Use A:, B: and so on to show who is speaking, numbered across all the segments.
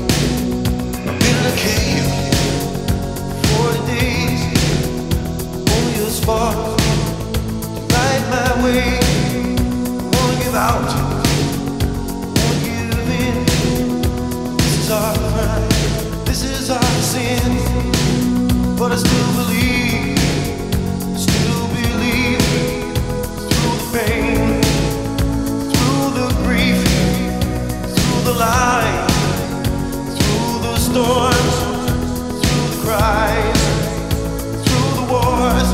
A: In a cave, forty days, only a spark to light my way. Won't give out, won't give in. This is our crime, this is our sin. But I still believe, still believe through the pain, through the grief, through the light. Through the storms, through the cries, through the wars,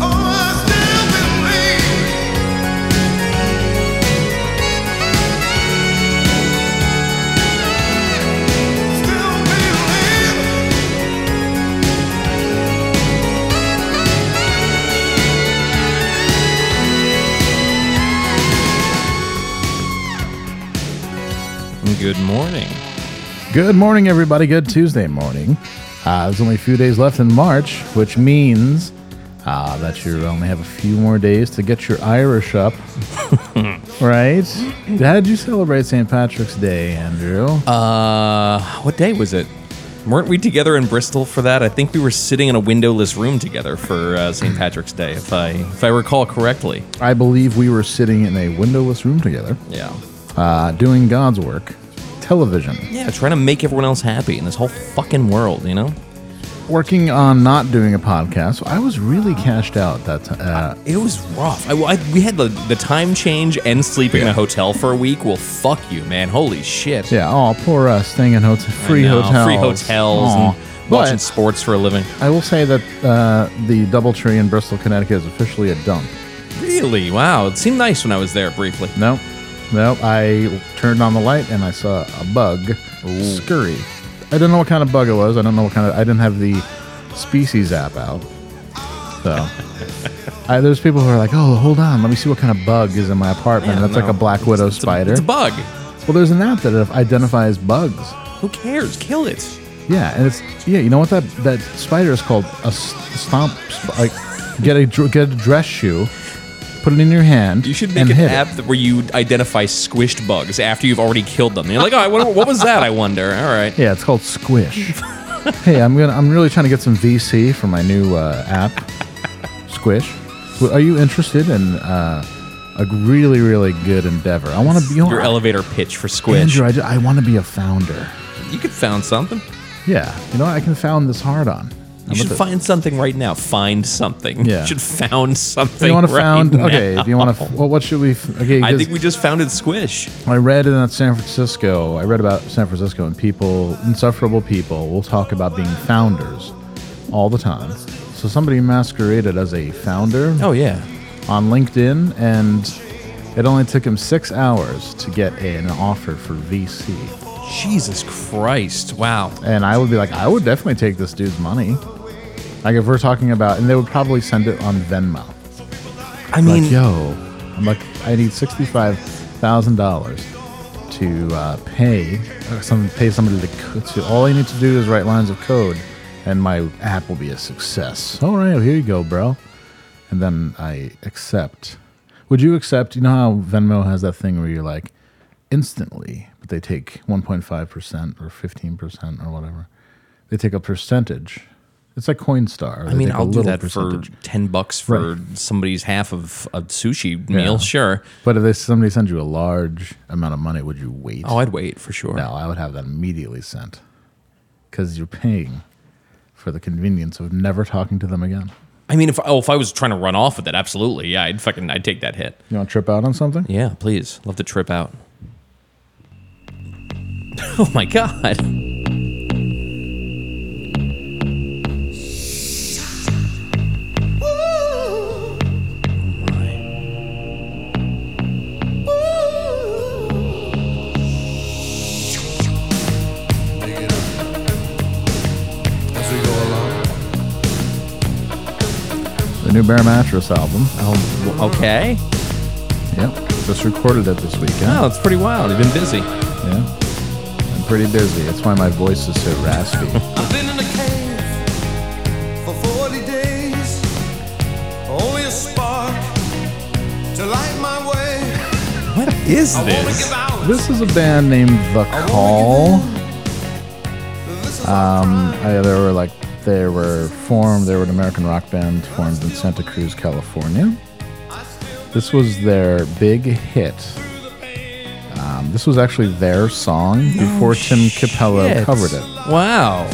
A: oh, I still believe. Still believe.
B: Good morning.
C: Good morning, everybody. Good Tuesday morning. Uh, there's only a few days left in March, which means uh, that you only have a few more days to get your Irish up. right? How did you celebrate St. Patrick's Day, Andrew?
B: Uh, what day was it? Weren't we together in Bristol for that? I think we were sitting in a windowless room together for uh, St. Patrick's Day, if I if I recall correctly.
C: I believe we were sitting in a windowless room together,
B: Yeah.
C: uh, doing God's work, television,
B: Yeah, trying to make everyone else happy in this whole fucking world, you know?
C: working on not doing a podcast. I was really cashed out that time. Uh,
B: It was rough. I, I- we had the, the time change and sleeping in a hotel for a week. Well, fuck you, man. Holy shit.
C: yeah, oh, poor us, staying in hotel,
B: I
C: free
B: know,
C: hotels.
B: Free hotels
C: Aw.
B: and
C: But-
B: watching sports for a living.
C: I will say that uh, the DoubleTree in Bristol, Connecticut is officially a dump.
B: Really? Wow. It seemed nice when I was there briefly.
C: No, no. I turned on the light and I saw a bug scurry. I didn't know what kind of bug it was. I don't know what kind of. I didn't have the species app out. So I, there's people who are like, "Oh, hold on, let me see what kind of bug is in my apartment."
B: Yeah,
C: That's
B: no.
C: like a black widow
B: It's a-
C: spider.
B: it's a bug.
C: well, there's an app that identifies bugs.
B: Who cares? Kill it.
C: Yeah, and it's yeah. You know what that that spider is called? A s- stomp. Sp- like get a dr- get a dress shoe, put it in your hand.
B: You should
C: and
B: make an
C: hit it.
B: app that where you identify squished bugs after you've already killed them. You're like, oh, what, what was that? I wonder. All right.
C: Yeah, it's called Squish. hey, I'm gonna I'm really trying to get some VC for my new uh, app, Squish. Well, Are you interested in uh, a really really good endeavor? I want to be
B: Your elevator pitch for squish.
C: Andrew, I, ju- I want to be a founder.
B: You could found something.
C: Yeah, you know what? I can found this hard on.
B: You should find something right now. Find something.
C: Yeah.
B: You should found
C: Do
B: something.
C: you want to
B: right
C: found?
B: now.
C: Okay, do you want to? Well, what should we? f- Okay,
B: I
C: 'cause-
B: think we just founded Squish.
C: I read in that San Francisco. I read about San Francisco and people, insufferable people, will talk about being founders all the time. So somebody masqueraded as a founder
B: Oh yeah.
C: on LinkedIn, and it only took him six hours to get an offer for VC.
B: Jesus Christ! Wow.
C: And I would be like, I would definitely take this dude's money. Like if we're talking about, and they would probably send it on Venmo.
B: I mean,
C: like, yo, I'm like, I need sixty-five thousand dollars to uh, pay uh, some pay somebody to, co- to. All I need to do is write lines of code, and my app will be a success. All right, well, here you go, bro. And then I accept. Would you accept? You know how Venmo has that thing where you're like instantly, but they take 1.5 percent or 15 percent or whatever. They take a percentage. It's like Coinstar.
B: I mean, I'll do that for ten bucks for somebody's half of a sushi meal. Sure.
C: But if they, somebody sends you a large amount of money, would you wait?
B: Oh, I'd wait for sure.
C: no, I would have that immediately sent because you're paying for the convenience of never talking to them again.
B: I mean, if oh, if I was trying to run off with it, absolutely, yeah, I'd fucking, I'd take that hit.
C: You want to trip out on something?
B: Yeah, please, love to trip out. Oh my god.
A: As we go along.
C: The new Bare Mattress album.
B: Oh, okay.
C: Yep. Just recorded it this weekend.
B: Oh, it's pretty wild. You've been busy.
C: Yeah. I'm pretty busy. That's why my voice is so raspy.
A: I've been in a cave for 40 days. Only a spark to light my way.
B: What is
A: I won't
B: this?
A: give out.
C: this is a band named The Call.
A: This is our
C: Um, I, they were like they were formed. They were an American rock band formed in Santa Cruz, California. This was their big hit. Um, this was actually their song before Tim Capello
B: Shit.
C: covered it.
B: Wow.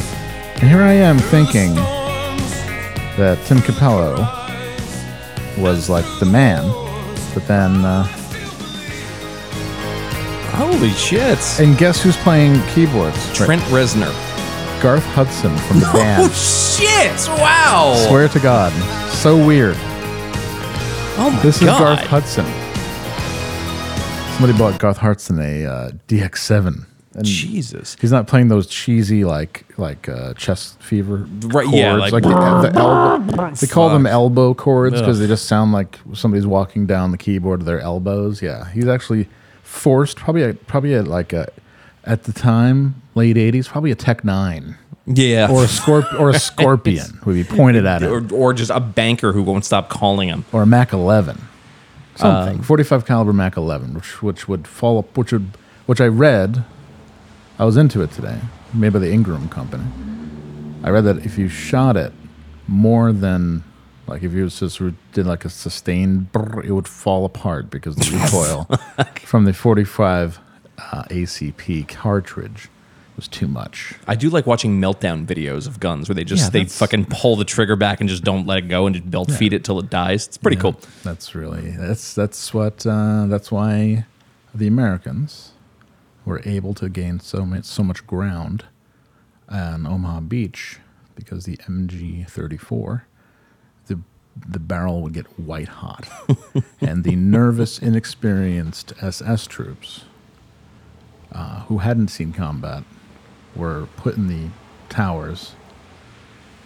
C: And here I am thinking that Tim Capello was like the man, but then uh,
B: Holy shit.
C: and guess who's playing keyboards?
B: Trent Reznor.
C: Garth Hudson from the band.
B: Oh shit! Wow.
C: Swear to God, so weird.
B: oh my
C: This is
B: god.
C: Garth Hudson. Somebody bought Garth Hudson a uh, DX7. And
B: Jesus.
C: He's not playing those cheesy like like uh, chest fever
B: Right, yeah, like-
C: chords, like, the, the elbow. They call them elbow chords because they just sound like somebody's walking down the keyboard with their elbows. Yeah, he's actually forced probably a, probably a, like a at the time late '80s probably a Tech Nine
B: Yeah.
C: or a scorp- or a Scorpion would be pointed at it
B: or, or just a banker who won't stop calling him.
C: or a Mac 11, something 45 caliber Mac 11, which which would fall up, which would which I read. I was into it today, made by the Ingram Company. I read that if you shot it more than like if you was just re- did like a sustained, brrr, it would fall apart because the recoil from the 45 uh, ACP cartridge was too much.
B: I do like watching meltdown videos of guns where they just
C: Yeah,
B: they
C: that's-
B: fucking pull the trigger back and just don't let it go and just belt feed it till it dies. It's pretty cool.
C: That's really that's that's what uh, that's why the Americans were able to gain so much so much ground on Omaha Beach because the MG thirty four the the barrel would get white hot and the nervous inexperienced SS troops uh, who hadn't seen combat were put in the towers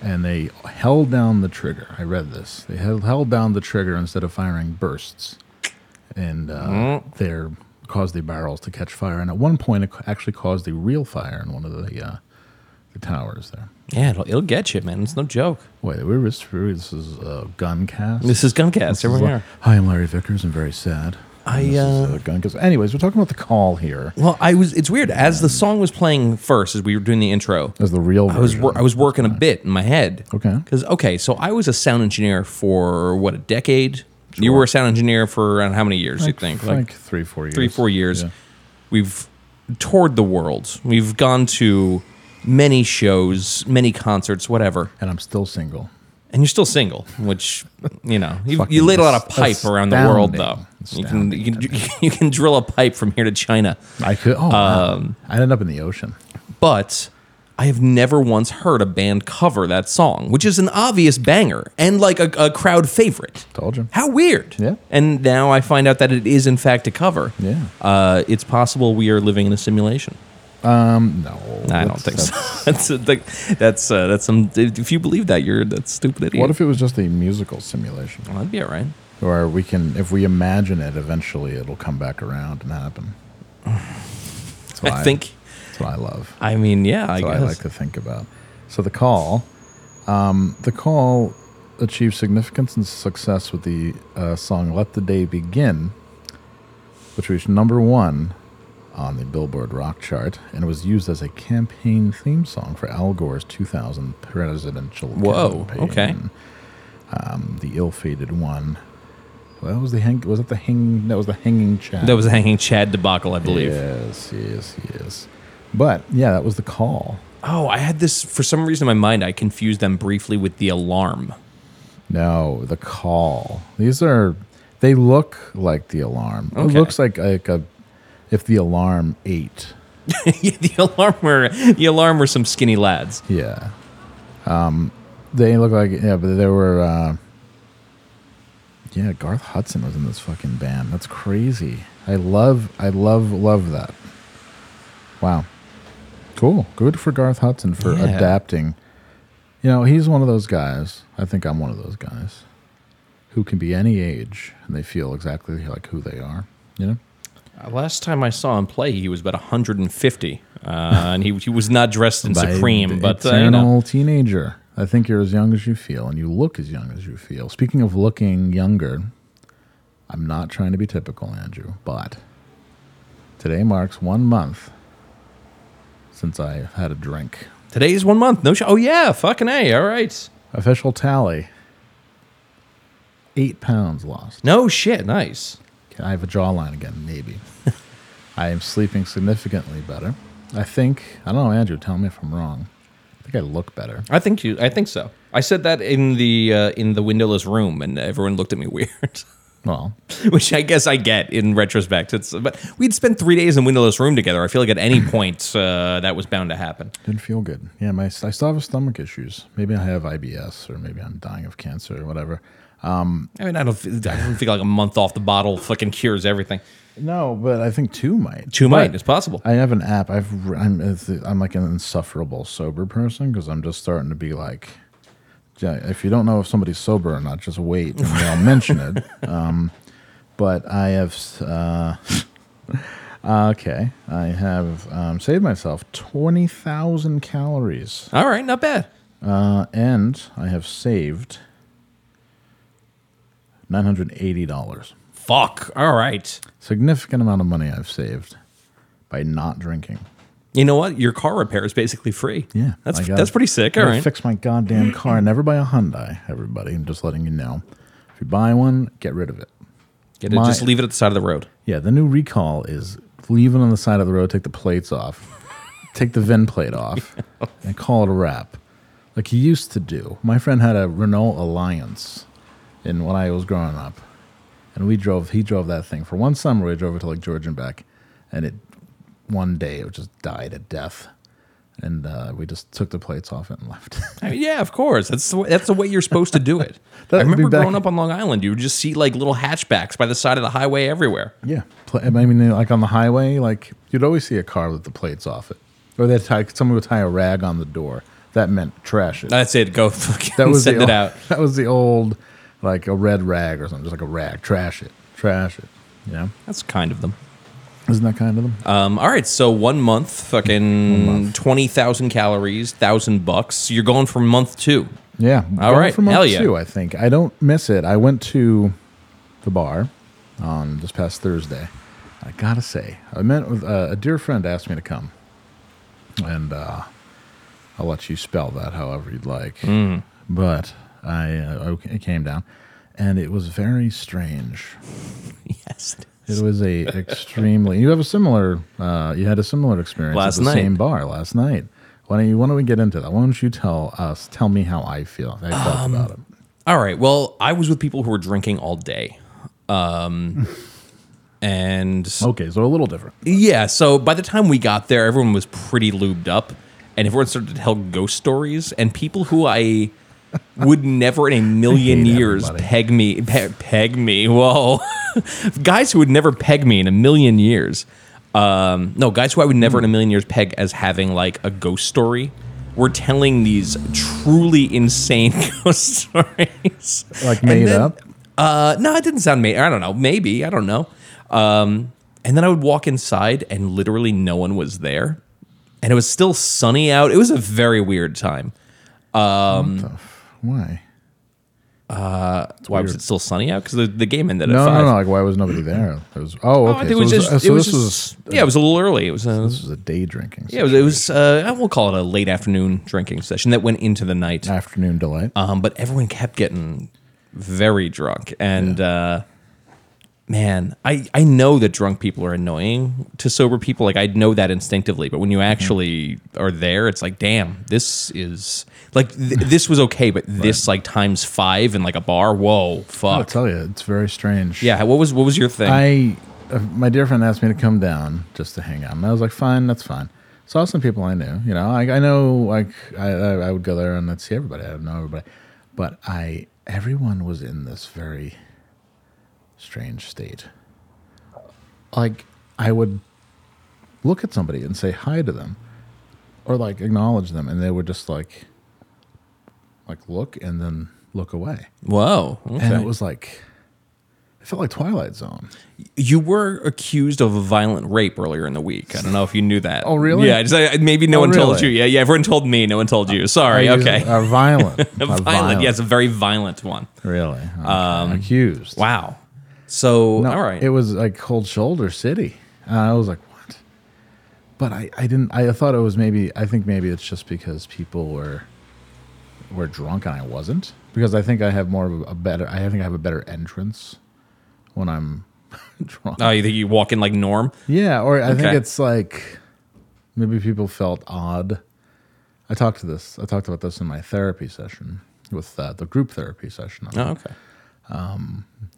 C: and they held down the trigger. I read this. They held, held down the trigger instead of firing bursts, and uh,
B: Mm-hmm.
C: there caused the barrels to catch fire. And at one point, it ca- actually caused a real fire in one of the uh, the towers there.
B: Yeah, it'll, it'll get you, man. It's no joke.
C: Wait, we were through. This is uh, Guncast.
B: This is Guncast.
C: This is
B: Everyone
C: La-
B: here.
C: Hi, I'm Larry Vickers. I'm very sad.
B: I,
C: This is,
B: uh,
C: Guncast. Anyways, we're talking about the call here
B: Well, I was. It's weird. As the song was playing first, as we were doing the intro,
C: as the real.
B: I was
C: version.
B: wor- I was working a bit in my head.
C: Okay.
B: Because okay, so I was a sound engineer for what a decade. You were a sound engineer for around how many years? you think
C: like, three, four years.
B: three, four years.
C: Yeah.
B: We've toured the world. We've gone to many shows, many concerts, whatever.
C: and I'm still single.
B: And you're still single, which you know you, you
C: Fucking
B: laid a lot of pipe around the world, though. You can,
C: astounding.
B: you can you can drill a pipe from here to China.
C: I could. Oh, wow.
B: Um,
C: I ended up in the ocean.
B: but I have never once heard a band cover that song, which is an obvious banger and like a, a crowd favorite.
C: Told you.
B: How weird.
C: Yeah.
B: And now I find out that it is, in fact, a cover.
C: Yeah.
B: Uh, it's possible we are living in a simulation.
C: No,
B: I don't
C: that's-
B: think
C: that's-
B: so. that's, a, like, that's, uh, that's some. If you believe that, you're that stupid idiot.
C: What if it was just a musical simulation,
B: Well, that'd be all right.
C: or we can, if we imagine it, eventually it'll come back around and happen. That's what
B: I think.
C: that's what I love.
B: I mean, yeah, I
C: That's what
B: guess.
C: I like to think about. So the call, um, the call achieved significance and success with the uh, song "Let the Day Begin," which reached number one on the Billboard Rock chart, and it was used as a campaign theme song for Al Gore's 2000 presidential
B: Whoa,
C: campaign.
B: okay.
C: Um, the ill-fated one. Well, that was the hang. Was that the hang? That was the hanging chat.
B: That was a hanging Chad debacle, I believe.
C: Yes, yes, yes. But yeah, that was the call.
B: Oh, I had this for some reason in my mind. I confused them briefly with the alarm.
C: No, the call. These are they look like the alarm. It
B: Okay.
C: looks like like a if the alarm ate.
B: yeah, the alarm were the alarm were some skinny lads.
C: Yeah. Um they look like yeah, but they were uh yeah, Garth Hudson was in this fucking band. That's crazy. I love I love love that. Wow. Cool. Good for Garth Hudson for
B: Yeah.
C: adapting. You know, he's one of those guys. I think I'm one of those guys who can be any age and they feel exactly like who they are, you know?
B: Uh, Last time I saw him play, he was about 150, uh, and he, he was not dressed in Supreme, but uh, you
C: eternal
B: know,
C: teenager. I think you're as young as you feel, and you look as young as you feel. Speaking of looking younger, I'm not trying to be typical, Andrew, but today marks one month since I have had a drink.
B: today is one month. No show. Oh yeah, fucking a. All right.
C: Official tally: eight pounds lost.
B: No shit. Nice.
C: Can I have a jawline again? Maybe. I am sleeping significantly better. I think. I don't know, Andrew. Tell me if I'm wrong. I think I look better.
B: I think you. I think so. I said that in the uh, in the windowless room, and everyone looked at me weird.
C: Well,
B: Which I guess I get in retrospect. It's but we'd spent three days in windowless room together. I feel like at any point uh, that was bound to happen.
C: Didn't feel good. Yeah, my I still have stomach issues. Maybe I have IBS, or maybe I'm dying of cancer, or whatever.
B: I mean, I don't. f- I don't feel like a month off the bottle fucking cures everything.
C: No, but I think two might.
B: Two might.
C: But
B: It's possible.
C: I have an app. I've re- I'm it's- I'm like an insufferable sober person because I'm just starting to be like, yeah, if you don't know if somebody's sober or not, just wait and I'll mention it. Um, but I have s- uh, okay. I have um, saved myself twenty thousand calories.
B: All right, not bad.
C: Uh, and I have saved nine hundred eighty dollars.
B: Fuck. All right.
C: Significant amount of money I've saved by not drinking.
B: You know what? Your car repair is basically free.
C: Yeah,
B: that's
C: I gotta-
B: that's pretty sick.
C: I
B: All
C: gotta
B: right.
C: fix my goddamn car. Never buy a Hyundai. Everybody, I'm just letting you know. If you buy one, get rid of it.
B: Get it,
C: my-
B: just leave it at the side of the road.
C: Yeah, the new recall is leave it on the side of the road, take the plates off, take the VIN plate off, and call it a wrap. Like he used to do. My friend had a Renault Alliance in when I was growing up. And we drove he drove that thing. For one summer we drove it to like Georgia and back and it one day it just died a death. And uh, we just took the plates off it and left.
B: I mean, Uh, yeah, of course. That's the way, that's the way you're supposed to do it.
C: That
B: I
C: would be
B: remember
C: back-
B: growing up on Long Island, you would just see like little hatchbacks by the side of the highway everywhere.
C: Yeah, Pla- I mean, uh, like on the highway, like you'd always see a car with the plates off it, or they'd tie someone would tie a rag on the door. That meant trash it.
B: That's it. Go fucking
C: that
B: send it
C: the old,
B: out.
C: That was the old, like a red rag or something, just like a rag. Trash it, trash it. You know,
B: That's kind of them.
C: isn't that kind of them?
B: Um, all right, so one month, fucking twenty thousand calories, thousand bucks. You're going for month two.
C: Yeah.
B: All
C: Going
B: right,
C: For month
B: hell yeah.
C: two, I think. I don't miss it. I went to the bar on this past Thursday. I gotta say, I met with uh, a dear friend asked me to come, and uh, I'll let you spell that however you'd like.
B: Mm.
C: But I, uh, I came down, and it was very strange.
B: Yes.
C: It was a extremely. You have a similar. Uh, you had a similar experience
B: Last
C: at the
B: night.
C: same bar last night. Why don't you? Why don't we get into that? Why don't you tell us? Tell me how I feel. I felt
B: Um,
C: about it.
B: All right. Well, I was with people who were drinking all day, um, and
C: Okay, so a little different.
B: Yeah, so by the time we got there, everyone was pretty lubed up, and everyone started to tell ghost stories, and people who I would never in a million
C: hate
B: years
C: everybody.
B: peg me, pe- peg me, whoa, guys who would never peg me in a million years, um, no, guys who I would never in a million years peg as having like a ghost story. were telling these truly insane ghost stories,
C: Like
B: And
C: made
B: then-
C: up?
B: Uh, no, it didn't sound made. I don't know. Maybe I don't know. Um, and then I would walk inside, and literally no one was there, and it was still sunny out. It was a very weird time.
C: What the f- Why?
B: Uh, why was it still sunny out? Because the, the game ended at
C: No,
B: five.
C: no, no. Like, why was nobody there? It was,
B: Oh,
C: oh, okay.
B: I think it was
C: so
B: just.
C: this,
B: it
C: so
B: was
C: this
B: just. yeah, it was a little early. It was. Uh,
C: was this was a day drinking.
B: yeah, it was. It was uh, I won't call it a late afternoon drinking session that went into the night.
C: afternoon delight.
B: Um, but everyone kept getting very drunk, and uh, man, I I know that drunk people are annoying to sober people. Like I know that instinctively, but when you
C: Mm-hmm.
B: actually are there, it's like, damn, this is like th- this was okay, but this like times five in like a bar. Whoa,
C: I'll
B: fuck.
C: tell you, it's very strange.
B: yeah, what was what was your thing?
C: I, uh, my dear friend asked me to come down just to hang out, and I was like, fine, that's fine. Saw some people I knew, you know. I, I know, like, I, I, I would go there and I'd see everybody. I would know everybody, but I, everyone was in this very strange state. Like, I would look at somebody and say hi to them, or like acknowledge them, and they would just like, like look and then look away,
B: Whoa, okay.
C: and it was like, it felt like Twilight Zone.
B: you were accused of a violent rape earlier in the week. I don't know if you knew that.
C: Oh, really?
B: Yeah, just, I, maybe no
C: Oh,
B: one told
C: really?
B: you. Yeah, yeah, everyone told me. No one told you. Sorry.
C: Are you-
B: okay.
C: Are violent. Are
B: violent. Yes, a very violent one.
C: Really? Okay. Accused.
B: Wow. So
C: No,
B: all right.
C: It was like cold shoulder city. And I was like, what? But I, I didn't, I thought it was maybe, I think maybe it's just because people were, were drunk and I wasn't because I think I have more of a better, I think I have a better entrance when I'm drunk.
B: oh, you think you walk in like Norm?
C: Yeah, or I
B: Okay.
C: think it's like maybe people felt odd. I talked to this. I talked about this in my therapy session with uh, the group therapy session.
B: Oh, okay.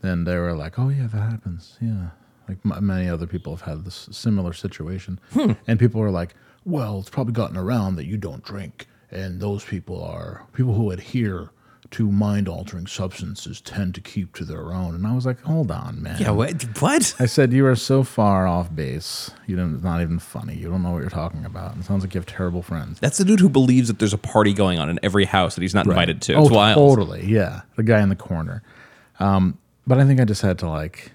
C: And they were like, "Oh yeah, that happens." Yeah, like m- many other people have had this similar situation, and people were like, "Well, it's probably gotten around that you don't drink, and those people are people who adhere." To mind altering substances tend to keep to their own. And I was like, hold on, man.
B: Yeah. What? What?
C: I said you are so far off base. You don't. It's not even funny. You don't know what you're talking about. It sounds like you have terrible friends.
B: That's the dude who believes that there's a party going on in every house that he's not invited to.
C: Oh,
B: it's wild.
C: totally. Yeah, the guy in the corner. Um, but I think I just had to like.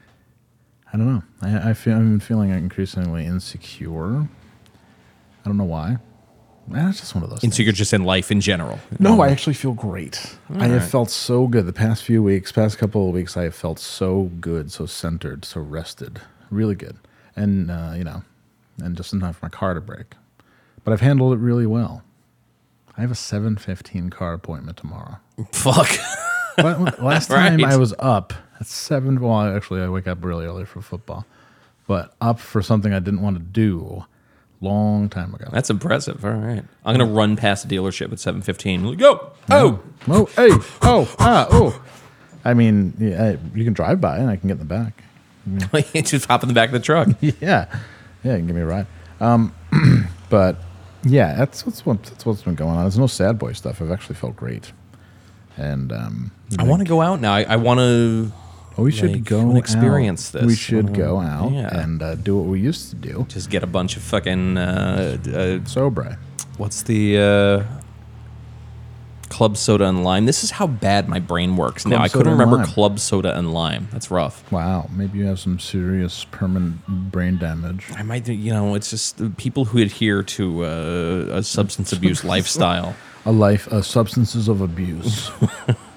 C: I don't know. I, I feel I'm feeling increasingly insecure. I don't know why. Man, it's just one of those.
B: And
C: things.
B: so you're just in life in general.
C: No, I actually feel great. I have felt so good the past few weeks, past couple of weeks. I have felt so good, so centered, so rested, really good, and uh, you know, and just enough for my car to break. But I've handled it really well. I have a seven fifteen car appointment tomorrow.
B: Fuck.
C: But when- last time
B: Right.
C: I was up at seven. Well, I- actually, I wake up really early for football, but up for something I didn't want to do, long time ago.
B: That's impressive. All right. I'm gonna run past the dealership at 7:15. Go. Oh.
C: Oh, hey, oh, ah, oh. I mean, yeah, I- you can drive by and I can get in the back.
B: just hop in the back of the truck.
C: Yeah, yeah, you can give me a ride. Um, but yeah, that's what's what, that's what's been going on. There's no sad boy stuff. I've actually felt great, and um,
B: I want to go out now. I, I want to.
C: oh, we should
B: like,
C: go
B: and experience this.
C: out.
B: Mm-hmm.
C: We should go out
B: yeah.
C: and uh, do what we used to do.
B: just get a bunch of fucking uh, uh,
C: Sobre.
B: what's the uh, club soda and lime? This is how bad my brain works now.
C: Club
B: I
C: soda
B: couldn't
C: and
B: remember
C: lime.
B: club soda and lime. That's rough.
C: Wow, maybe you have some serious permanent brain damage.
B: I might, think, you know, it's just the people who adhere to uh, a substance abuse lifestyle.
C: A life, uh, substances of abuse.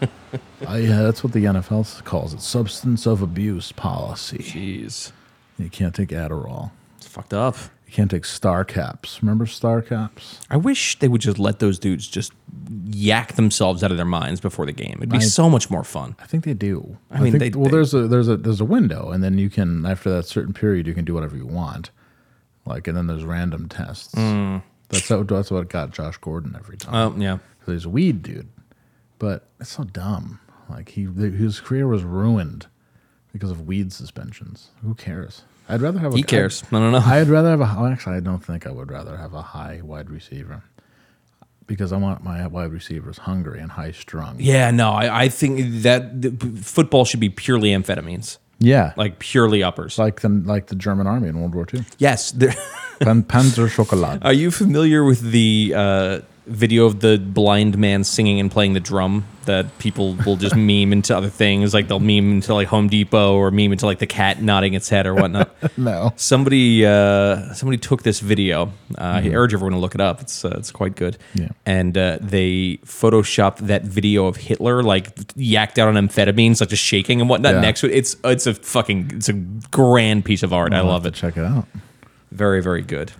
C: uh, yeah, that's what the NFL calls it. Substance of abuse policy.
B: Jeez,
C: You can't take Adderall.
B: it's fucked up.
C: You can't take Star Caps. Remember Star Caps?
B: I wish they would just let those dudes just yak themselves out of their minds before the game. It'd be
C: I-
B: so much more fun.
C: I think they do.
B: I mean,
C: think,
B: they-
C: well,
B: they-
C: there's a there's a there's a window, and then you can after that certain period, you can do whatever you want. Like, and then there's random tests. That's how, that's what got Josh Gordon every time.
B: Oh yeah,
C: So he's a weed dude, but it's so dumb. Like he, th- his career was ruined because of weed suspensions. Who cares? I'd rather have. A,
B: he cares. I don't know.
C: I'd, I'd rather have a. well, Actually, I don't think I would rather have a high wide receiver because I want my wide receivers hungry and high strung.
B: yeah, no, I, I think that the, football should be purely amphetamines,
C: yeah, like
B: like purely uppers.
C: like the like the German army in World War II.
B: Yes, there-
C: Pan- Panzer Schokolade.
B: Are you familiar with the uh, video of the blind man singing and playing the drum that people will just meme into other things? Like they'll meme into like Home Depot or meme into like the cat nodding its head or whatnot.
C: no.
B: Somebody uh, somebody took this video. Uh, I urge everyone to look it up. It's uh, it's quite good.
C: Mm-hmm. Yeah.
B: And uh, they photoshopped that video of Hitler like yacked out on amphetamines, like just shaking and whatnot.
C: Yeah.
B: Next to it, it's it's a fucking it's a grand piece of art. I
C: I'll have
B: love
C: to
B: it.
C: Check it out.
B: Very very good.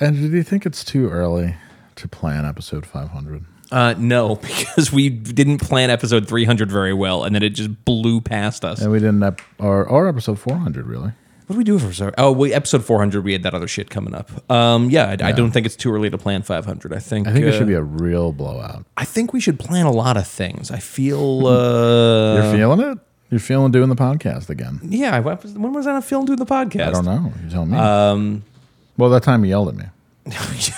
C: And do you think it's too early to plan episode 500?
B: Uh, no, because we didn't plan episode 300 very well, and then it just blew past us.
C: And we didn't, ep- or, or episode 400, really.
B: What do we do for episode? Oh, we, episode 400, we had that other shit coming up. Um, yeah, I, I don't think it's too early to plan 500. I think
C: I think it
B: uh,
C: should be a real blowout.
B: I think we should plan a lot of things. I feel. Uh,
C: You're feeling it? You're feeling doing the podcast again?
B: yeah, I- when was I on film doing the podcast?
C: I don't know. You tell me. Um, well, that time you yelled at me.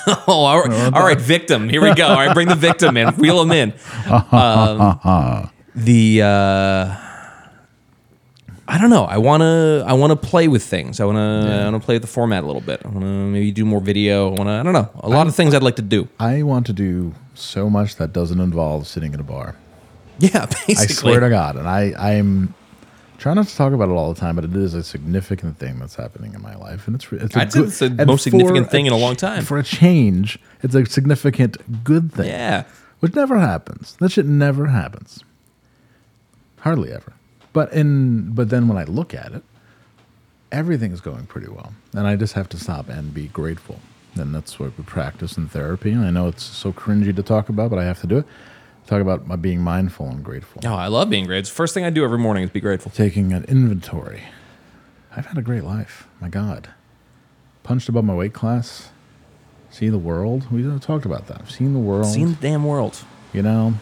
B: oh, all right, all right, victim. Here we go. All right, bring the victim in. Wheel him in. Um, the uh, I don't know. I wanna I wanna play with things. I wanna I wanna play with the format a little bit. I wanna maybe do more video. I wanna I don't know. A lot of things I'd like to do.
C: I want to do so much that doesn't involve sitting in a bar.
B: Yeah, basically.
C: I swear to God, and I I'm trying not to talk about it all the time, but it is a significant thing that's happening in my life, and it's re- it's a
B: I'd say
C: good-
B: it's the
C: and
B: most
C: for
B: significant thing in a
C: ch-
B: long time.
C: For a change, it's a significant good thing.
B: Yeah.
C: which never happens. That shit never happens. Hardly ever. But in but then when I look at it, everything's going pretty well, and I just have to stop and be grateful. And that's what we practice in therapy. And I know it's so cringy to talk about, but I have to do it. Talk about my being mindful and grateful
B: Oh, I love being grateful. It's the first thing I do every morning is be grateful.
C: taking an inventory. I've had a great life. My God. Punched above my weight class. See the world. We talked about that. I've seen the world.
B: Seen the damn world.
C: you know,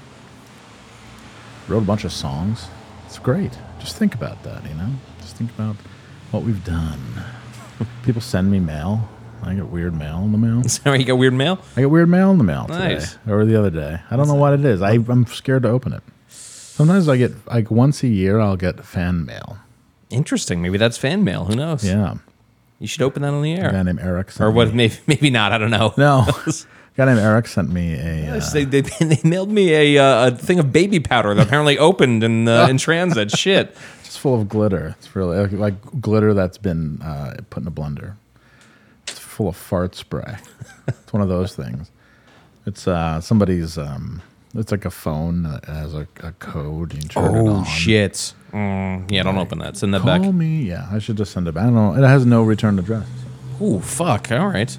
C: wrote a bunch of songs. It's great. Just think about that, you know? Just think about what we've done. People send me mail. I get weird mail in the mail.
B: Sorry, you got weird mail.
C: I get weird mail in the mail today
B: Nice.
C: or the other day. I don't know what it is. I, I'm scared to open it. Sometimes I get, like, once a year, I'll get fan mail.
B: Interesting. Maybe that's fan mail. Who knows?
C: Yeah.
B: You should open that on the
C: A guy
B: air.
C: named Eric. Sent
B: Or what?
C: Me.
B: Maybe maybe not. I don't know.
C: No, a guy named Eric sent me a.
B: Yes, they,
C: Uh,
B: they, they mailed me a, uh, a thing of baby powder that apparently opened in uh, in transit. Shit.
C: it's full of glitter. It's really like, like glitter that's been uh, put in a blender. It's full of fart spray. it's one of those things. It's uh, somebody's. Um, it's like a phone that has a, a code. You can turn it on.
B: Oh, shit. Mm, yeah, don't open that. Send that
C: Call
B: back.
C: me. Yeah, I should just send it back. I don't know. It has no return address.
B: Ooh, fuck. All right.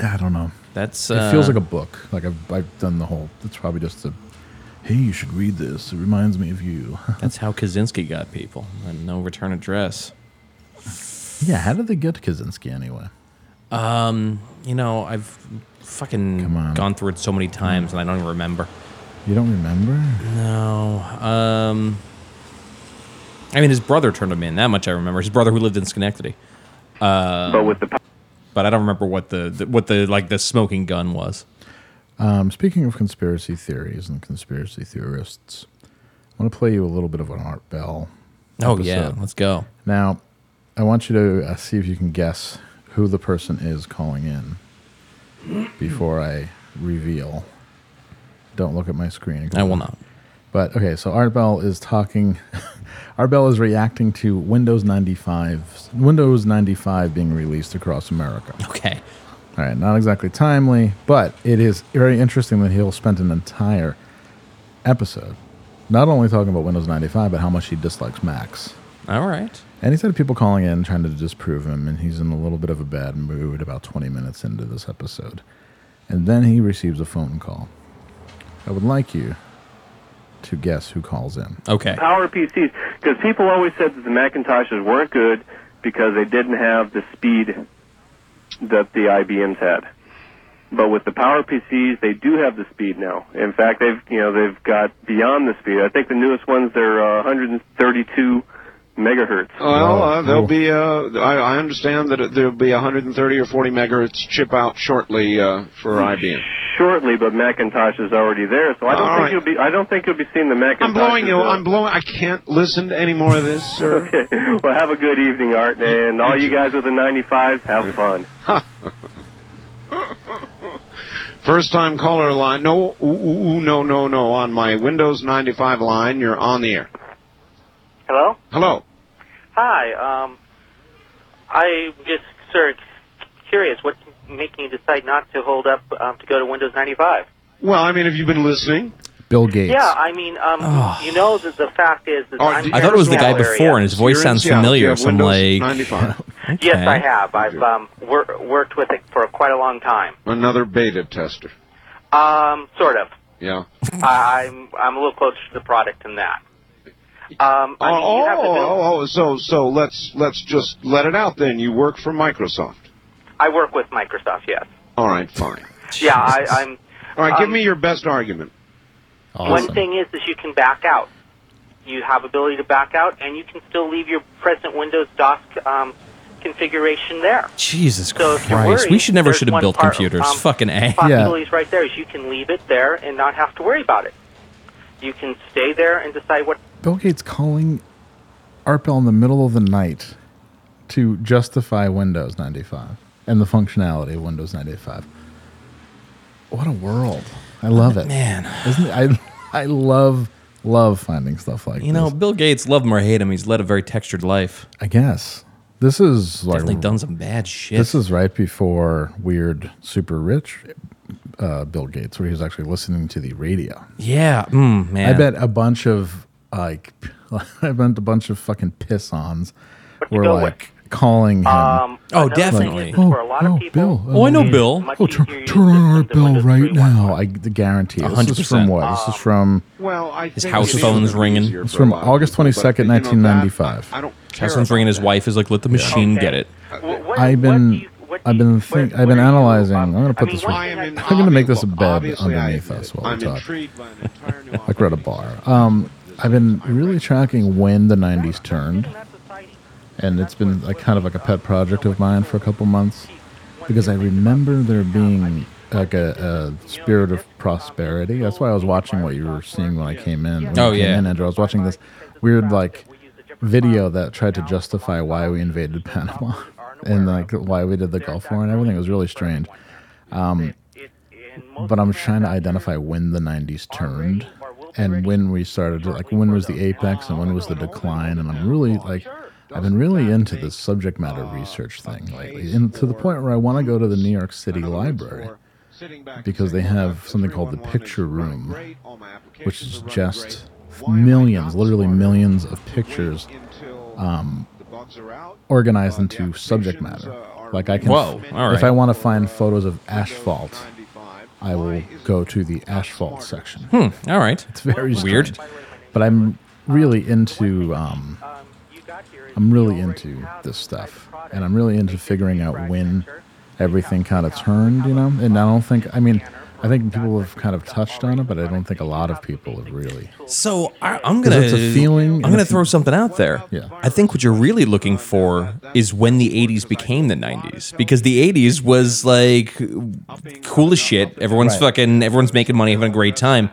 C: I don't know.
B: That's
C: It
B: uh,
C: feels like a book. Like I've, I've done the whole. It's probably just a. Hey, you should read this. It reminds me of you.
B: That's how Kaczynski got people. And no return address.
C: yeah, how did they get Kaczynski anyway?
B: Um, You know, I've
C: Come
B: fucking
C: on.
B: gone through it so many times, and I don't even remember.
C: You don't remember?
B: No. Um, I mean, his brother turned him in. That much I remember. His brother who lived in Schenectady. Um,
D: but with the
B: But I don't remember what the, the what the like the smoking gun was.
C: Um, speaking of conspiracy theories and conspiracy theorists, I want to play you a little bit of an Art Bell.
B: Oh yeah,
C: episode.
B: let's go.
C: Now, I want you to uh, see if you can guess who the person is calling in before I reveal. Don't look at my screen.
B: I will not.
C: But okay, so Art Bell is talking. Art Bell is reacting to Windows 95, Windows 95 being released across America.
B: Okay.
C: All right, not exactly timely, but it is very interesting that he'll spend an entire episode not only talking about Windows 95, but how much he dislikes Macs.
B: All right.
C: And he said people calling in trying to disprove him, and he's in a little bit of a bad mood about 20 minutes into this episode. And then he receives a phone call. I would like you to guess who calls in.
B: Okay.
D: power PCs, because people always said that the Macintoshes weren't good because they didn't have the speed that the IBMs had. But with the power PCs, they do have the speed now. In fact, they've you know they've got beyond the speed. I think the newest ones they're uh, 132 megahertz.
E: Well,
C: Wow.
E: uh, there'll be. Uh, I, I understand that it- there'll be a 130 or 40 megahertz chip out shortly uh, for IBM.
D: shortly, but Macintosh is already there, so I don't
E: All
D: think
E: right.
D: you'll be. I don't think you'll be seeing the Macintosh.
E: I'm blowing you. I'm blowing. I can't listen to any more of this, sir.
D: Okay. Well, have a good evening, Art, and all you guys with the 95s, have fun.
E: First time caller line. No, ooh, ooh, ooh, no, no, no. On my Windows 95 line, you're on the air.
F: Hello?
E: Hello.
F: Hi. Um, I was just sort of curious what's making you decide not to hold up um, to go to Windows 95?
E: Well, I mean, have you been listening?
C: Bill Gates.
F: Yeah, I mean, um, you know that the fact is that
E: Oh,
F: I'm
E: did-
B: I thought it was the guy
F: Seattle area.
B: before, and his voice
E: You're in
B: sounds
E: Seattle. You
B: familiar.
E: have
B: So I'm
E: Windows
B: like,
E: 95.
F: Yes,
B: okay.
F: I have. I've um, wor- worked with it for quite a long time.
E: Another beta tester.
F: Um, sort of.
E: Yeah.
F: I- I'm I'm a little closer to the product than that. Um, I mean, you have
E: oh,
F: to build-
E: oh, oh, so so let's let's just let it out then. You work for Microsoft.
B: oh.
F: I work with Microsoft. Yes.
E: All right, fine.
F: Yeah, I, I'm.
E: All right, give
F: Um,
E: me your best argument.
C: Awesome.
F: One thing is is you can back out. You have ability to back out, and you can still leave your present Windows DOS um, configuration there.
B: Jesus
F: So if
B: Christ,
F: you're worried,
B: we should never
F: there's
B: should have
F: one
B: built
F: part,
B: computers.
F: um,
B: Fucking a.
F: Possibilities right there is you can leave it there and not have to worry about it. You can stay there and decide what.
C: Bill Gates calling Art Bell in the middle of the night to justify Windows 95 and the functionality of Windows 95. What a world! I love it,
B: Man.
C: Isn't it? I I love love finding stuff like
B: You know,
C: this.
B: Bill Gates, love him or hate him, he's led a very textured life.
C: I guess this is like
B: Definitely done some bad shit.
C: This is right before weird, super rich uh, Bill Gates, where he was actually listening to the radio.
B: yeah, mm, man.
C: I bet a bunch of like, I bet a bunch of fucking piss ons
F: to
C: were
F: go
C: like calling him.
F: Um,
B: Oh,
F: another thing
B: definitely.
F: is
C: oh,
F: for a lot
C: oh,
F: of people,
C: Bill.
B: Oh, I know
C: um,
B: Bill.
F: much
C: Oh, turn,
F: easier to
C: turn on
F: use
C: our
F: than
C: bell
F: Windows
C: right
F: 3.1.
C: now. I guarantee. you. This is from
B: 100%.
C: what?
F: Um,
C: This is from
E: Well, I his
B: house phone's ringing.
C: It's from August 22nd, 1995.
E: I don't care.
B: Someone's
E: about
B: ringing his
E: that.
B: wife. Is like, let the machine
F: Okay.
B: get it.
F: Wh- what- what
C: I've been-
F: do you- what do
C: I've
F: you-
C: been
F: where-
C: think- I've
F: where
C: been
F: are you,
C: analyzing.
F: um,
C: I'm gonna
F: I
C: put
F: mean,
C: this
F: one
C: one-
E: I am
F: thing
E: in-
F: I-
C: I'm gonna make this a
E: Look,
C: bed
E: obviously I
C: underneath
E: admit
C: us
E: it.
C: while we
E: I'm
C: talk.
E: intrigued by an entire new
C: like we're at a bar. Um, I've been really tracking when the 90s turned, and it's been like kind of like a pet project of mine for a couple months because I remember there being like a, a spirit of prosperity. That's why I was watching what you were seeing when I came in. When I
B: Oh,
C: came
B: yeah.
C: in, Andrew, I was watching this weird like video that tried to justify why we invaded Panama and like why we did the Gulf War and everything. It was really strange. Um, But I'm trying to identify when the 90s turned and when we started, like when was the apex and when was the decline. And I'm really like, I've been really into this subject matter
E: Uh,
C: research thing lately, and to the point where I want to go to the New York City Library. because they have something called the picture room, which is just millions, literally millions of pictures
E: um,
C: organized
E: uh,
C: into subject matter. Like I can,
B: Whoa, all right.
C: if I want to find photos of asphalt, I will go to the asphalt section.
B: Hmm, all right. It's
C: Very
B: weird.
C: strange. but I'm really into um,
F: Um, you got here is
C: I'm really
F: you already
C: into
F: have
C: this
F: the type
C: stuff,
F: of product.
C: and I'm really into figuring out when everything kind of turned, you know. And I don't think, I mean, I think people have kind of touched on it, but I don't think a lot of people have really.
B: So I, I'm gonna.
C: it's a feeling,
B: I'm gonna
C: it's-
B: throw something out there.
C: Yeah.
B: I think what you're really looking for is when the '80s became the '90s, because the '80s was like cool as shit. Everyone's
C: Right. Mm-hmm.
B: fucking. Everyone's making money, having a great time,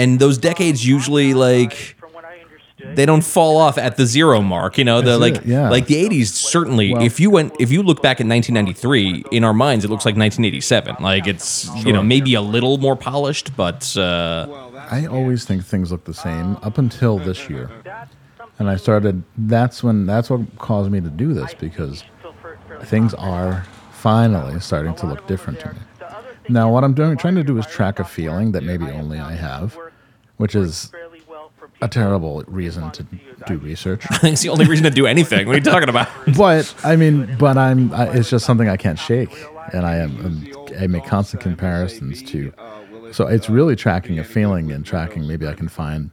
B: and those decades usually like.
F: From what I understood,
B: they don't fall off at the zero mark. You know, the
C: That's
B: like
C: it, yeah.
B: like the 80s certainly.
C: Well-
B: if you went, if you look back at 1993, in our minds, it looks like 1987. Like it's you know maybe a little more polished, but uh,
C: I always think things look the same up until this year, and I started. That's when. That's what caused me to do this because things are finally starting to look different to me. Now, what I'm doing, trying to do, is track a feeling that maybe only I have, which is a terrible reason to do research.
B: it's the only reason to do anything. What are you talking about?
C: but I mean, but I'm. I, it's just something I can't shake, and I am. um, i I make constant comparisons to.
E: uh,
C: So it's really tracking a feeling and tracking. Maybe I can find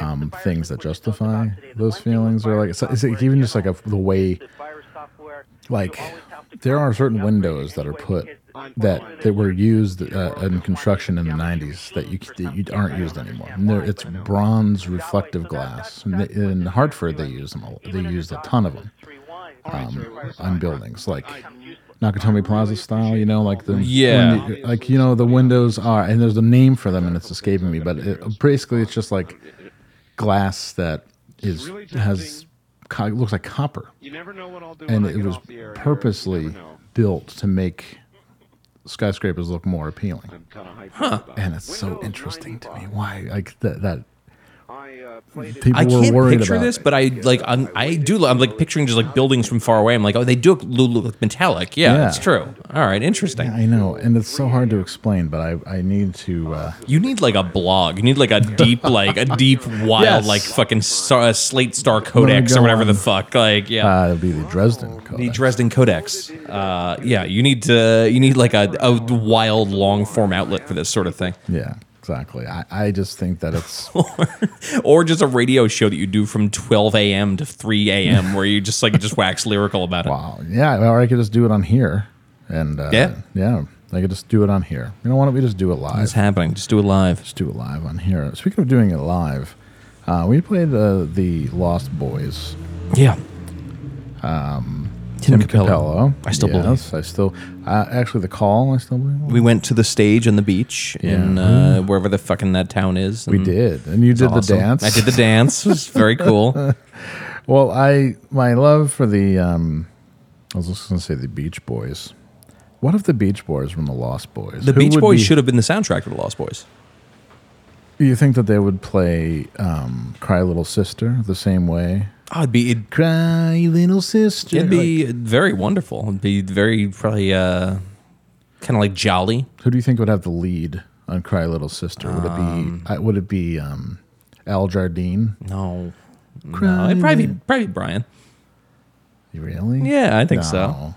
C: um, things that justify those feelings, or like it's, it's like even just like a, the way. Like there are certain windows that are put that that were used uh, in construction in the 90s that you that you aren't used anymore. And they're- it's bronze reflective glass. And they- In Hartford, they use them. a- They used a ton of them um, on buildings. Like Nakatomi Plaza style, you know, like the
B: Yeah.
C: when you- like you know the windows are, and there's a name for them, and it's escaping me, but it, basically it's just like glass that is has co- looks like copper,
E: You never know what I'll do
C: and
E: when I
C: it
E: get
C: was
E: off the air. Eric. You
C: purposely
E: never know.
C: built to make skyscrapers look more appealing.
E: I'm kinda hyped about it.
C: And it's so
E: Windows
C: interesting to me
E: 95.
C: why like that that
E: I, uh, played it-
C: people
B: I
C: were
B: can't
C: worried
B: picture
C: about
B: this,
C: it.
B: but I like I'm, I do. lo- I'm like picturing just like buildings from far away. I'm like, oh, they do look, look, look metallic. Yeah,
C: Yeah.
B: that's true. All right, interesting.
C: I know, and it's so hard to explain, but I, I need to. Uh,
B: You need like a blog. You need like a deep, like a deep, wild,
C: Yes.
B: like fucking star, uh, slate star codex
C: go
B: or whatever the
C: on.
B: fuck. Like yeah,
C: uh, it'll be the
E: Oh.
C: Dresden Codex.
B: the Dresden Codex. Uh, yeah, you need to. You need like a, a wild, long form outlet for this sort of thing,
C: Yeah, exactly. I, I just think that it's
B: or just a radio show that you do from 12 a.m. to 3 a.m. where you just like just wax lyrical about it.
C: wow. Yeah, or I could just do it on here, and uh,
B: Yeah.
C: yeah, I could just do it on here. You know, why don't we just do it live?
B: What's happening? Just do it live.
C: Just do it live on here. Speaking of doing it live, uh, we played uh, the Lost Boys.
B: Yeah. Um, Tim, Capello.
C: Capello.
B: I still
C: yes,
B: believe.
C: I still. Uh, actually, the call. I still believe.
B: We went to the stage on the beach in uh, wherever the fucking that town is.
C: We did, and you did the dance.
B: Mm-hmm. I did the dance. It was very cool.
C: Well, I my love for the um, I was just going to say the Beach Boys. What if the Beach Boys were the Lost Boys?
B: The
C: Who
B: Beach
C: would
B: Boys
C: be-
B: should have been the soundtrack to the Lost Boys.
C: You think that they would play um, "Cry Little Sister" the same way?
B: Oh, it'd be it'd,
C: Cry Little Sister.
B: it'd
C: Like,
B: be very wonderful. It'd be very probably uh, kind of like jolly.
C: who do you think would have the lead on "Cry Little Sister"? Would it be? Uh, would it be um, Al Jardine?
B: No, no, it'd probably be, probably be Brian.
C: Really?
B: Yeah, I think so.
C: No.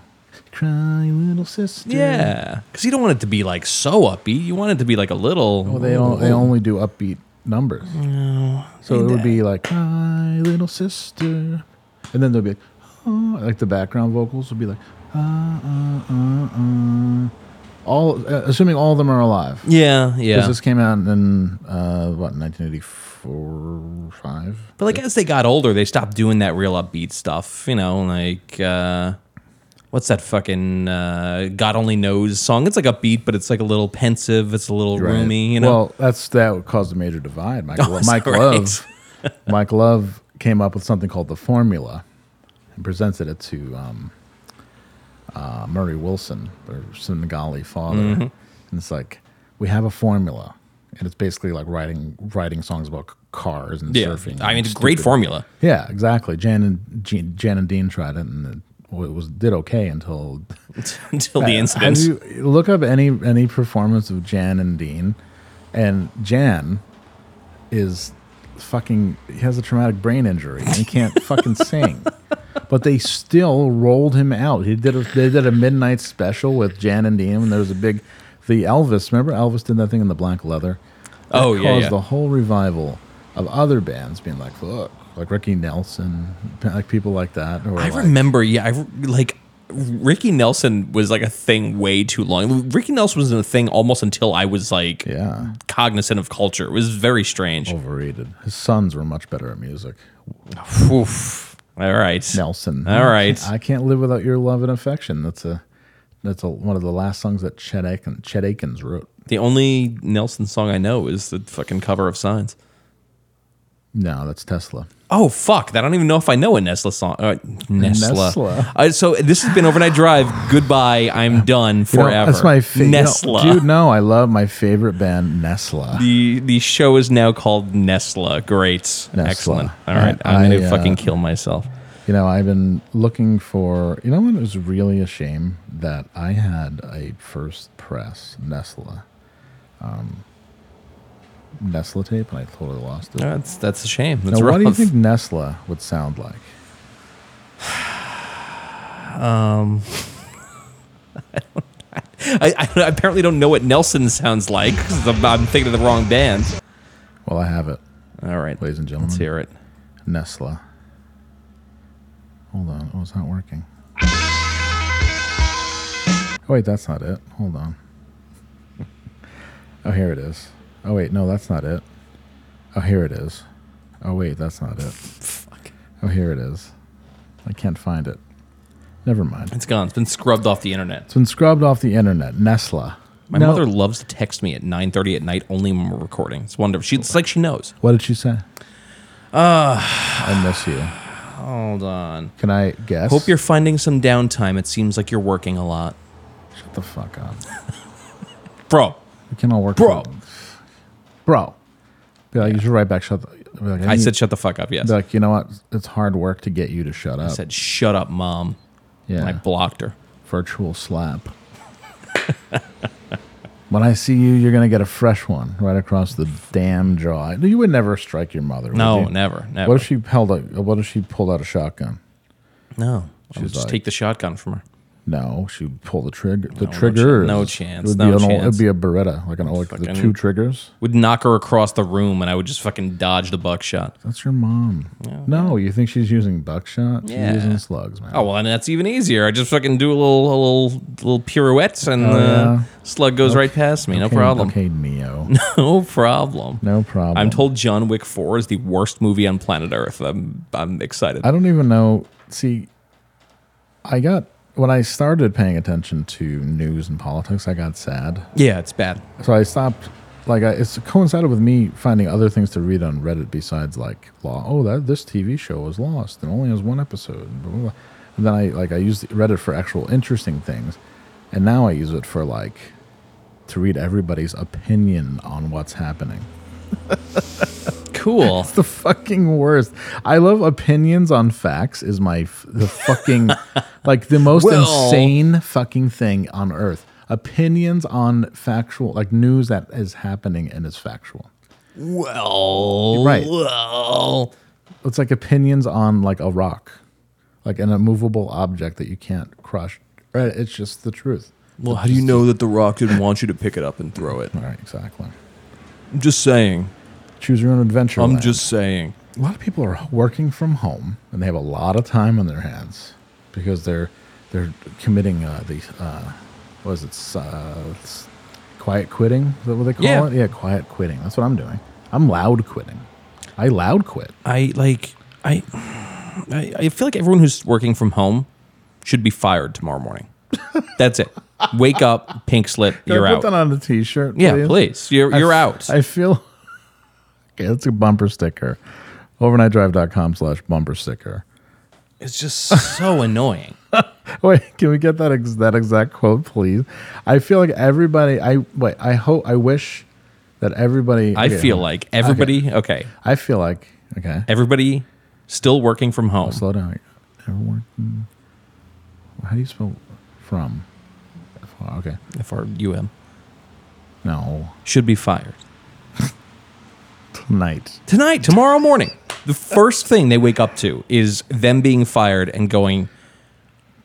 C: Cry Little Sister.
B: Yeah, because you don't want it to be like so upbeat. You want it to be like a little.
C: Well, they all, they only do upbeat numbers. No. So it would
B: uh,
C: be like "Hi, little sister," and then they'll be like, oh, like the background vocals would be like, uh, uh, uh, uh. all uh, assuming all of them are alive.
B: yeah,
C: Because
B: yeah.
C: this came out in uh, what 1984, five.
B: But like as they got older, they stopped doing that real upbeat stuff. You know, like uh, what's that fucking uh, "God Only Knows" song? It's like upbeat, but it's like a little pensive. It's a little roomy. You know,
C: Well, that's that caused a major divide. Mike,
B: Oh, is
C: Mike
B: that right?
C: Love, Mike Love came up with something called the formula, and presented it to um, uh, Murray Wilson, their Senegali father,
B: Mm-hmm.
C: and it's like we have a formula, and it's basically like writing writing songs about c- cars and
B: yeah.
C: surfing.
B: I mean,
C: and
B: it's a great
C: stupid-
B: formula.
C: Yeah, exactly. Jan and Jean, Jan and Dean tried it, and it, w- it was did okay until
B: until the
C: uh,
B: incident.
C: Have you look up any any performance of Jan and Dean? And Jan is fucking he has a traumatic brain injury and he can't fucking sing. But they still rolled him out. He did a, they did a midnight special with Jan and Dean and there was a big the Elvis, remember Elvis did that thing in the black leather? That
B: Oh, yeah,
C: caused
B: yeah.
C: the whole revival of other bands being like, look, like Ricky Nelson, like people like that. Or
B: I
C: like,
B: remember, yeah, I, re- like Ricky Nelson was like a thing way too long. Ricky Nelson was a thing almost until I was like
C: Yeah.
B: cognizant of culture. It was very strange.
C: Overrated. His sons were much better at music.
B: Oof. All right,
C: Nelson.
B: All right.
C: I can't live without your love and affection. That's a that's a, one of the last songs that Chet Akin, Chet Akins wrote.
B: The only Nelson song I know is the fucking cover of Signs.
C: No, that's Tesla.
B: Oh fuck! I don't even know if I know a Nestle song. Uh, Nestle.
C: Nestle.
B: Uh, so this has been overnight drive. Goodbye. I'm done
C: You know,
B: forever.
C: that's my favorite.
B: Nestle.
C: dude, no, I love my favorite band, Nestle.
B: the the show is now called Nestle. Great, excellent. All right,
C: I-
B: I, am gonna
C: I, uh,
B: fucking kill myself.
C: You know, I've been looking for. You know what? It was really a shame that I had a first press Nestle, um, Nestle tape, and I totally lost it.
B: That's that's a shame. That's
C: now,
B: rough.
C: what do you think Nestle would sound like?
B: I, I apparently don't know what Nelson sounds like 'cause I'm, I'm thinking of the wrong band.
C: Well, I have it,
B: All right,
C: ladies and gentlemen.
B: let's hear it.
C: Nestle. Hold on. Oh, it's not working. Oh, wait, that's not it. Hold on. Oh, here it is. Oh, wait, no, that's not it. Oh, here it is. Oh, wait, that's not it.
B: Fuck.
C: Oh, here it is. I can't find it. Never mind.
B: It's gone. It's been scrubbed off the internet.
C: It's been scrubbed off the internet. Nestle.
B: My
C: No.
B: mother loves to text me at 9:30 at night only when we're recording. It's wonderful. She, it's like she knows.
C: What did she say? I miss you.
B: Uh, Hold on.
C: Can I guess?
B: Hope you're finding some downtime. It seems like you're working a lot.
C: Shut the fuck up.
B: Bro,
C: We can all work.
B: Bro.
C: from- Bro. Be like, you should write back. Shut the. be like,
B: I
C: need-
B: said shut the fuck up. Yes.
C: Be like, you know what? It's hard work to get you to shut up.
B: I said shut up, mom.
C: yeah.
B: And I blocked her.
C: virtual slap. when I see you, you're gonna get a fresh one right across the damn jaw. No, You would never strike your mother. would
B: No,
C: you?
B: never, never.
C: What if she held a? What if she pulled out a shotgun?
B: No. I'll
C: She's
B: just
C: like-
B: take the shotgun from her.
C: No, she would pull the trigger. The
B: No, no
C: trigger.
B: chan- no
C: is-
B: chance,
C: It would
B: no
C: be an, old-
B: chance.
C: It'd be a Beretta, like an old, the
B: Fucking-
C: two triggers.
B: Would knock her across the room and I would just fucking dodge the buckshot.
C: That's your mom. no, you think she's using buckshot?
B: Yeah.
C: She's using slugs, man.
B: Oh well, and that's even easier. I just fucking do a little, a little, little pirouettes, and
C: Oh,
B: the
C: yeah.
B: slug goes right past me. no
C: Okay,
B: problem.
C: Okay, Neo.
B: No problem.
C: No problem.
B: I'm told John Wick Four is the worst movie on planet Earth. I'm, I'm excited.
C: I don't even know. See, I got when I started paying attention to news and politics, I got sad.
B: yeah, it's bad.
C: So I stopped. Like I, it's coincided with me finding other things to read on Reddit besides like law. Oh, that this TV show was lost and only has one episode. And, blah, blah, blah. and then I like I used Reddit for actual interesting things, and now I use it for like to read everybody's opinion on what's happening.
B: Cool.
C: It's the fucking worst. I love opinions on facts is my f- the fucking like the most
B: Well-
C: insane fucking thing on earth. Opinions on factual like news that is happening and is factual.
B: well,
C: Right.
B: Well,
C: It's like opinions on like a rock, like an immovable object that you can't crush. Right? It's just the truth.
B: well. How do you know that The Rock didn't want you to pick it up and throw it?
C: All right, exactly.
B: I'm just saying.
C: Choose your own adventure.
B: I'm
C: land.
B: just saying.
C: a lot of people are working from home and they have a lot of time on their hands because they're they're committing uh, the uh, what is it S- uh, s- quiet quitting is that what they call
B: Yeah.
C: it yeah quiet quitting that's what I'm doing I'm loud quitting I loud quit
B: I like. I, I, I feel like everyone who's working from home should be fired tomorrow morning. That's it. Wake up, pink slip.
C: Can
B: you're
C: I
B: out.
C: put that on a T-shirt
B: Yeah, please. You're
C: I
B: you're
C: f-
B: out.
C: I feel okay that's a bumper sticker overnightdrive.com slash bumper sticker
B: it's just so annoying.
C: Wait, can we get that ex- that exact quote, please? I feel like everybody. I wait. I hope. I wish that everybody.
B: I
C: okay,
B: feel like everybody. Okay.
C: I feel like. Okay.
B: everybody still working from home.
C: Slow down. Ever working? How do you spell from? F- Okay.
B: If our UM
C: No.
B: should be fired
C: Tonight.
B: tonight, tomorrow morning. The first thing they wake up to is them being fired and going,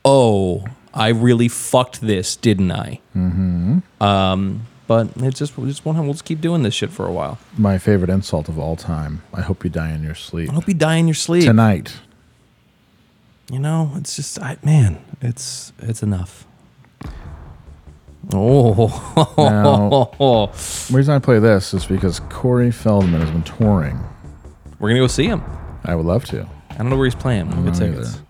B: "Oh, I really fucked this, didn't I?" Mm-hmm. Um, but it just we just won't. We'll just keep doing this shit for a while.
C: My favorite insult of all time. I hope you die in your sleep.
B: I hope you die in your sleep.
C: Tonight.
B: You know, it's just, I, man, it's it's enough. Oh,
C: Now,
B: we're
C: the reason I play this is because Corey Feldman has been touring.
B: gonna go see him.
C: I would love to.
B: I don't know where he's playing. We'll get
C: don't know
B: tickets.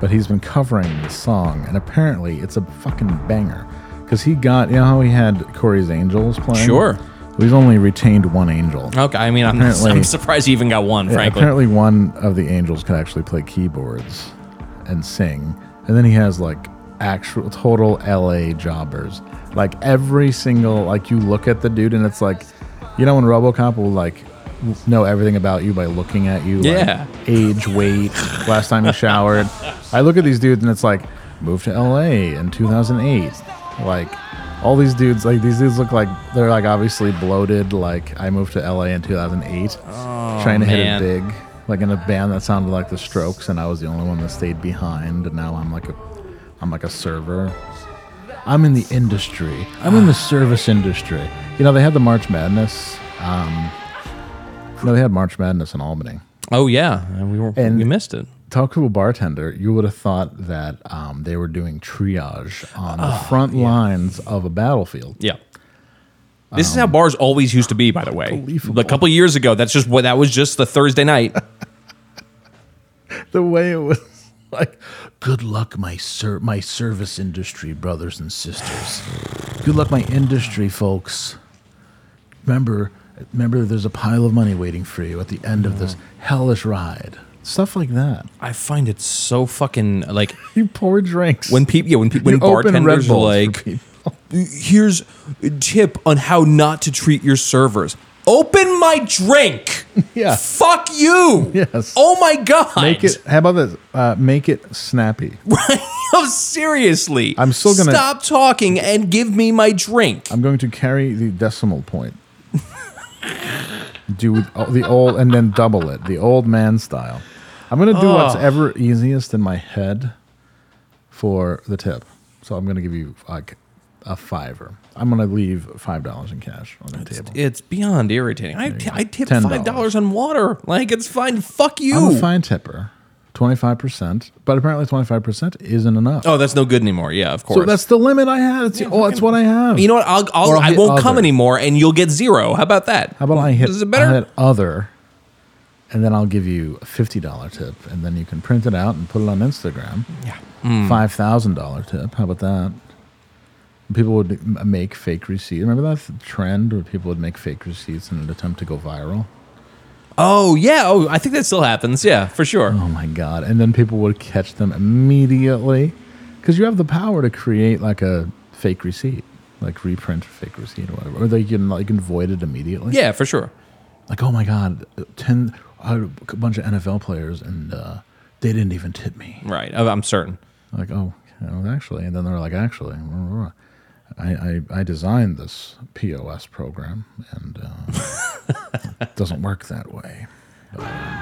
C: but he's been covering this song, and apparently it's a fucking banger. Because he got, you know how he had Corey's Angels playing?
B: Sure.
C: He's only retained one angel.
B: Okay, I mean, I'm,
C: Apparently-
B: I'm surprised he even got one.
C: Yeah,
B: frankly,
C: apparently one of the angels could actually play keyboards and sing. And then he has like actual total LA jobbers. Like every single like you look at the dude and it's like you know when RoboCop will like know everything about you by looking at you like,
B: Yeah.
C: age, weight, last time you showered. I look at these dudes and it's like moved to LA in 2008. Like all these dudes like these dudes look like they're like obviously bloated like I moved to LA in 2008 trying to
B: man.
C: hit it big, like in a band that sounded like the Strokes, and I was the only one that stayed behind. And now I'm like a, I'm like a server. I'm in the industry. I'm in the service industry. You know, they had the March Madness. Um, no, they had March Madness in Albany.
B: oh yeah, and we were
C: And-
B: we missed it.
C: Talk to a bartender. You would have thought that um, they were doing triage on
B: Ah,
C: the front lines of a battlefield.
B: Yeah, this is how bars always used to be. By the way,
C: Um, Unbelievable.
B: a couple years ago, that's just what that was just the Thursday night.
C: the way it was like, good luck, my ser- my service industry brothers and sisters. Good luck, my industry folks. Remember, remember, there's a pile of money waiting for you at the end of this hellish ride. Stuff like that.
B: I find it so fucking like
C: You pour drinks
B: when people yeah when people when
C: You open
B: bartenders
C: Red
B: are
C: Bulls for
B: like
C: people.
B: here's a tip on how not to treat your servers. Open my drink.
C: Yeah.
B: Fuck you.
C: Yes.
B: Oh my god.
C: Make it. How about this? Uh, make it snappy.
B: No, seriously.
C: I'm still gonna-
B: stop talking and give me my drink.
C: I'm going to carry the decimal point. do the old and then double it, the old man style. I'm going to do what's ever easiest in my head for the tip. So I'm going to give you like a fiver. I'm going to leave five dollars in cash on the table.
B: It's beyond irritating. I,
C: you go.
B: I tipped
C: $10.
B: five dollars on water. Like it's fine. Fuck you.
C: I'm a fine tipper, twenty five percent. But apparently, twenty five percent isn't enough.
B: Oh, that's no good anymore. Yeah, of course.
C: so that's the limit I had. It's, oh, it's what I have.
B: you know what? I'll, I'll
C: Or I'll
B: I
C: hit
B: won't come
C: other.
B: anymore, and you'll get zero. How about that?
C: How about I hit,
B: Is it better?
C: I'll hit other, and then I'll give you a fifty dollar tip, and then you can print it out and put it on Instagram. Yeah, five thousand dollar tip. How about that? People would m- make fake receipts. Remember that trend where people would make fake receipts in an attempt to go viral.
B: oh yeah. Oh, I think that still happens. Yeah, for sure.
C: Oh my god! And then people would catch them immediately because you have the power to create like a fake receipt, like reprint a fake receipt or whatever, or they can like can void it immediately.
B: Yeah, for sure.
C: like oh my god 10 I had a bunch of nfl players and uh, they didn't even tip me
B: Right. I- I'm certain.
C: like oh you know, actually and then they're like actually I, I, I designed this pos program and uh, it doesn't work that way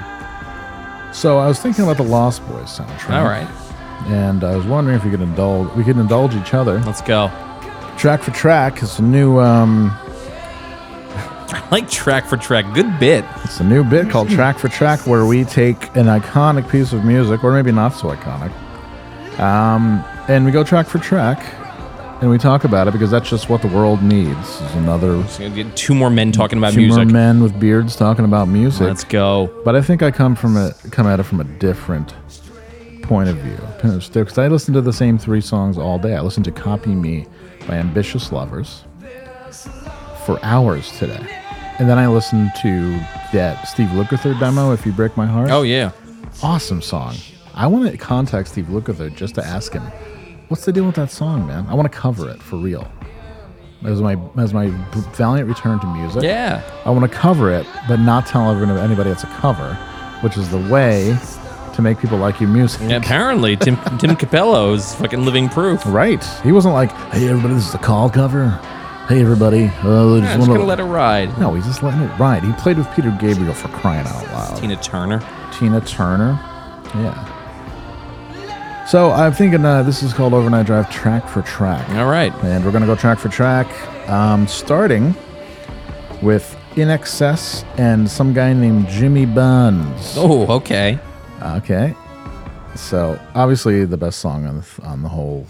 C: um, so i was thinking about the lost boys soundtrack
B: All right.
C: and i was wondering if we could indulge we could indulge each other
B: Let's go.
C: track for track it's a new um,
B: I like track for track. Good bit.
C: It's a new bit called Track for Track, where we take an iconic piece of music, or maybe not so iconic, um, and we go track for track, and we talk about it because that's just what the world needs. Is another
B: So you'll get two more men talking about
C: two more
B: music.
C: men with beards talking about music.
B: Let's go.
C: But I think I come from a come at it from a different point of view because I listen to the same three songs all day. I listened to "Copy Me" by Ambitious Lovers for hours today, and then I listened to that Steve Lukather demo "If You Break My Heart."
B: Oh yeah.
C: awesome song! I want to contact Steve Lukather just to ask him, "What's the deal with that song, man? I want to cover it for real." As my as my valiant return to music.
B: Yeah.
C: I want to cover it, but not tell everyone anybody it's a cover, which is the way to make people like your music.
B: And apparently, Tim Tim Capello is fucking living proof.
C: Right. He wasn't like, hey, everybody, this is a call cover. Hey, everybody. Uh, I
B: Yeah,
C: just
B: just
C: wanna-"
B: gonna let it ride.
C: No, he's just letting it ride. He played with Peter Gabriel for crying out loud.
B: Tina Turner.
C: Tina Turner. Yeah. So I'm thinking uh, this is called Overnight Drive track for track.
B: All right.
C: And we're going to go track for track, um, starting with In Excess and some guy named Jimmy Buns.
B: Oh, okay.
C: Okay. So, obviously, the best song on the, th- on the whole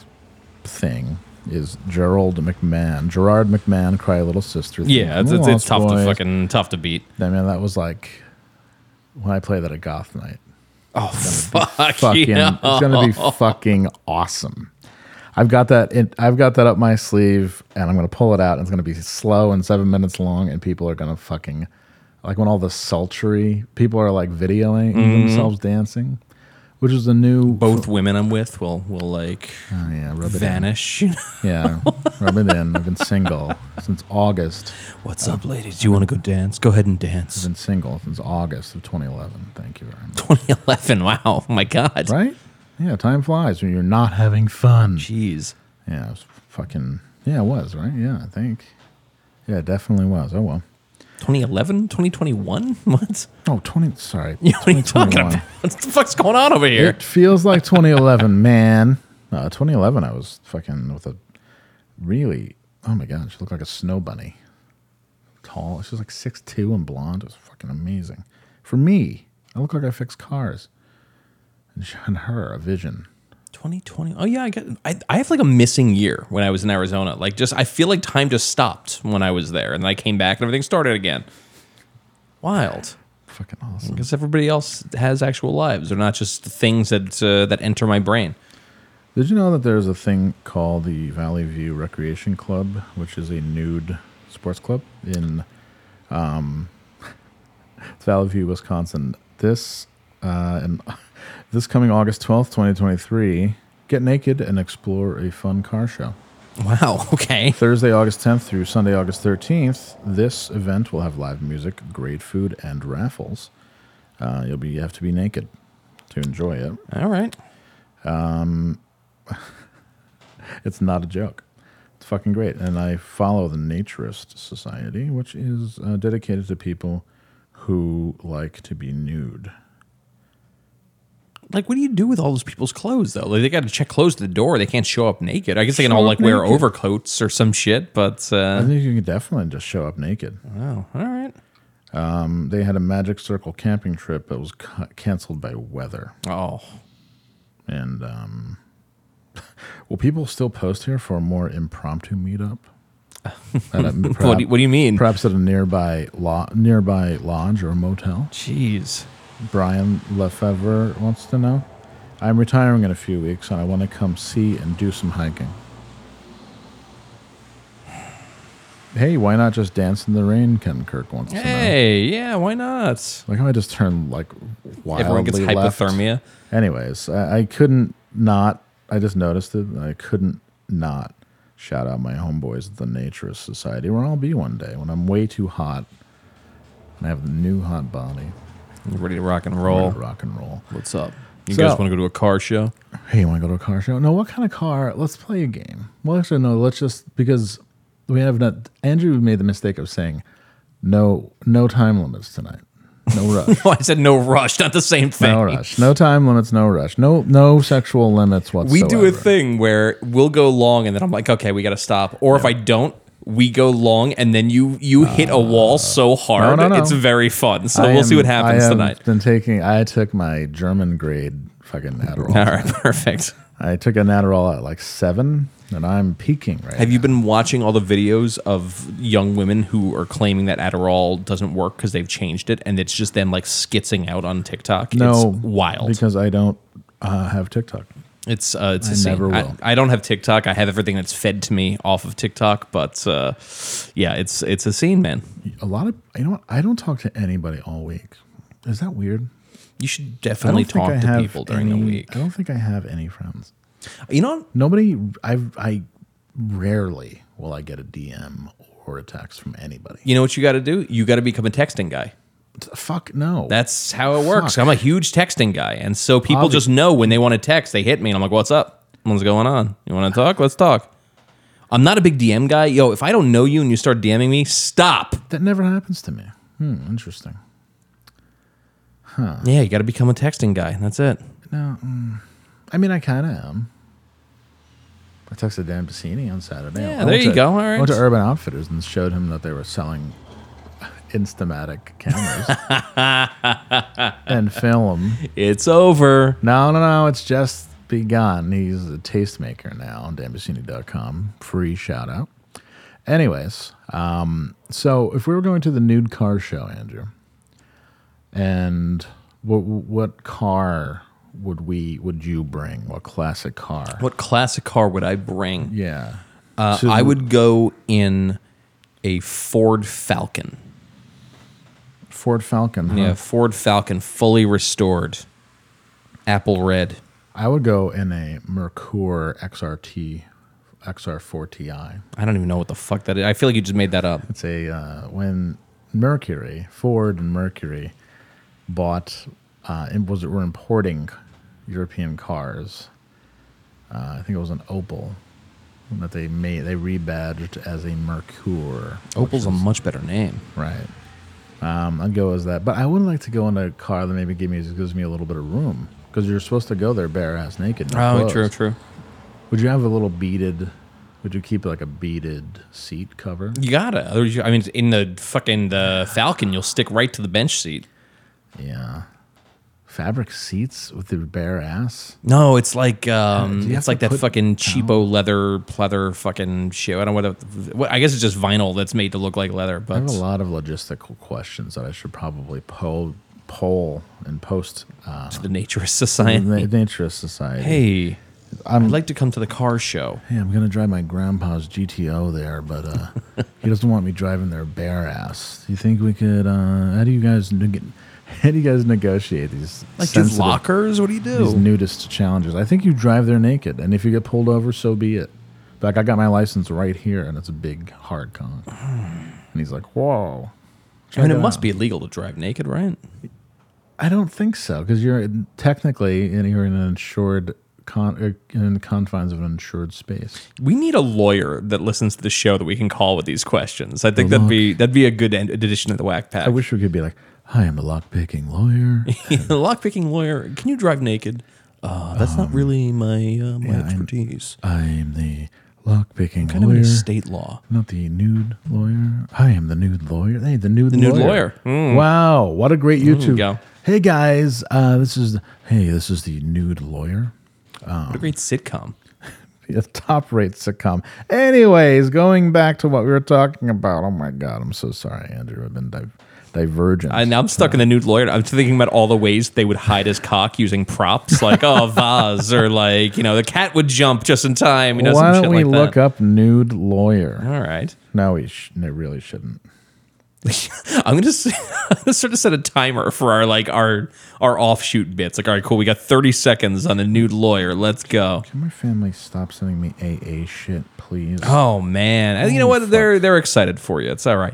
C: thing is Gerald McMahon. Gerard McMahon, Cry Little Sister. theme
B: Yeah,
C: from
B: it's,
C: the
B: it's, it's
C: Lost
B: tough to
C: Boys.
B: fucking tough to beat.
C: I mean, that was like when I played that at Goth Night.
B: Oh fuck,
C: Fucking,
B: yeah.
C: It's going to be fucking awesome. I've got that. In, I've got that up my sleeve, and I'm going to pull it out. And it's going to be slow and seven minutes long, and people are going to fucking like when all the sultry people are like videoing
B: Mm-hmm.
C: themselves dancing, which is the new
B: Both women I'm with will will like
C: Oh, yeah, rub it
B: vanish.
C: in. Yeah, rub it in. I've been single since August.
B: What's up, ladies? Do you want to go dance? Go ahead and dance.
C: Been single since August of 2011. Thank you very much.
B: 2011. Wow. Oh my god.
C: Right? Yeah, time flies when you're not having fun.
B: Jeez.
C: Yeah, it was fucking. Yeah, it was right. Yeah, I think. Yeah, it definitely was. Oh well.
B: 2011. 2021. What?
C: Oh, 20. Sorry.
B: You know what are you talking
C: 2021.
B: about? What the fuck's going on over here?
C: It feels like 2011, man. Uh, 2011, I was fucking with a really. Oh my god, she looked like a snow bunny. Tall. She was like 6'2 and blonde. It was fucking amazing. For me, I look like I fix cars. And, she, and her, a vision.
B: 2020. Oh yeah, I got. I, I have like a missing year when I was in Arizona. Like just, I feel like time just stopped when I was there, and then I came back and everything started again. Wild.
C: fucking awesome.
B: because everybody else has actual lives. They're not just things that uh, that enter my brain.
C: Did you know that there's a thing called the Valley View Recreation Club, which is a nude sports club in um, Valley View, Wisconsin? This uh, and this coming August twelfth, twenty twenty three. Get naked and explore a fun car show.
B: Wow. Okay.
C: Thursday, August 10th through Sunday, August 13th, this event will have live music, great food, and raffles. Uh, you'll be you have to be naked to enjoy it.
B: All right.
C: It's not a joke. It's fucking great. And I follow the Naturist Society, which is uh, dedicated to people who like to be nude.
B: Like, what do you do with all those people's clothes though? Like, they got to check clothes to the door. They can't show up naked. I guess they can
C: Show
B: all like
C: up
B: wear
C: naked.
B: overcoats or some shit. But
C: I
B: uh,
C: think you can definitely just show up naked.
B: oh, all right.
C: Um, they had a Magic Circle camping trip that was ca- canceled by weather.
B: Oh,
C: And um, will people still post here for a more impromptu meetup? At a-
B: what, do you, what do you mean?
C: Perhaps at a nearby lo- nearby lodge or motel.
B: Jeez.
C: Brian Lefevre wants to know. I'm retiring in a few weeks, and I want to come see and do some hiking. Hey, why not just dance in the rain? Ken Kirk wants to know.
B: Hey, yeah. Why not?
C: Like how I just turned like wildly
B: Everyone gets
C: left.
B: hypothermia.
C: Anyways, I, I couldn't not. I just noticed it. And I couldn't not shout out my homeboys at the Naturist Society, where I'll be one day when I'm way too hot and I have the new hot body.
B: Ready to rock and
C: Ready
B: roll.
C: to rock and roll.
B: What's up? You
C: So-
B: guys want to go to a car show?
C: Hey, you want to go to a car show? No, what kind of car? Let's play a game. Well, actually, no. Let's just because we have not. Andrew made the mistake of saying no, no time limits tonight. No rush.
B: Well, I said no rush. Not the same thing.
C: No rush. No time limits. No rush. No no sexual limits
B: we
C: whatsoever.
B: do a thing where we'll go long and then I'm like, okay, we got to stop. Or if I don't, we go long and then you you hit a wall so hard,
C: no, no.
B: it's very fun. So
C: I
B: we'll see
C: am-
B: what happens
C: I have
B: tonight.
C: Been taking. I took my German grade fucking Adderall.
B: All right, perfect.
C: I took an Adderall at like seven, and I'm peaking right.
B: Have
C: now.
B: you been watching all the videos of young women who are claiming that Adderall doesn't work because they've changed it and it's just them like skitzing out on TikTok?
C: No,
B: it's wild.
C: because I don't uh, have TikTok.
B: It's uh, it's
C: I
B: insane.
C: never
B: I,
C: will.
B: I don't have TikTok. I have everything that's fed to me off of TikTok, but uh, yeah, it's it's a scene, man.
C: A lot of you know what? I don't talk to anybody all week. Is that weird?
B: You should
C: I
B: definitely
C: don't think
B: talk
C: I
B: to
C: have
B: people during
C: any-
B: the week.
C: I don't think I have any friends.
B: uh, You know,
C: Nobody. I I rarely will I get a DM or a text from anybody.
B: you know what you got to do. You got to become a texting guy.
C: Fuck no.
B: That's how it works.
C: Fuck.
B: I'm a huge texting guy, and so people
C: Obvi-
B: just know when they want to text, they hit me, and I'm like, "What's up? What's going on? You want to talk? Let's talk." I'm not a big DM guy. Yo, if I don't know you and you start DMing me, stop.
C: that never happens to me. Hmm. Interesting.
B: Yeah, you got to become a texting guy. That's it.
C: mm. I mean, I kind of am. I texted Dan Bassini on Saturday.
B: Yeah,
C: I
B: there
C: went
B: you
C: to-
B: go. All
C: I went to
B: right.
C: Urban Outfitters and showed him that they were selling Instamatic cameras and film.
B: It's over.
C: No, no, no. It's just begun. He's a tastemaker now on danbassini.com. Free shout out. Anyways, um, so if we were going to the nude car show, Andrew, and what what car would we would you bring? What classic car?
B: What classic car would I bring?
C: Yeah,
B: Uh,
C: So
B: I would go in a Ford Falcon.
C: Ford Falcon. huh?
B: Yeah, Ford Falcon, fully restored, apple red.
C: I would go in a Mercure XRT XR4Ti.
B: I don't even know what the fuck that is. I feel like you just made that up.
C: It's a uh, when Mercury, Ford and Mercury bought uh, and was were importing European cars. Uh, I think it was an Opel that they made they rebadged as a Mercure.
B: Opel's a much better name.
C: Right. Um, I'd go as that, but I would like to go in a car that maybe give me gives me a little bit of room because you're supposed to go there bare ass naked. no
B: Oh,
C: clothes.
B: true, true.
C: Would you have a little beaded? Would you keep like a beaded seat cover?
B: You gotta. Otherwise, you- I mean, in the fucking the Falcon, you'll stick right to the bench seat.
C: Yeah. Fabric seats with their bare ass.
B: No, it's like
C: do
B: um,
C: you have
B: it's like
C: to
B: that
C: put-
B: fucking cheapo leather pleather fucking shit. I don't know what, what. I guess it's just vinyl that's made to look like leather.
C: I have
B: But
C: a lot of logistical questions that I should probably po- poll and post uh,
B: the nature of
C: the
B: society.
C: na- nature of society.
B: hey,
C: I'm-
B: I'd like to come to the car show.
C: Hey, I'm gonna drive my grandpa's GTO there, but uh, he doesn't want me driving their bare ass. Do you think we could? Uh, how do you guys neg- how do you guys negotiate these
B: Like just
C: sensitive-
B: lockers? What do you
C: these
B: do?
C: nudist challenges? I think you drive there naked, and if you get pulled over, so be it. Like I got my license right here, and it's a big hard con. And
B: Hmm.
C: he's like, "Whoa."
B: I mean,
C: check
B: it
C: it
B: must
C: out.
B: be illegal to drive naked, right?
C: I don't think so because you're technically in you're in an insured con er, in the confines of an insured space.
B: We need a lawyer that listens to the show that we can call with these questions. I think that'd be that'd be a good end- addition to the whack pack.
C: I wish we could be like, "I am a lockpicking lawyer."
B: lockpicking lawyer. Can you drive naked? Uh, that's not really my uh, my
C: Um, yeah, I'm-
B: expertise.
C: I'm the lockpicking
B: kind of
C: lawyer,
B: into state law.
C: not the nude lawyer. I am the nude lawyer. Hey, the nude
B: The
C: lawyer.
B: nude lawyer. Mm.
C: Wow, what a great
B: you
C: YouTube.
B: go.
C: Hey guys, uh, this is hey, this is the nude lawyer.
B: What a great
C: Um,
B: sitcom.
C: a top rate sitcom. Anyways, going back to what we were talking about. Oh my god, I'm so sorry, Andrew. I've been di- divergent.
B: And now I'm
C: uh,
B: stuck in the nude lawyer. I'm thinking about all the ways they would hide his cock using props, like oh a vase, or like you know the cat would jump just in time. You know,
C: Why
B: some
C: don't
B: shit
C: we
B: like
C: look
B: that.
C: up nude lawyer?
B: All right,
C: No, we sh- no, really shouldn't.
B: I'm gonna, s- I'm gonna sort of set a timer for our like our our offshoot bits. Like all right, cool. We got 30 seconds on the nude lawyer. Let's go.
C: Can my family stop sending me AA shit, please?
B: Oh man, And you know what?
C: fuck.
B: They're they're excited for you. It's all right.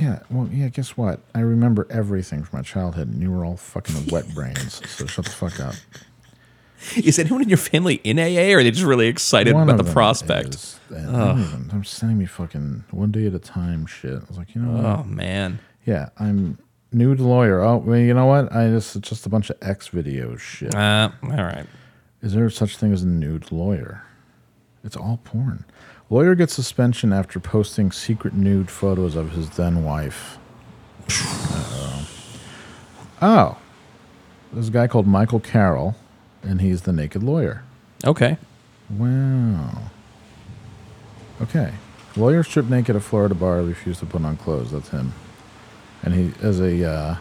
C: Yeah, well, yeah. Guess what? I remember everything from my childhood, and you were all fucking wet brains. So shut the fuck up.
B: Is anyone in your family in AA, or are they just really excited
C: One
B: about
C: of
B: the
C: them
B: prospect?
C: is- and one of them- I'm sending me fucking one day at a time shit. I was like, you know what?
B: Oh man.
C: Yeah, I'm nude lawyer. Oh, well, you know what? I just it's just a bunch of X video shit.
B: Uh, all right.
C: Is there such thing as a nude lawyer? It's all porn. Lawyer gets suspension after posting secret nude photos of his then wife. Uh-oh. Oh, there's a guy called Michael Carroll, and he's the naked lawyer.
B: Okay.
C: Wow. Okay. Lawyer stripped naked at Florida bar, refused to put on clothes. That's him. And he, as a, uh,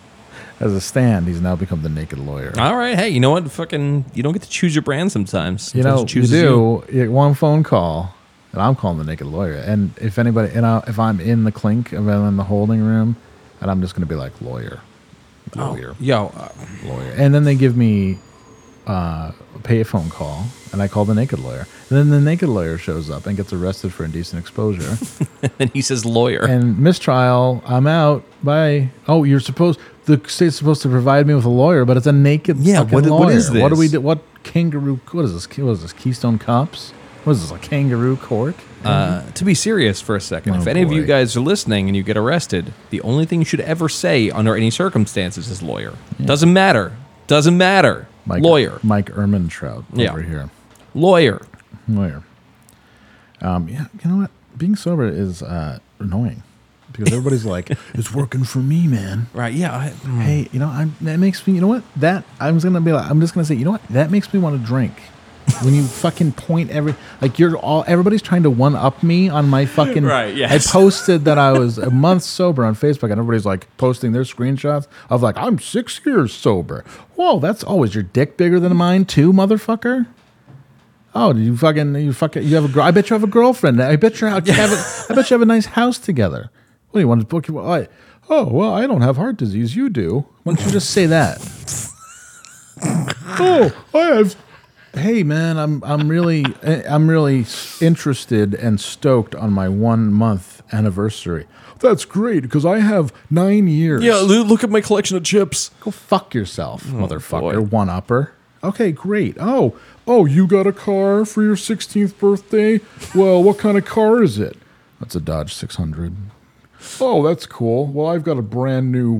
C: as a stand, he's now become the naked lawyer.
B: All right. Hey, you know what? Fucking, you don't get to choose your brand sometimes.
C: you
B: Sometimes
C: know,
B: it
C: you
B: chooses
C: do you get one phone call, and I'm calling the naked lawyer. And if anybody, and I, if I'm in the clink, if I'm in the holding room, and I'm just going to be like lawyer, lawyer,
B: Yo, uh,
C: lawyer. And then they give me uh, a payphone call, and I call the naked lawyer. And then the naked lawyer shows up and gets arrested for indecent exposure.
B: and he says lawyer.
C: and mistrial, I'm out. Bye. Oh, you're supposed the state's supposed to provide me with a lawyer, but it's a naked
B: Yeah,
C: fucking
B: what-
C: lawyer.
B: what is
C: What do we
B: this?
C: do? What kangaroo? What is this? What is this? Keystone Cops? What is this? A kangaroo court?
B: uh, to be serious for a second, if
C: Oh,
B: any of you
C: boy.
B: guys are listening and you get arrested, the only thing you should ever say under any circumstances is lawyer. Doesn't matter. Doesn't matter. lawyer.
C: Mike Ermintrout
B: Yeah.
C: over here.
B: Lawyer.
C: Lawyer. Um, yeah, you know what? Being sober is uh, annoying because everybody's like, "It's working for me, man."
B: Right. Yeah. I, mm.
C: Hey, you know, I'm, that makes me. You know what? That I'm just gonna be like, I'm just gonna say, you know what? That makes me want to drink. when you fucking point every like you're all everybody's trying to one up me on my fucking.
B: Right, yes.
C: I posted that I was a month sober on Facebook, and everybody's like posting their screenshots of like I'm six years sober. Whoa, that's always your dick bigger than mine too, motherfucker. Oh, you fucking you fucking you have a girl. I bet you have a girlfriend. I bet you have, have a, I bet you have a nice house together. What do you want to book? you- I, oh well, I don't have heart disease. You do. Why don't you just say that? oh, I have. Hey man, I'm I'm really I'm really interested and stoked on my one month anniversary. That's great because I have nine years.
B: Yeah. lo- Look at my collection of chips.
C: Go fuck yourself,
B: Oh,
C: motherfucker. One upper. Okay, great. Oh, oh, you got a car for your 16th birthday? Well, what kind of car is it? That's a Dodge 600. Oh, that's cool. Well, I've got a brand new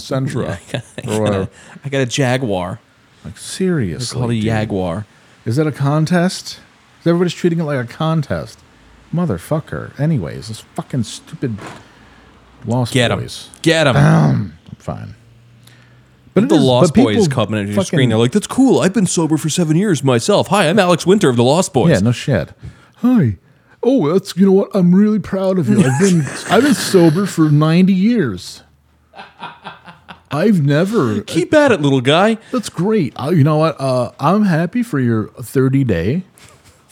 C: Sentra. or whatever.
B: I got a Jaguar.
C: Like,
B: It's called a
C: seriously. dude.
B: Jaguar.
C: Is that a contest? Is everybody's treating it like a contest? Motherfucker. Anyways, this fucking stupid Lost
B: Get him.
C: Boys.
B: Get him.
C: Fine.
B: But
C: it
B: the
C: is-
B: Lost
C: but
B: Boys
C: people
B: come in at your
C: fucking-
B: screen. They're like, "That's cool. I've been sober for seven years myself. Hi, I'm Alex Winter of the Lost Boys."
C: Yeah, no shit. Hi. Oh, that's you know what? I'm really proud of you. I've been I've been sober for ninety years. I've never.
B: Keep at it, little guy.
C: That's great. Uh, you know what? Uh, I'm happy for your 30 day,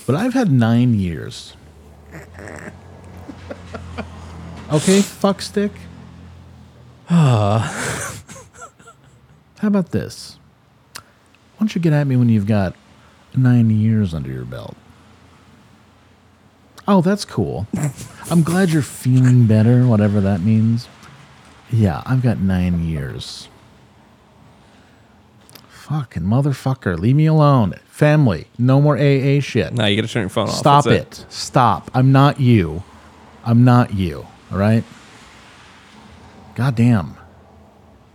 C: but I've had nine years. Okay, fuck stick. How about this? Why don't you get at me when you've got nine years under your belt? Oh, that's cool. I'm glad you're feeling better, whatever that means. Yeah, I've got nine years. Fucking motherfucker, leave me alone. Family, no more AA shit.
B: Now you got to turn your phone off.
C: Stop
B: That's
C: it. Stop. I'm not you. I'm not you. All right? Goddamn.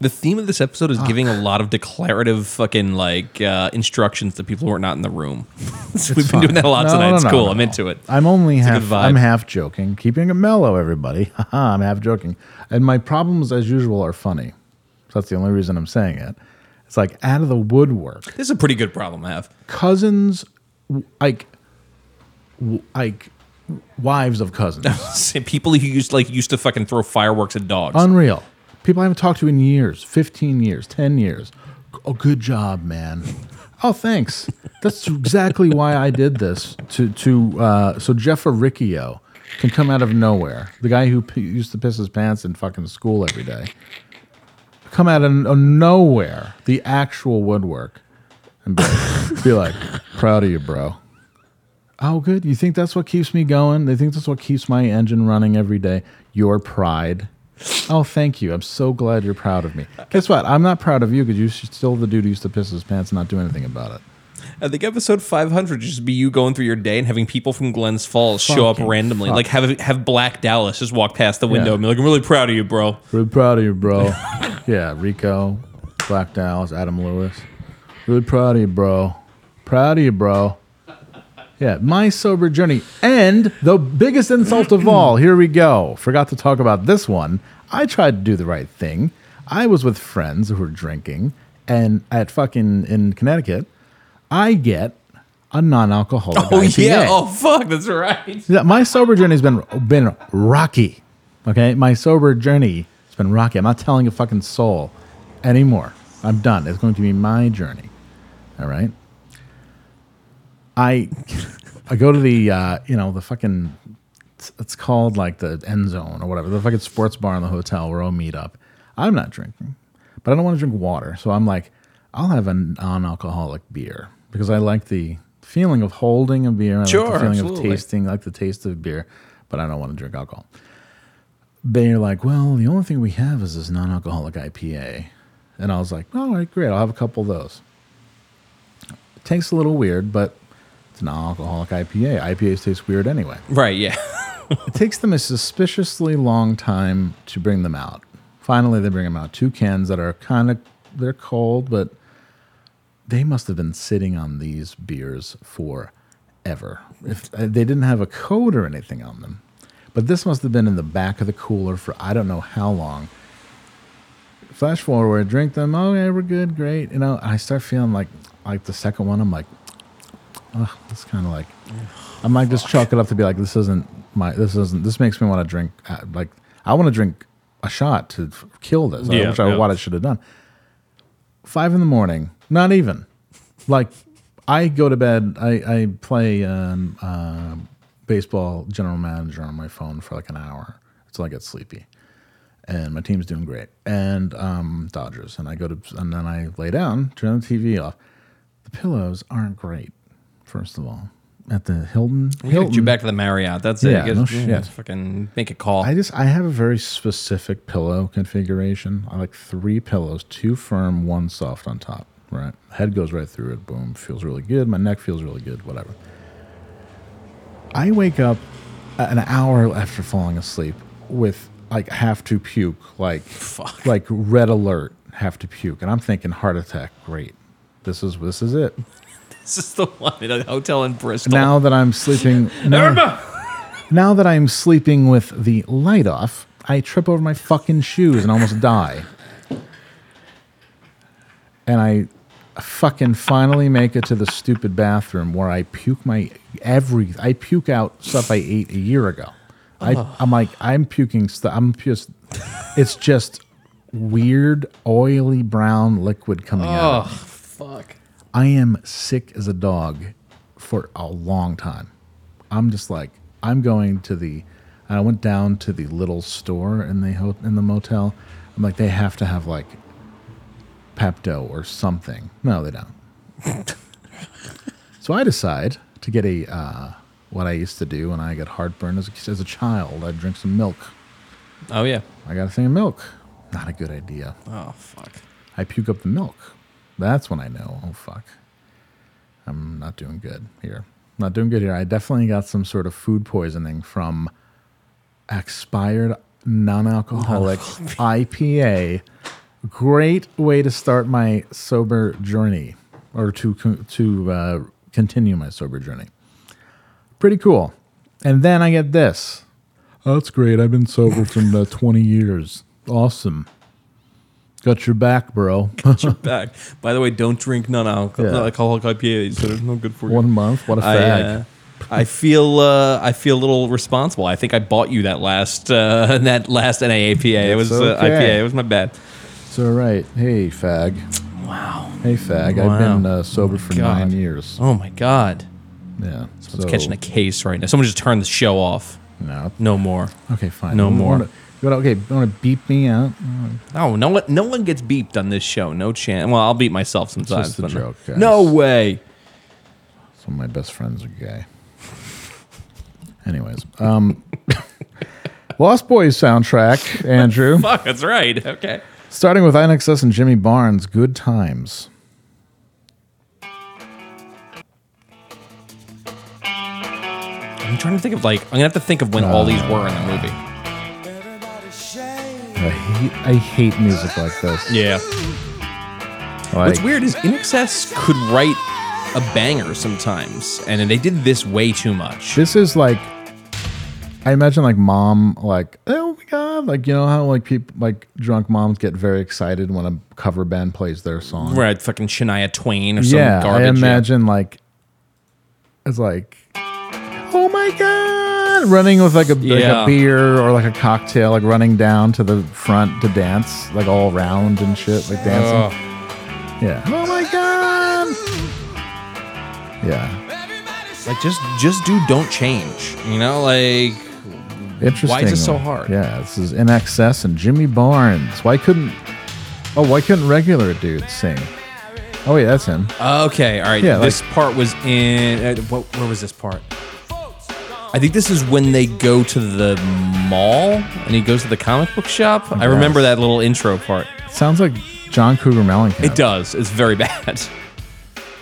B: The theme of this episode is giving a lot of declarative fucking like uh, instructions to people who are not in the room. We've been
C: Fine.
B: doing that a lot
C: No,
B: tonight.
C: no,
B: it's
C: no,
B: cool.
C: no,
B: I'm
C: no.
B: into it.
C: I'm only
B: a
C: half.
B: good vibe.
C: I'm half joking, keeping it mellow. Everybody, Haha, I'm half joking, and my problems, as usual, are funny. So that's the only reason I'm saying it. It's like out of the woodwork,
B: This is a pretty good problem I have.
C: cousins, w- like, w- like, wives of cousins.
B: See, people who used like used to fucking throw fireworks at dogs.
C: Unreal. People I haven't talked to in years, 15 years, 10 years. Oh, good job, man. Oh, thanks. That's exactly why I did this. To to uh, so Jeff Riccio can come out of nowhere. The guy who p- used to piss his pants in fucking school every day. Come out of, n- of nowhere, the actual woodwork, and be, be like, proud of you, bro. Oh, good. You think that's what keeps me going? They think that's what keeps my engine running every day. Your pride. Oh, thank you. I'm so glad you're proud of me. Guess what? I'm not proud of you because you're still the dude who used to piss his pants and not do anything about it.
B: I think episode 500 should just be you going through your day and having people from Glens Falls show up
C: Fucking
B: randomly.
C: fuck.
B: Like have have Black Dallas just walk past the window
C: Yeah.
B: and be like, "I'm really proud of you, bro."
C: Really proud of you, bro. yeah, Rico, Black Dallas, Adam Lewis. Really proud of you, bro. Proud of you, bro. Yeah, my sober journey. And the biggest insult of all, here we go. Forgot to talk about this one. I tried to do the right thing. I was with friends who were drinking and at fucking in Connecticut, I get a non-alcoholic
B: Oh
C: IPA.
B: yeah. Oh fuck, that's right.
C: Yeah, my sober journey's been been rocky. Okay, my sober journey has been rocky. I'm not telling a fucking soul anymore. I'm done. It's going to be my journey. All right. I I go to the uh, you know the fucking it's, it's called like the end zone or whatever the fucking sports bar in the hotel where I'll meet up. I'm not drinking, but I don't want to drink water, so I'm like I'll have a non-alcoholic beer because I like the feeling of holding a beer. I like
B: Sure,
C: the feeling
B: absolutely.
C: of tasting, I like the taste of beer, but I don't want to drink alcohol. They're like, well, the only thing we have is this non-alcoholic IPA, and I was like, all right, great, I'll have a couple of those. It tastes a little weird, but it's an alcoholic IPA. IPAs taste weird anyway.
B: Right, yeah.
C: It takes them a suspiciously long time to bring them out. Finally, they bring them out. Two cans that are kind of they're cold, but they must have been sitting on these beers forever. If uh, they didn't have a code or anything on them, but this must have been in the back of the cooler for I don't know how long. Flash forward, drink them. Oh yeah, we're good, great. You know, I start feeling like like the second one. I'm like, oh, it's kind of like I might just chalk it up to be like this isn't my this isn't this makes me want to drink uh, like I want to drink a shot to f- kill this
B: Yeah,
C: which I
B: yeah.
C: what I should have done five in the morning not even like I go to bed I I play um, uh, baseball general manager on my phone for like an hour until I get sleepy and my team's doing great and um, Dodgers and I go to and then I lay down turn the TV off the pillows aren't great first of all at the Hilton
B: Get you
C: Hilton
B: back to the Marriott. That's it.
C: Yeah,
B: You
C: no
B: guys- yeah,
C: shit.
B: Fucking make a call.
C: I just I have a very specific pillow configuration. I like three pillows, two firm, one soft on top. Right, head goes right through it. Boom, feels really good. My neck feels really good. Whatever. I wake up a- an hour after falling asleep with like have to puke, like
B: Fuck.
C: like red alert, have to puke, and I'm thinking heart attack. Great, this is this is it.
B: this is the one in a hotel in Bristol.
C: Now that I'm sleeping, now, now that I'm sleeping with the light off, I trip over my fucking shoes and almost die. And I fucking finally make it to the stupid bathroom where I puke my every I puke out stuff I ate a year ago. I, I'm like I'm puking stuff. I'm just. It's just weird, oily brown liquid coming out.
G: Oh,
C: of it.
G: fuck.
C: I am sick as a dog for a long time. I'm just like I'm going to the. I went down to the little store in the ho- in the motel. I'm like they have to have like Pepto or something. No, they don't. so I decide to get a uh, what I used to do when I got heartburn as a, as a child. I'd drink some milk.
B: Oh yeah.
C: I got a thing of milk. Not a good idea.
G: Oh, fuck.
C: I puke up the milk. That's when I know. Oh fuck. I'm not doing good here. Not doing good here. I definitely got some sort of food poisoning from expired non-alcoholic IPA. Great way to start my sober journey, or to con- to uh, continue my sober journey. Pretty cool. And then I get this. Oh, that's great. I've been sober for uh, 20 years. Awesome. Got your back, bro.
B: Your back. By the way, don't drink non-alcoholic
C: Yeah.
B: alcoholic IPAs. They're no good for you.
C: One month. What a
B: I,
C: fag.
B: uh, I feel uh, I feel a little responsible. I think I bought you that last uh, that last NAAPA. It was uh,
C: okay.
B: IPA. It was my bad.
C: it's all right. Hey, fag. Wow. Hey, fag. I've been
B: Wow.
C: uh, sober for
B: God.
C: nine years.
B: Oh my god!
C: Yeah.
B: Someone's catching a case right now. Someone just turned the show off.
C: No.
B: No more.
C: Okay, fine.
B: No
C: You
B: more.
C: wanna- you wanna- okay, you want to beep me out?
B: No, no one, no one gets beeped on this show. No chance. Well, I'll beat myself sometimes.
C: just a
B: but no-
C: joke, guys.
B: No way.
C: Some of my best friends are gay. Anyways, um, Lost Boys soundtrack, Andrew.
B: Fuck, that's right. Okay.
C: Starting with INXS and Jimmy Barnes, Good Times.
B: I'm trying to think of like I'm gonna have to think of when all these were in the movie.
C: I hate, I hate music like this.
B: Yeah.
C: Like,
B: What's weird is InXS could write a banger sometimes, and they did this way too much.
C: This is like, I imagine like mom, like, oh my God. Like, you know how like people, like drunk moms get very excited when a cover band plays their song?
B: Right, fucking Shania Twain or some
C: Yeah.
B: garbage.
C: I
B: yeah.
C: imagine like, it's like, oh my God. Running with like a, like
B: Yeah.
C: a beer or like a cocktail, like running down to the front to dance, like all around and shit, like dancing. Yeah. Oh my God. Yeah.
B: Like just just do don't change. You know, like
C: Interesting.
B: Why is this so hard?
C: Yeah, this is in excess and Jimmy Barnes. Why couldn't? Oh, why couldn't regular dude sing? Oh wait, that's him.
B: okay, all right.
C: Yeah,
B: this part was in uh, what, where was this part? I think this is when they go to the mall and he goes to the comic book shop. I remember that little intro part.
C: Sounds like John Cougar Mellencamp.
B: It does. It's very bad.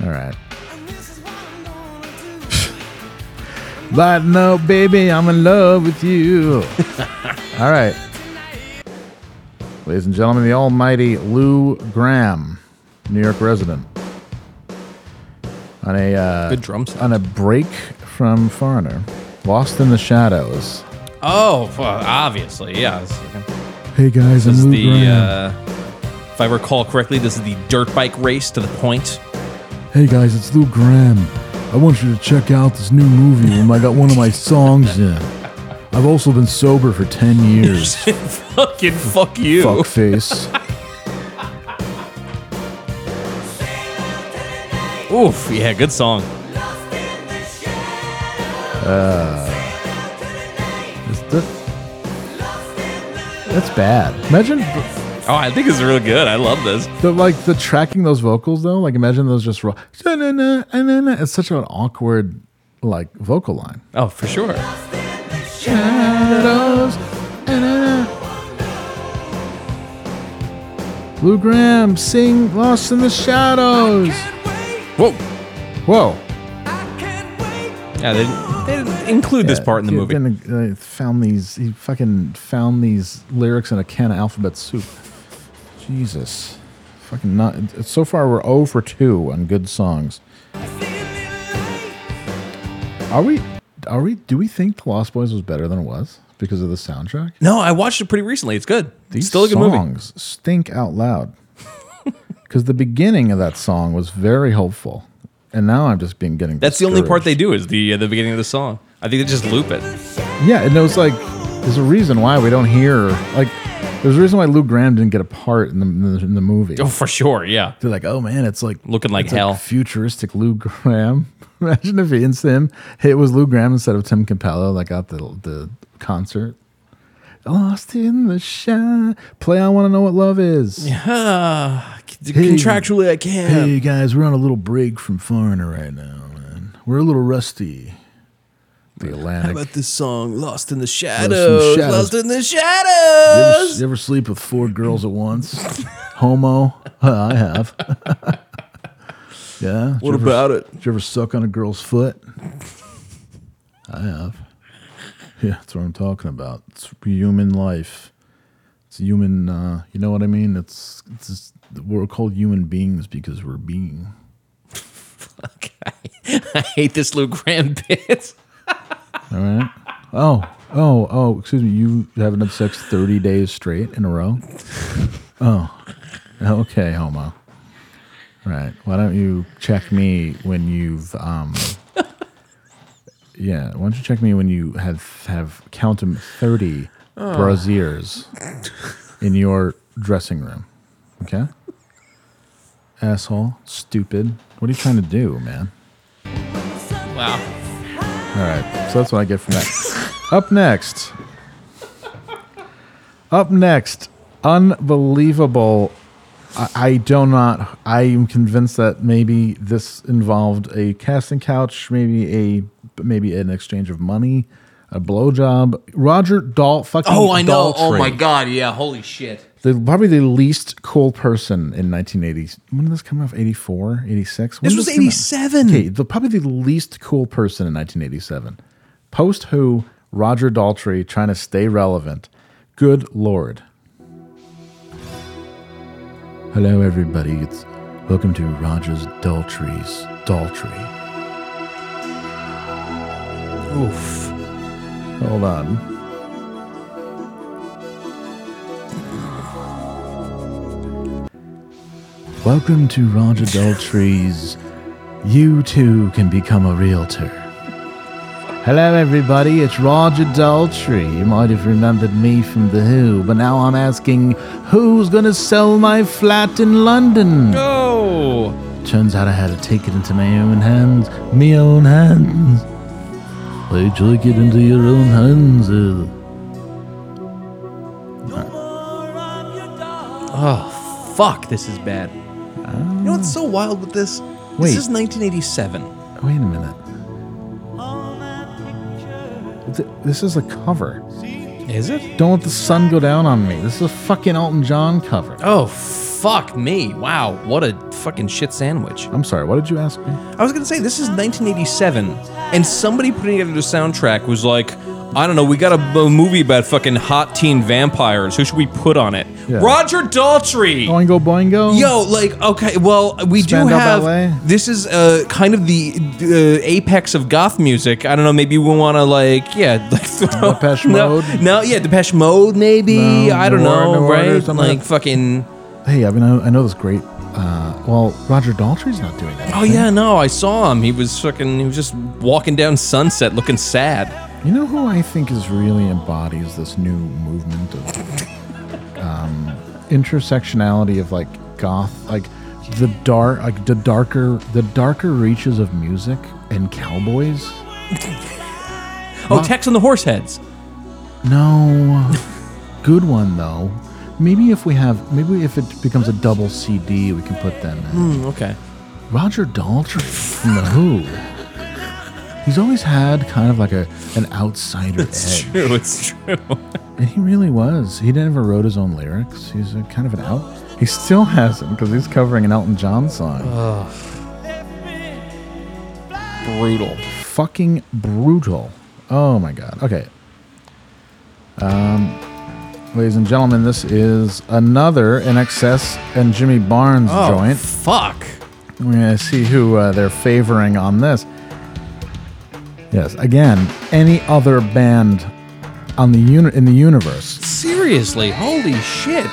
C: All right. But no, baby, I'm in love with you. All right. Ladies and gentlemen, the almighty Lou Graham, New York resident. On a uh,
B: Good drum sound.
C: on a break from Foreigner, Lost in the Shadows.
B: Oh, well, obviously, yeah. it's-
C: Hey guys,
B: This
C: I'm
B: is
C: Lou
B: the,
C: Graham.
B: uh, if I recall correctly, this is the dirt bike race to the point.
C: Hey guys, it's Lou Graham. I want you to check out this new movie when I got one of my songs in. I've also been sober for 10 years.
B: Fucking fuck you.
C: Fuckface.
B: Oof, yeah, good song.
C: Is that- That's bad. Imagine
B: Oh, I think it's really good. I love this.
C: the like the tracking those vocals though. Like imagine those just raw. It's such an awkward like vocal line.
B: Oh, for sure.
C: Shadows. na-na-na. Lou Graham sing "Lost in the Shadows."
B: Whoa.
C: Whoa!
B: Yeah, they didn't, they didn't include this part in the
C: He
B: movie.
C: didn't, uh, found these. He fucking found these lyrics in a can of alphabet soup. Jesus, fucking not. So far, we're 0 for two on good songs. Are we? Are we? Do we think The Lost Boys was better than it was because of the soundtrack?
B: No, I watched it pretty recently. It's good.
C: These
B: Still a good movie.
C: songs stink out loud. Because the beginning of that song was very hopeful, and now I'm just being getting.
B: That's the only part
C: discouraged.
B: they do is the uh, the beginning of the song. I think they just loop it.
C: Yeah, and it was like there's a reason why we don't hear like There's a reason why Lou Graham didn't get a part in the in the, in the movie.
B: Oh, for sure. Yeah.
C: They're like, oh man, it's like
B: Looking like
C: it's
B: hell.
C: futuristic Lou Graham. Imagine if he and Tim, it was Lou Graham instead of Tim Capello that got the the concert. Lost in the shine. Play. I want to know what love is.
B: Ah, c-
C: Hey.
B: contractually, I
C: Hey
B: can't.
C: you guys, we're on a little break from Foreigner right now, man. We're a little rusty. The
B: How
C: Atlantic.
B: about this song, Lost in the
C: Shadows.
B: Shadows? Lost in the
C: You ever,
B: Shadows.
C: you ever sleep with four girls at once? Homo? Uh, I have. yeah. Did you
B: What
C: ever-
B: about it?
C: Did you ever suck on a girl's foot? I have. Yeah, that's what I'm talking about. It's human life. It's human. Uh, you know what I mean? It's, it's just, we're called human beings because we're being.
B: I hate this Lou Graham bit.
C: All right. Oh, oh, oh. Excuse me. You haven't had sex thirty days straight in a row. Oh, okay, homo. Right. Why don't you check me when you've um. Yeah. Why don't you check me when you have have count 'em thirty brasiers in your dressing room? Okay. Asshole. Stupid. What are you trying to do, man?
B: Wow.
C: All right. So that's what I get from that. Up next. Up next. Unbelievable. I, I do not. I am convinced that maybe this involved a casting couch, maybe a maybe an exchange of money, a blowjob. Roger Dahl. Fucking
B: Oh, I know.
C: Daltrey.
B: Oh my God. Yeah. Holy shit.
C: The, probably the least cool person in 1980s. When did this come off? 84, 86? When
B: This
C: did
B: was
C: come out?
B: 87.
C: Okay, the, probably the least cool person in 1987. Post who? Roger Daltrey trying to stay relevant. Good lord. Hello, everybody. It's welcome to Roger's Daltrey's Daltrey.
B: Oof.
C: Hold on. Welcome to Roger Daltrey's You Too Can Become a Realtor. Hello, everybody, it's Roger Daltrey. You might have remembered me from The Who, but now I'm asking who's going to sell my flat in London?
B: Oh.
C: Turns out I had to take it into my own hands. Me own hands. They take it into your own hands. uh.
B: Oh, fuck. This is bad. You know what's so wild with this?
C: Wait.
B: This is 1987.
C: Wait a minute. Th- This is a cover.
B: Is it?
C: Don't let the sun go down on me. This is a fucking Elton John cover.
B: Oh, fuck me. Wow. What a fucking shit sandwich.
C: I'm sorry, what did you ask me?
B: I was gonna say this is 1987, and somebody putting together the soundtrack was like, I don't know, we got a, a movie about fucking hot teen vampires. Who should we put on it?
C: Yeah.
B: Roger Daltrey.
C: Oingo Boingo?
B: Yo, like, okay, well, we do
C: Spandau
B: have.
C: Ballet?
B: This is uh, kind of the uh, apex of goth music. I don't know. Maybe we want to, like, yeah, like throw
C: Depeche
B: no,
C: Mode?
B: No, yeah, Depeche Mode, maybe.
C: No,
B: I don't
C: New Order-
B: know,
C: New Order,
B: right?
C: something like
B: Like,
C: that.
B: fucking.
C: Hey, I mean, I, I know this great. Uh, well, Roger Daltrey's not doing that.
B: Oh yeah, no, I saw him. He was fucking. He was just walking down Sunset, looking sad.
C: You know who I think is really embodies this new movement of um, intersectionality of like goth, like the dark, like the darker, the darker reaches of music and cowboys.
B: Oh, Tex on the horse heads.
C: No, good one though. Maybe if we have, maybe if it becomes a double CD, we can put them in.
B: Hmm, Okay.
C: Roger Daltrey from The Who. He's always had kind of like a an outsider edge.
B: True, it's true.
C: And he really was. He never wrote his own lyrics. He's a kind of an out. He still hasn't because he's covering an Elton John song.
B: Brutal.
C: Fucking brutal. Oh my god. Okay. Um, ladies and gentlemen, this is another NXS and Jimmy Barnes
B: Oh.
C: joint.
B: Fuck.
C: We're gonna see who uh, they're favoring on this. Yes. Again, any other band on the unit in the universe
B: Seriously, holy shit.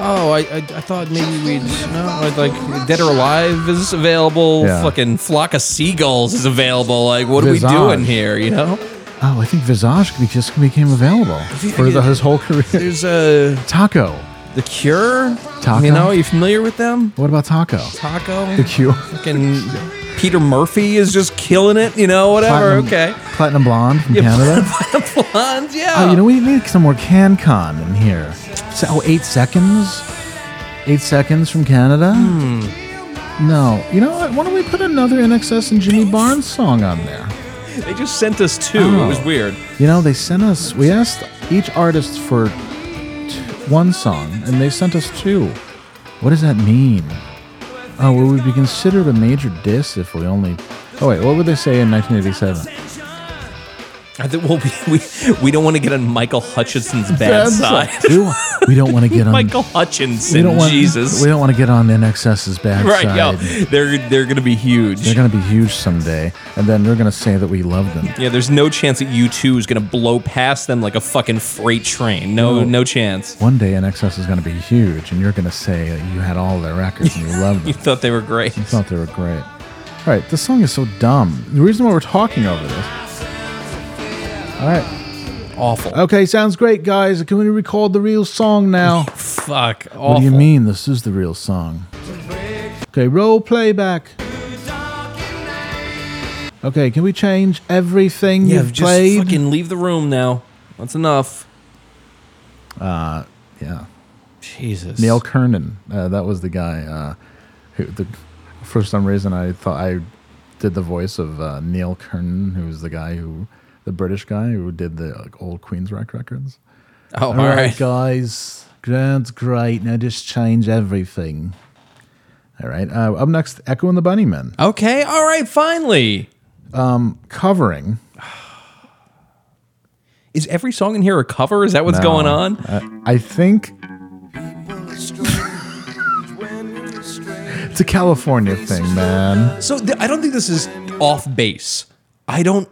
B: Oh, I, I, I thought maybe we'd no, I'd like Dead or Alive is available.
C: Yeah.
B: Fucking Flock of Seagulls is available. Like, what are
C: Visage.
B: we doing here? You know?
C: Oh, I think Visage just became available for the, his whole career.
B: There's uh,
C: Taco.
B: the Cure.
C: Taco?
B: You know, you familiar with them?
C: What about Taco?
B: Taco.
C: The Cure.
B: Fucking Peter Murphy is just killing it. You know, whatever.
C: Platinum-
B: Okay.
C: Platinum Blonde from
B: Yeah,
C: Canada.
B: Blondes, yeah.
C: Oh, you know, we need some more CanCon in here. So, oh, eight seconds? Eight seconds from Canada?
B: Hmm.
C: No. You know what? Why don't we put another NXS and Jimmy Barnes song on there?
B: they just sent us two. It was
C: Oh.
B: weird.
C: You know, they sent us, we asked each artist for t- one song, and they sent us two. What does that mean? Oh, well, would be considered a major diss if we only. Oh, wait, what would they say in 1987?
B: I think, well, we, we, we don't want to get on Michael Hutchinson's bad, side.
C: We don't, we don't want to get on.
B: Michael
C: we
B: Hutchinson,
C: don't want,
B: Jesus.
C: We don't want to get on NXS's bad
B: right,
C: side.
B: yo. They're, they're going to be huge.
C: They're going to be huge someday, and then they're going to say that we love them.
B: yeah, there's no chance that U2 is going to blow past them like a fucking freight train. No, no chance.
C: One day, NXS is going to be huge, and you're going to say that you had all their records and you loved
B: You
C: them.
B: thought they were great.
C: I thought they were great. All right, this song is so dumb. The reason why we're talking over this. All right.
B: Awful.
C: Okay, sounds great, guys. Can we record the real song now?
B: Oh, Fuck. Awful.
C: What do you mean this is the real song? Okay, roll playback. Okay, can we change everything
B: Yeah,
C: you've
B: just
C: played?
B: fucking leave the room now. That's enough.
C: yeah.
B: Jesus.
C: Neil Kernan. Uh, that was the guy uh, who, the, for some reason, I thought I did the voice of uh, Neil Kernan, who was the guy who, the British guy who did the like, old Queensrÿche records.
B: Oh, all right.
C: guys. Ground's great. Now just change everything. All right. Uh, up next, Echo and the Bunnymen
B: Okay, all right, finally.
C: covering.
B: Is every song in here a cover? Is that what's going on?
C: Uh, I think it's a California thing, man.
B: So th- I don't think this is off base. I don't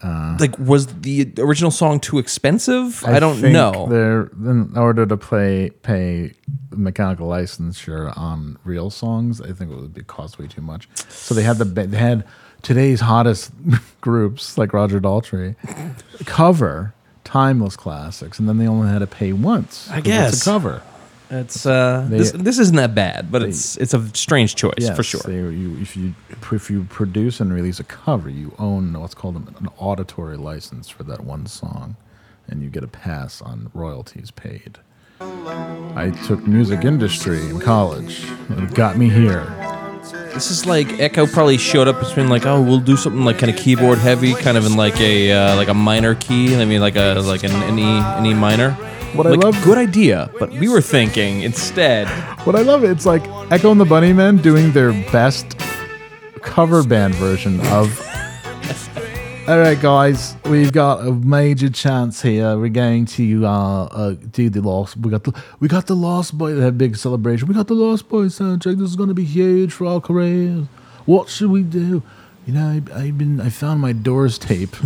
C: Uh.
B: like. Was the original song too expensive? I, don't
C: think
B: know.
C: They're in order to play pay mechanical licensure on real songs. I think it would be cost way too much. So they had the ba- they had today's hottest groups like Roger Daltrey cover timeless classics, and then they only had to pay once. 'cause
B: guess.
C: it's a cover.
B: It's uh,
C: They-
B: this, this isn't that bad, but it's it's a strange choice for
C: Yes,
B: sure.
C: they- you- if you if you produce and release a cover, you own what's called an, an auditory license for that one song, and you get a pass on royalties paid. I took music industry in college. and It got me here.
B: This is like Echo probably showed up. It's been like, oh, we'll do something like kind of keyboard heavy, kind of in like a uh, like a minor key. I mean, like a like an an E, an e minor.
C: What I
B: like,
C: love-
B: good idea, but we were thinking instead.
C: What I love, it's like Echo and the Bunnymen doing their best cover band version of. All right, guys, we've got a major chance here. We're going to uh, uh do the Lost. We got the we got the Lost Boy. They had a big celebration. We got the Lost Boy soundtrack. This is going to be huge for our careers. What should we do? You know, I, I've been I found my Doors tape.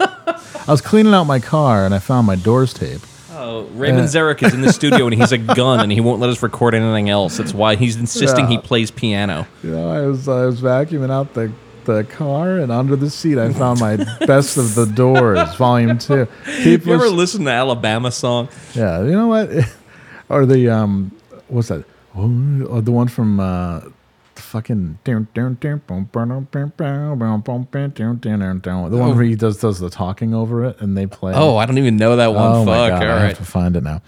C: I was cleaning out my car and I found my Doors tape.
B: Oh, Raymond Zarek is in the studio and he's a gun and he won't let us record anything else. That's why he's insisting he plays piano.
C: You know, I was I was vacuuming out the the car, and under the seat, I found my best of the Doors, Volume Two.
B: You
C: People,
B: ever listen to Alabama song?
C: yeah, you know what? or the um, what's that? Oh, Or the one from uh, the fucking the one where he does does the talking over it, and they play.
B: Oh, I don't even know that one.
C: Oh
B: Fuck.
C: my god!
B: All
C: I have
B: right.
C: to find it now.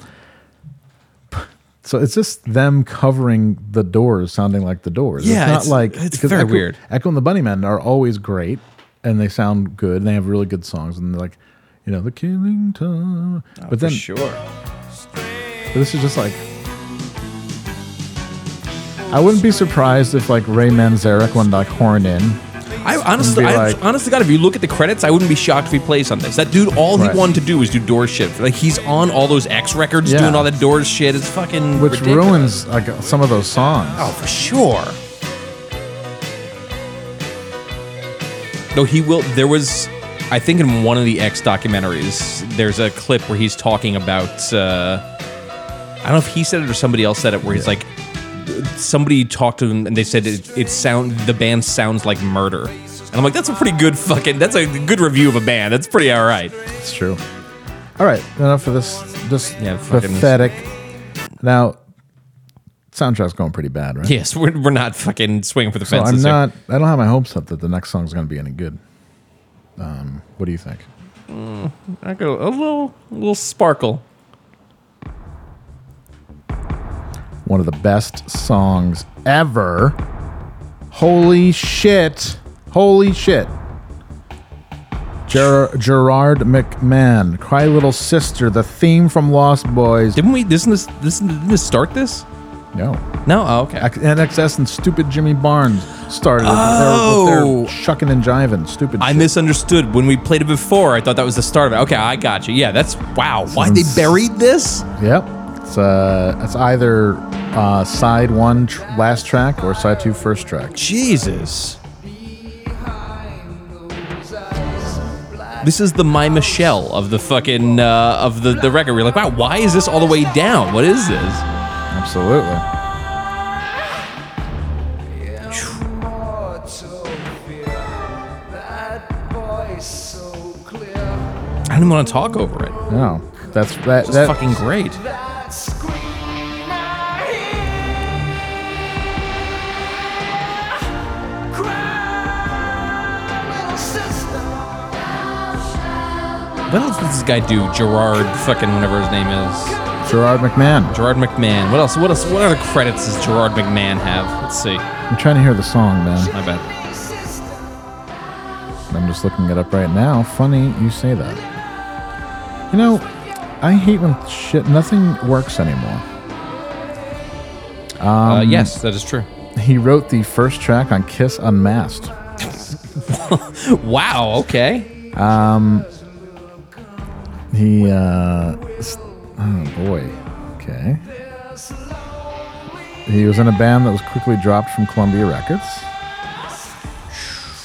C: So it's just them covering the doors, sounding like the doors.
B: Yeah,
C: it's not
B: it's-
C: like
B: it's
C: because
B: very
C: Echo,
B: weird.
C: Echo and the Bunnymen are always great, and they sound good, and they have really good songs, and they're like, you know, the killing time. but then
B: Oh, sure.
C: this is just like. I wouldn't be surprised if like Ray Manzarek went like horn in.
B: I honestly,
C: Be
B: I,
C: like-
B: honestly, God, if you look at the credits, I wouldn't be shocked if he plays on this. That dude, all
C: Right.
B: he wanted to do was do door shit. Like he's on all those X records,
C: Yeah.
B: doing all that Doors shit. It's fucking
C: Which
B: ridiculous.
C: ruins like some of those songs.
B: Oh, for sure. No, he will. There was, I think, in one of the X documentaries, there's a clip where he's talking about. Uh, I don't know if he said it or somebody else said it, where he's like, somebody talked to him and they said it, it sound the band sounds like murder. And I'm like, that's a pretty good fucking. That's a good review of a band. That's pretty all right.
C: It's true. All right, enough of this. Just
B: Yeah, fucking-
C: pathetic. Now, soundtrack's going pretty bad, right?
B: Yes, we're, we're not fucking swinging for the
C: So
B: fences.
C: I'm
B: here.
C: not. I don't have my hopes up that the next song's going to be any good. Um, what do you think?
B: I go a little, a little sparkle.
C: One of the best songs ever. Holy shit! Holy shit! Ger- Gerard McMahon, "Cry Little Sister," the theme from Lost Boys.
B: Didn't we? Didn't this, this, didn't this start this?
C: No,
B: No. Oh, okay.
C: Ac- NXS and stupid Jimmy Barnes started it with, their,
B: Oh.
C: with their shucking and jiving. Stupid.
B: I
C: shit.
B: misunderstood when we played it before. I thought that was the start of it. Okay, I got you. Yeah, that's wow. Why they buried this?
C: Yep. It's uh, it's either uh, side one tr- last track or side two first track.
B: Jesus. This is the my Michelle of the fucking uh, of the the record. We're like, wow, why is this all the way down? What is this?
C: Absolutely.
B: I don't even want to talk over it.
C: No, that's that.
B: It's
C: that
B: fucking great. What else does this guy do? Gerard fucking whatever his name is.
C: Gerard McMahon.
B: Gerard McMahon. What else? What else? What other credits does Gerard McMahon have? Let's see. My
C: I'm trying to hear the song, man.
B: bad.
C: I'm just looking it up right now. Funny you say that. You know, I hate when shit nothing works anymore.
B: uh, yes, that is true.
C: He wrote the first track on Kiss Unmasked.
B: Wow. Okay.
C: He, uh, s- oh boy, okay. He was in a band that was quickly dropped from Columbia Records.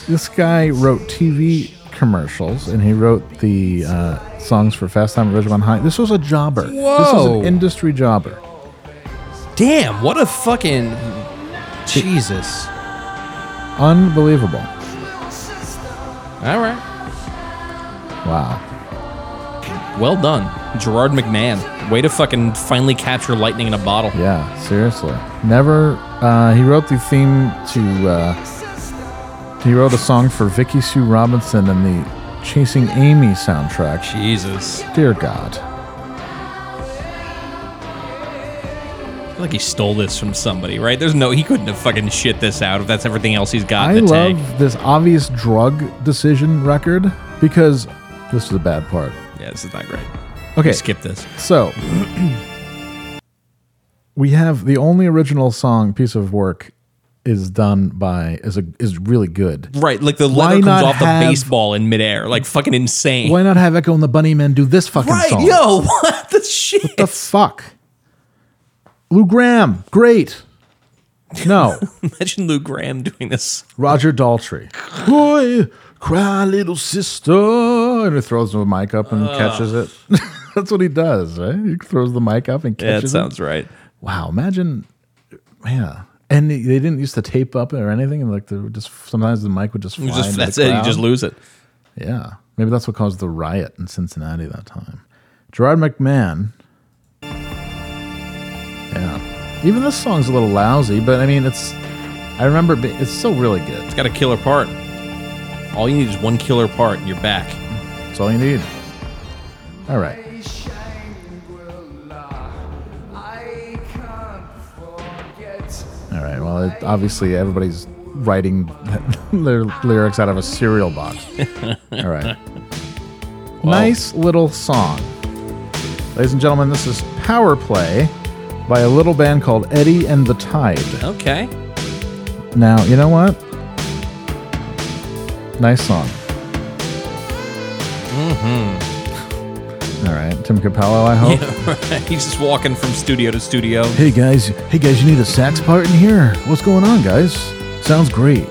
C: This guy wrote TV commercials, and he wrote the uh, songs for Fast Time at Ridgemont High. This was a jobber. This was
B: Whoa.
C: an industry jobber.
B: Damn. What a fucking Jesus.
C: Unbelievable.
B: All right.
C: Wow.
B: Well done, Gerard McMahon. Way to fucking finally capture lightning in a bottle.
C: Yeah, seriously. Never. Uh, he wrote the theme to. Uh, he wrote a song for Vicky Sue Robinson in the Chasing Amy soundtrack.
B: Jesus.
C: Dear God.
B: I feel like he stole this from somebody, right? There's no, he couldn't have fucking shit this out if that's everything else he's got
C: I
B: in the
C: love
B: tank.
C: this obvious drug decision record because this is the bad part.
B: Yeah, this is not great.
C: Okay.
B: Skip this.
C: So we have the only original song piece of work is done by is a, is really good.
B: Right, like the leather
C: Why
B: comes
C: not
B: off the
C: have-
B: baseball in midair, like fucking insane.
C: Why not have Echo and the Bunnymen do this fucking
B: right,
C: song?
B: yo, what the shit?
C: The fuck. Lou Graham, great. No,
B: Imagine Lou Graham doing this.
C: Roger Daltrey. Boy, cry little sister. And he throws the mic up and catches it. That's what he does, right? He throws the mic up and
B: Yeah, that
C: catches
B: sounds
C: it.
B: right.
C: Wow, imagine. Yeah. And they they didn't used to tape up it or anything. And like, they would just sometimes the mic would just fly.
B: You just,
C: into
B: that's
C: the
B: it. You
C: crowd.
B: just lose it.
C: Yeah. Maybe that's what caused the riot in Cincinnati that time. Gerard McMahon. Yeah. Even this song's a little lousy, but I mean, it's. I remember it be- it's still really good.
B: It's got a killer part. All you need is one killer part, and you're back.
C: That's all you need. All right. All right. Well, it, obviously everybody's writing their lyrics out of a cereal box. All right. Nice little song. Ladies and gentlemen, this is Power Play by a little band called Eddie and the Tide.
B: Okay.
C: Now, you know what? Nice song. Mm-hmm. All right. Tim Capello, I hope.
B: He's just walking from studio to studio.
C: Hey guys, hey guys, you need a sax part in here? What's going on, guys? Sounds great.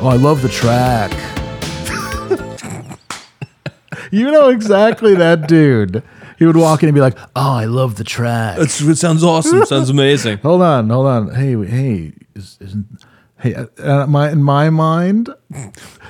C: Oh, I love the track. you know exactly that dude. He would walk in and be like, "Oh, I love the track." Oh,
B: It's, it sounds awesome. sounds amazing.
C: Hold on, hold on. Hey, w- hey, is, isn't Hey, uh, uh, my in my mind,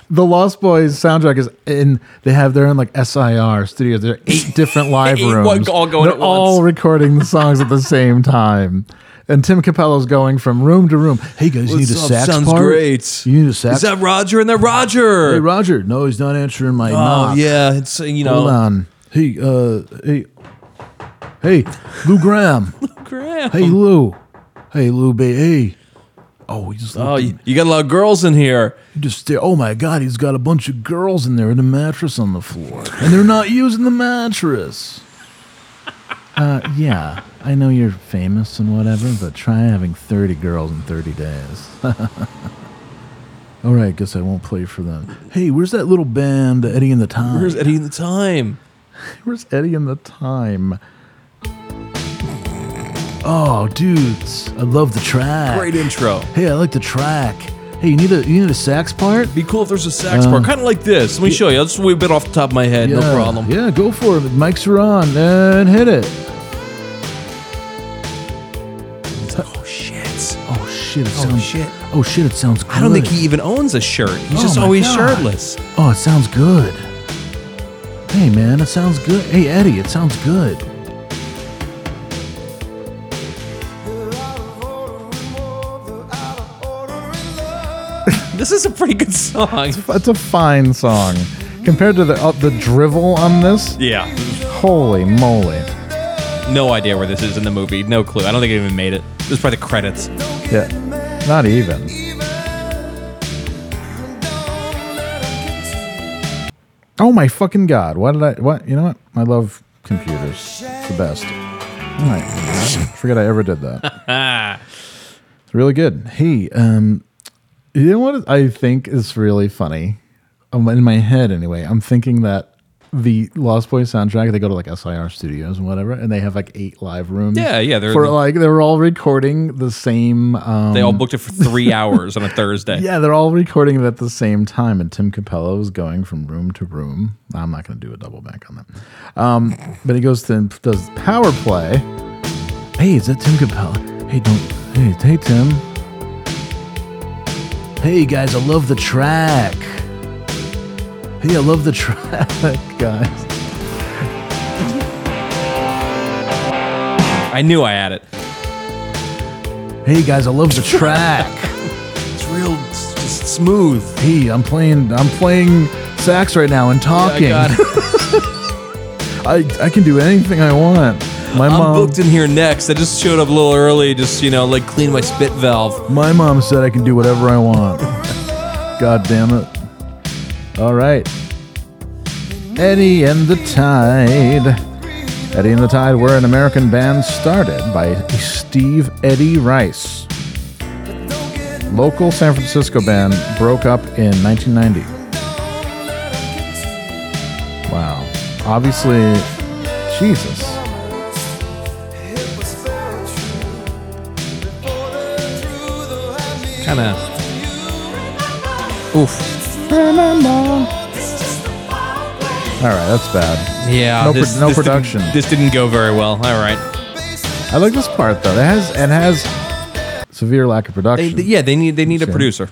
C: the Lost Boys soundtrack is in. They have their own like SIR studios. There are eight different live
B: Eight
C: rooms.
B: one- all going
C: They're
B: at
C: all
B: once.
C: recording the songs at the same time. And Tim Capello's going from room to room. Hey guys, you need a sax
B: Sounds
C: part?
B: great.
C: You need a sax.
B: Is that Roger? And that Roger.
C: hey Roger, no, he's not answering my
B: oh
C: knock.
B: yeah, it's uh, you know.
C: Hold on. Hey, uh, hey, hey, Lou Graham.
B: Graham.
C: hey, Lou. Hey, Lou. Ba- hey. Oh, he just
B: Oh,
C: looked-
B: you, you got a lot of girls in here.
C: just stare. Oh my God, he's got a bunch of girls in there in a mattress on the floor, and they're not using the mattress. Uh, yeah, I know you're famous and whatever, but try having 30 girls in 30 days. All right, guess I won't play for them. Hey, where's that little band, Eddie and the Time?
B: Where's Eddie in the time?
C: Where's Eddie and the Time? Oh, dudes, I love the track.
B: Great intro.
C: Hey, I like the track. Hey, you need a you need a sax part?
B: Be cool if there's a sax part, kind of like this. Let me show you. I'll just whip it off the top of my head. no problem.
C: Uh, Yeah, go for it. Mics are on and hit it.
B: Oh shit!
C: Oh shit! It sounds,
B: shit.
C: Oh shit! It sounds. Good.
B: I don't think he even owns a shirt. He's
C: Oh
B: just
C: my
B: always
C: God.
B: shirtless.
C: Oh, it sounds good. Hey man, it sounds good. Hey Eddie, it sounds good.
B: This is a pretty good song.
C: That's a fine song compared to the uh, the drivel on this.
B: Yeah.
C: Holy moly!
B: No idea where this is in the movie. No clue. I don't think it even made it. This is probably the credits.
C: Yeah, not even. Oh my fucking god! Why did I? What you know? What I love computers. It's the best. All right. forget I ever did that. it's really good. Hey, um, you know what I think is really funny? Um, in my head, anyway, I'm thinking that the Lost Boys soundtrack. They go to like SIR Studios and whatever, and they have like eight live rooms.
B: Yeah, yeah, they're-
C: for like they were all recording the same. Um,
B: They all booked it for three hours on a Thursday.
C: yeah, they're all recording it at the same time, and Tim Capello is going from room to room. I'm not going to do a double back on that. Um, but he goes to and does power play. Hey, is that Tim Capello? Hey, don't. Hey, hey, Tim. Hey, guys, I love the track. Hey, I love the track, guys.
B: I knew I had it.
C: Hey, guys, I love the track.
B: It's real it's just smooth.
C: hey, I'm playing. I'm playing sax right now and talking.
B: Yeah, I got it.
C: I, I can do anything I want. My
B: I'm
C: mom
B: booked in here next. I just showed up a little early, just you know, like clean my spit valve.
C: my mom said I can do whatever I want. God damn it. All right. Eddie and the Tide. Eddie and the Tide were an American band started by Steve Eddie Rice. Local San Francisco band broke up in 1990. Wow. Obviously, Jesus.
B: Kind of. Oof.
C: All right, that's bad.
B: Yeah.
C: No pro- no production.
B: Didn't, this didn't go very well. All right.
C: I like this part though. It has it has severe lack of
B: They,
C: production.
B: they- yeah, they need they need a
C: Sure.
B: producer.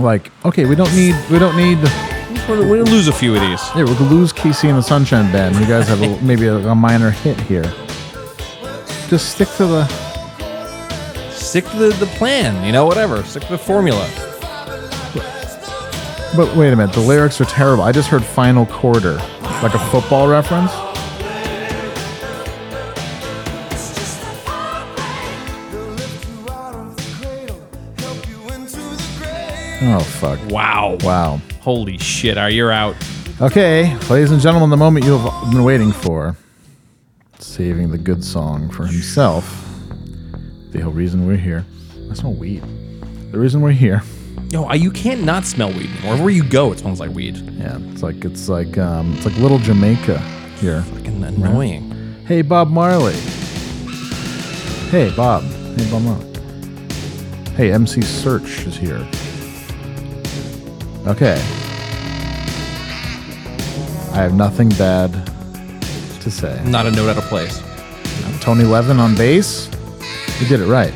C: like okay we don't need we don't need yeah
B: We're, we're gonna lose a few of these.
C: we could lose casey and the sunshine band you guys have a, maybe a, a minor hit here just stick to the
B: Stick to the, the plan. You know, whatever. Stick to the formula.
C: but wait a minute the lyrics are terrible i just heard final quarter like a football reference oh fuck
B: Wow.
C: wow
B: Holy shit. Are you out?
C: okay ladies and gentlemen the moment you have been waiting for saving the good song for himself the whole reason we're here that's no weed the reason we're here
B: No, I- you can't not smell weed anymore. Wherever you go, it smells like weed.
C: Yeah, it's like it's like um, it's like little Jamaica here.
B: Fucking annoying.
C: Hey, Bob Marley. Hey, Bob. Hey, Bob Marley. Hey, MC Search is here. Okay. I have nothing bad to say.
B: Not a note out of place.
C: Tony Levin on bass. You did it right.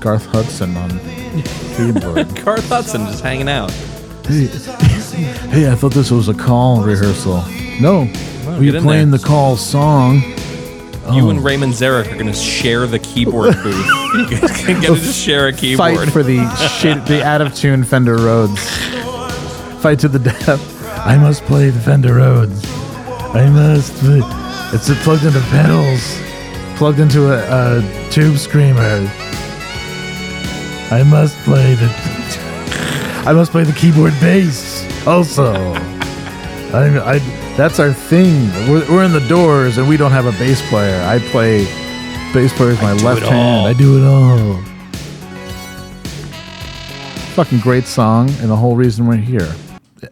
C: Garth Hudson on keyboard.
B: Garth Hudson just hanging out.
C: hey, hey, I thought this was a call rehearsal. No, we
B: get in
C: playing
B: there.
C: the call song. Oh.
B: You and Raymond Zarek are going to share the keyboard booth. you guys are going to just share a keyboard.
C: Fight for the shit, the out of tune Fender Rhodes. Fight to the death. I must play the Fender Rhodes. I must. play- It's plugged into pedals, plugged into a, a tube screamer. I must play the. I must play the keyboard bass also. I, I, that's our thing. We're, we're in the doors and we don't have a bass player. I play bass player with my left hand. I do it all. Fucking great song and the whole reason we're here.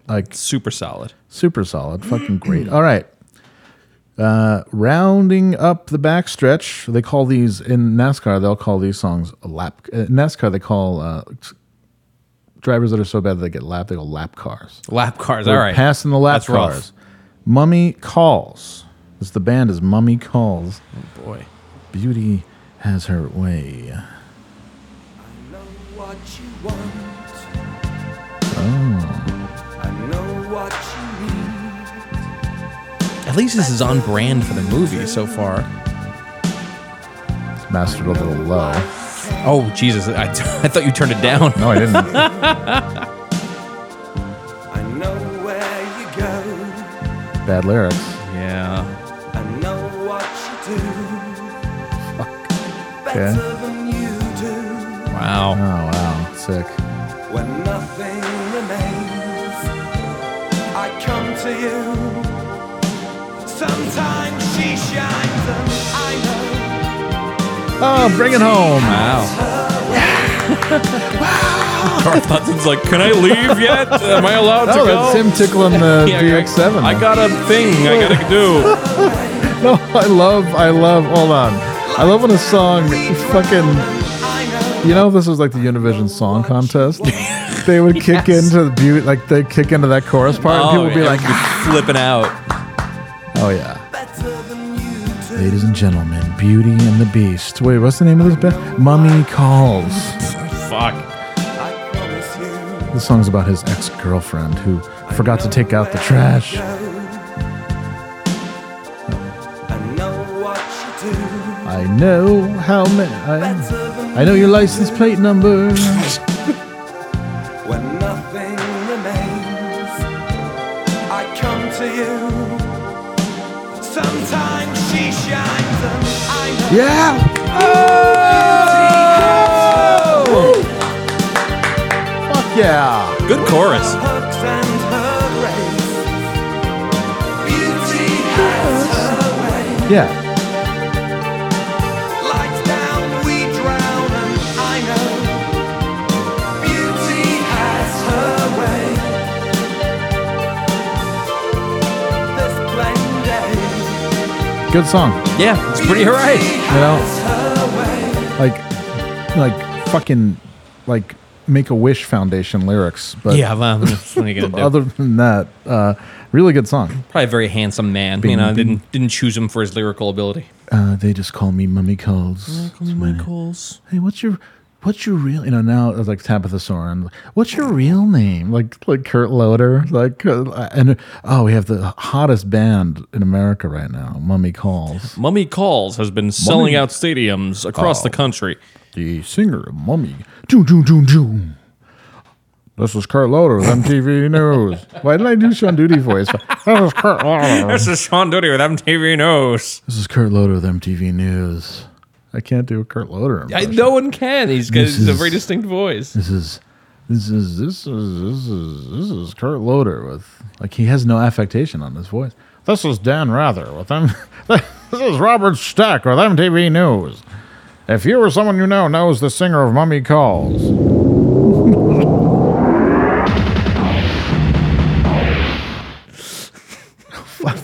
C: Like
B: Super solid.
C: super solid. Fucking great. All right. Uh, rounding up the backstretch, they call these in NASCAR. They'll call these songs a lap. Uh, NASCAR they call uh, drivers that are so bad that they get lap. They go lap cars.
B: Lap cars.
C: They're
B: All right.
C: passing the lap
B: That's rough.
C: cars. Mummy calls. This the band is Mummy calls.
B: Oh, Boy.
C: Beauty has her way.
A: what you want. I know what you need.
B: At least this is on brand for the movie so far.
C: It's mastered a little low.
B: Oh, Jesus. I, I thought you turned it down.
C: No, I didn't.
A: I know where you go.
C: Bad lyrics.
B: Yeah.
A: I know what you do.
C: Okay.
A: Better than you do.
C: Oh
B: Wow.
C: wow, sick.
A: When nothing remains, I come to you. Sometimes she shines and I know.
C: Oh, bring it home.
B: Wow. Garth Hudson's like, can I leave yet? Am I allowed to
C: Oh,
B: go?
C: that's him tickling the
B: Yeah, I-
C: DX7.
B: I got a thing I gotta do.
C: No, I love, I love. Hold on, I love when a song fucking. You know, this was like the Univision Song Contest. they would kick
B: Yes. Oh,
C: into the beauty, like they kick into that chorus part, and people would be like, "Ah."
B: everybody's flipping out.
C: "Oh yeah." Ladies and gentlemen, Beauty and the Beast. Wait, what's the name of this band? Mummy Calls.
B: Fuck.
A: I promise you.
C: This song's about his ex-girlfriend who forgot to take out the trash.
A: I know what you do.
C: I know how many. I, I know your license plate number.
A: When nothing remains, I come to you. Sometimes she shines and I know.
C: Yeah. Fuck yeah.
B: Good chorus.
A: Hooks and her rays. Beauty has her way.
C: Yeah.
A: Lights down, we drown and I know. Beauty has her way. The splendid.
C: Good song.
B: Yeah, it's pretty alright.
C: You know, like, like fucking, like Make a Wish Foundation lyrics. But
B: Yeah, well, that's what you gonna do.
C: other than that, uh, really good song.
B: Probably a very handsome man. you
C: Bing,
B: know,
C: bing.
B: didn't didn't choose him for his lyrical ability.
C: Uh, they just call me Mummy Calls. Hey, what's your What's your real? You know, now it's like Tabitha Soren. What's your real name? Like, like Kurt Loder. Like, uh, and oh, we have the hottest band in America right now, Mummy Calls.
B: Mummy Calls has been selling
C: Mummy-
B: out stadiums across the country.
C: the singer of Mummy. Doo doo doo doo. This is Kurt Loder with MTV News. Why did I do Sean Duty voice? This is Kurt Loder.
B: This is Sean Doody with MTV News.
C: This is Kurt Loder with MTV News. I can't do a Kurt Loder
B: I,
C: impression.
B: no one can. He's got
C: This
B: a
C: is-
B: very distinct voice.
C: This is this is this is this is this is Kurt Loder with like he has no affectation on his voice. This is Dan Rather with them. this is Robert Stack with MTV News. If you or someone you know knows the singer of Mummy Calls.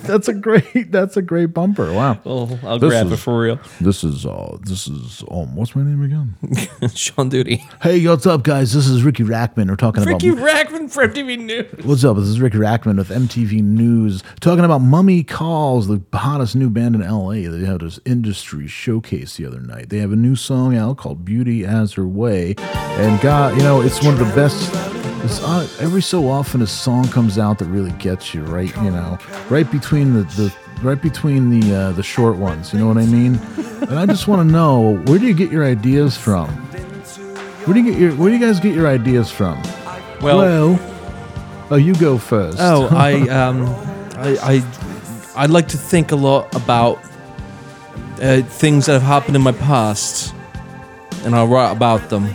C: that's a great that's a great bumper. Wow.
B: Oh, I'll
C: This
B: grab
C: is-
B: it for real.
C: This is uh this is um what's my name again?
B: Sean Duty.
C: Hey, what's up guys? This is Ricky Rackman. We're talking
B: Ricky
C: about
B: Rackman from TV News.
C: What's up? This is Ricky Rackman with MTV News talking about Mummy Calls, the hottest new band in LA. They had this industry showcase the other night. They have a new song out called Beauty as Her Way. And God, you know, it's one of the best. It's on, every so often a song comes out that really gets you right, you know, right between the, the right between the uh, the short ones. You know what I mean? And I just want to know where do you get your ideas from? Where do you get your where do you guys get your ideas from?
B: Well,
C: oh, you go first.
B: oh, I um, I, I I like to think a lot about uh, things that have happened in my past, and I write about them.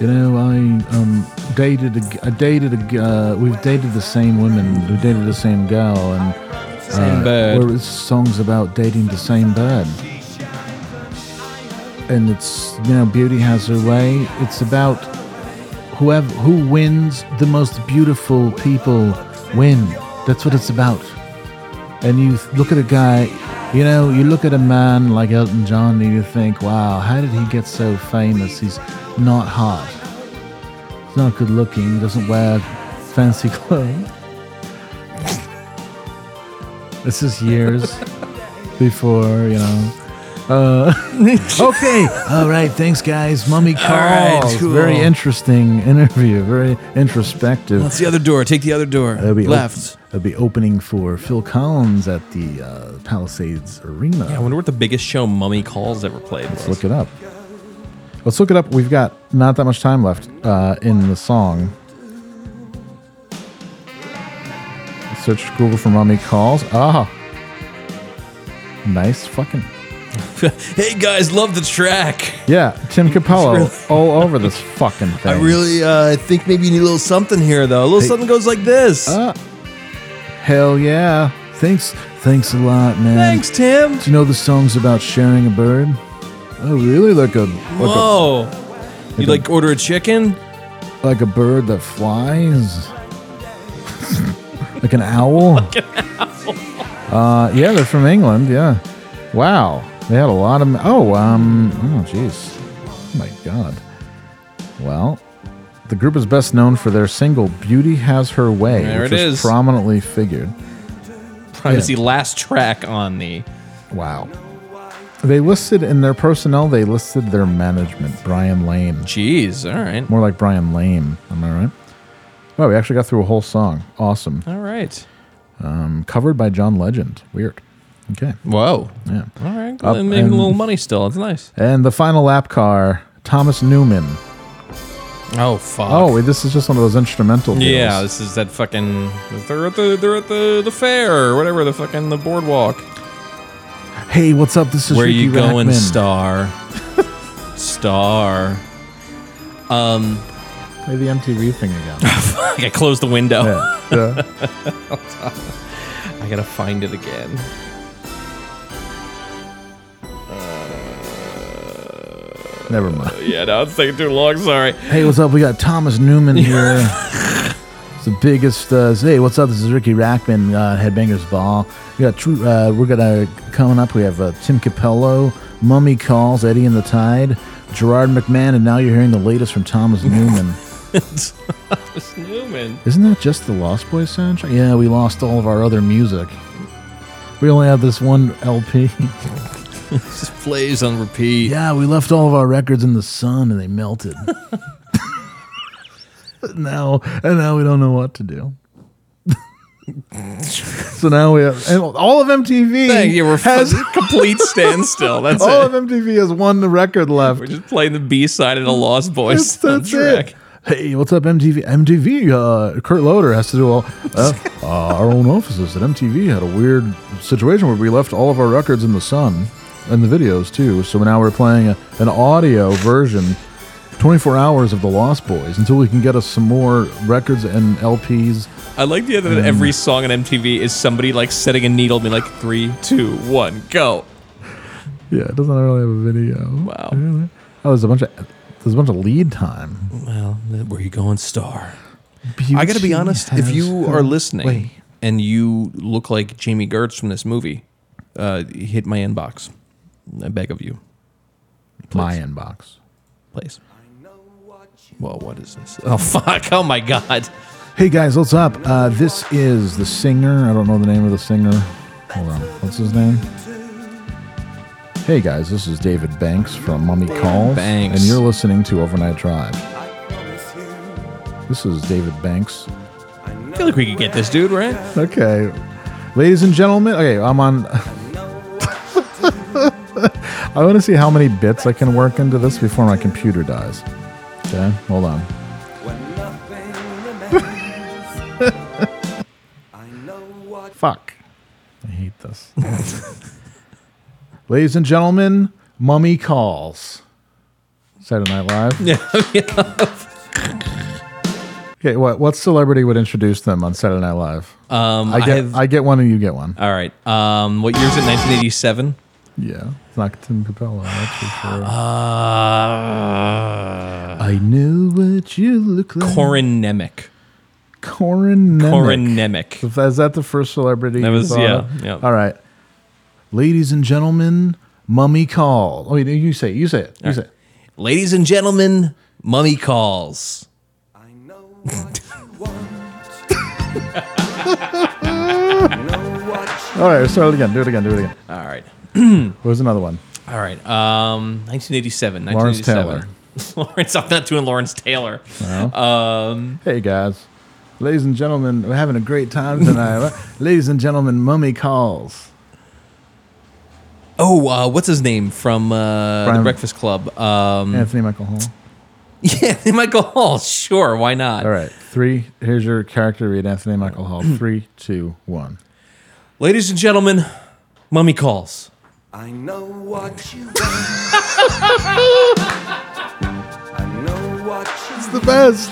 C: you know, I um dated a g- I dated a g- uh, we've dated the same women, we dated the same girl, and
B: Same
C: uh,
B: bird.
C: where it's songs about dating the same bird. And it's you know, beauty has her way. It's about whoever who wins the most beautiful people win. That's what it's about. And you look at a guy, you know, you look at a man like Elton John and you think, wow, how did he get so famous? He's not hot. He's not good looking. He doesn't wear fancy clothes. this is years before, you know. Uh, okay. All right. Thanks, guys. Mummy calls.
B: right, cool.
C: Very interesting interview. Very introspective.
B: That's the other door. Take the other door.
C: They'll be op-
B: Left.
C: they'll be opening for Phil Collins at the uh, Palisades Arena.
B: I wonder what the biggest show Mummy Calls ever played
C: Let's
B: was.
C: look it up. Let's look it up. We've got not that much time left uh, in the song. Search Google for Mummy Calls. Ah, nice fucking.
B: hey guys, love the track.
C: Yeah, Tim Capello all over this fucking thing.
B: I really uh, think Oh. maybe you need a little something here, though. A little something goes like this.
C: Ah! Hell yeah. Thanks. Thanks a lot, man.
B: Thanks, Tim.
C: Do you know the song's about sharing a bird? Oh, really? Like a like a
B: Whoa. Oh. You like order a chicken?
C: Like a bird that flies? like an owl? Uh, yeah, they're from England. Yeah. Wow. They had a lot of. Oh, um. Oh, jeez. Oh, my God. Well, the group is best known for their single "Beauty Has Her Way,"
B: There
C: which
B: it
C: was
B: is.
C: prominently figured.
B: Probably was the last track on the.
C: Wow. They listed in their personnel. They listed their management, Brian Lane.
B: Jeez. All right.
C: More like Brian Lame. Am I right? Wow, we actually got through a whole song. Awesome. Um,
B: All right.
C: covered by John Legend. Weird. Okay.
B: Whoa.
C: Yeah.
B: All right.
C: Up
B: Well, then maybe
C: and-
B: a little money still. It's nice.
C: And the final lap car, Thomas Newman.
B: Oh fuck.
C: Oh, wait, this is just one of those instrumental deals.
B: yeah. This is that fucking. They're at the they're at the, the fair or whatever the fucking the boardwalk.
C: Hey, what's up? This is
B: Where
C: Ricky
B: you going,
C: Rackman.
B: star? star.
C: Play the MTV thing again.
B: Fuck, I closed the window.
C: yeah. yeah.
B: I gotta find it again.
C: Never mind.
B: Yeah, no, it's taking too long. Sorry.
C: Hey, what's up? We got Thomas Newman here. It's the biggest. Uh, hey, what's up? This is Ricky Rackman, uh, Headbangers Ball. We got. True, uh, we're gonna coming up. We have uh, Tim Capello, Mummy Calls, Eddie and the Tide, Gerard McMahon, and now you're hearing the latest from Thomas Newman.
B: It's Newman.
C: Isn't that just the Lost Boys soundtrack? Yeah, we lost all of our other music. We only have this one LP.
B: Just plays on repeat.
C: yeah, we left all of our records in the sun and they melted. now and now we don't know what to do. so now we have and all of MTV.
B: Dang, yeah, we're
C: has, Oh,
B: a complete standstill. That's
C: all
B: it.
C: of MTV has one record left.
B: We're just playing the B side of the Lost Boys
C: That's, that's
B: soundtrack.
C: it. Hey, what's up, MTV? MTV, uh, Kurt Loder has to do all uh, uh, our own offices at MTV had a weird situation where we left all of our records in the sun and the videos too. So now we're playing a, an audio version, 24 hours of the Lost Boys until we can get us some more records and LPs.
B: I like the idea that
C: Mm.
B: every song on MTV is somebody like setting a needle, and being like three, two, one, go.
C: Yeah, it doesn't really have a video.
B: Wow.
C: Really? Oh, there's a bunch of there's a bunch of lead time.
B: Well, where you going, star? I gotta be honest. If you are listening,
C: Wait.
B: and you look like Jamie Gertz from this movie, uh, hit my inbox. I beg of you,
C: My inbox.
B: please. Well, what is this? Oh fuck! Oh my god!
C: Hey guys, what's up? Uh, this is the singer. I don't know the name of the singer. Hold on. What's his name? Hey guys, this is David Banks from Mummy Calls.
B: Banks.
C: And you're listening to Overnight Drive. This is David Banks.
B: I feel like we could get this dude right.
C: Okay. Ladies and gentlemen, okay, I'm on. I want to see how many bits I can work into this before my computer dies. Okay, hold on. Fuck. I hate this. Ladies and gentlemen, Mummy Calls. Saturday Night Live. Yeah. okay, what, what celebrity would introduce them on Saturday Night Live? Um, I,
B: I
C: get,
B: have-
C: I get one and you get one.
B: All right. Um, what year is it? 1987.
C: Yeah, it's not Tim Capella, that's for sure.
B: Uh,
C: I knew what you look like.
B: Corin Nemec.
C: Corin Nemec.
B: Corin Nemec.
C: Is that the first celebrity?
B: That
C: you
B: was-
C: thought
B: yeah,
C: of?
B: yeah.
C: All right. Ladies and gentlemen, Mummy Call. Oh, you- you say it. You say it. You say it.
B: Ladies and gentlemen, Mummy Calls.
C: All right, start it again. Do it again. Do it again.
B: All right.
C: Where's another one?
B: All right. Um, 1987.
C: Lawrence
B: 1987. Lawrence, I'm not doing Lawrence Taylor. Um,
C: Hey, guys. Ladies and gentlemen, we're having a great time tonight. Ladies and gentlemen, Mummy Calls.
B: Oh, uh, what's his name from uh, The
C: Brian-
B: Breakfast Club? Um,
C: Anthony Michael Hall.
B: yeah, Michael Hall. Sure, why not?
C: All right, three. Here's your character read, Anthony Michael Hall. Three, two, one.
B: Ladies and gentlemen, Mummy Calls.
A: I know what you want. I know what you
C: the best.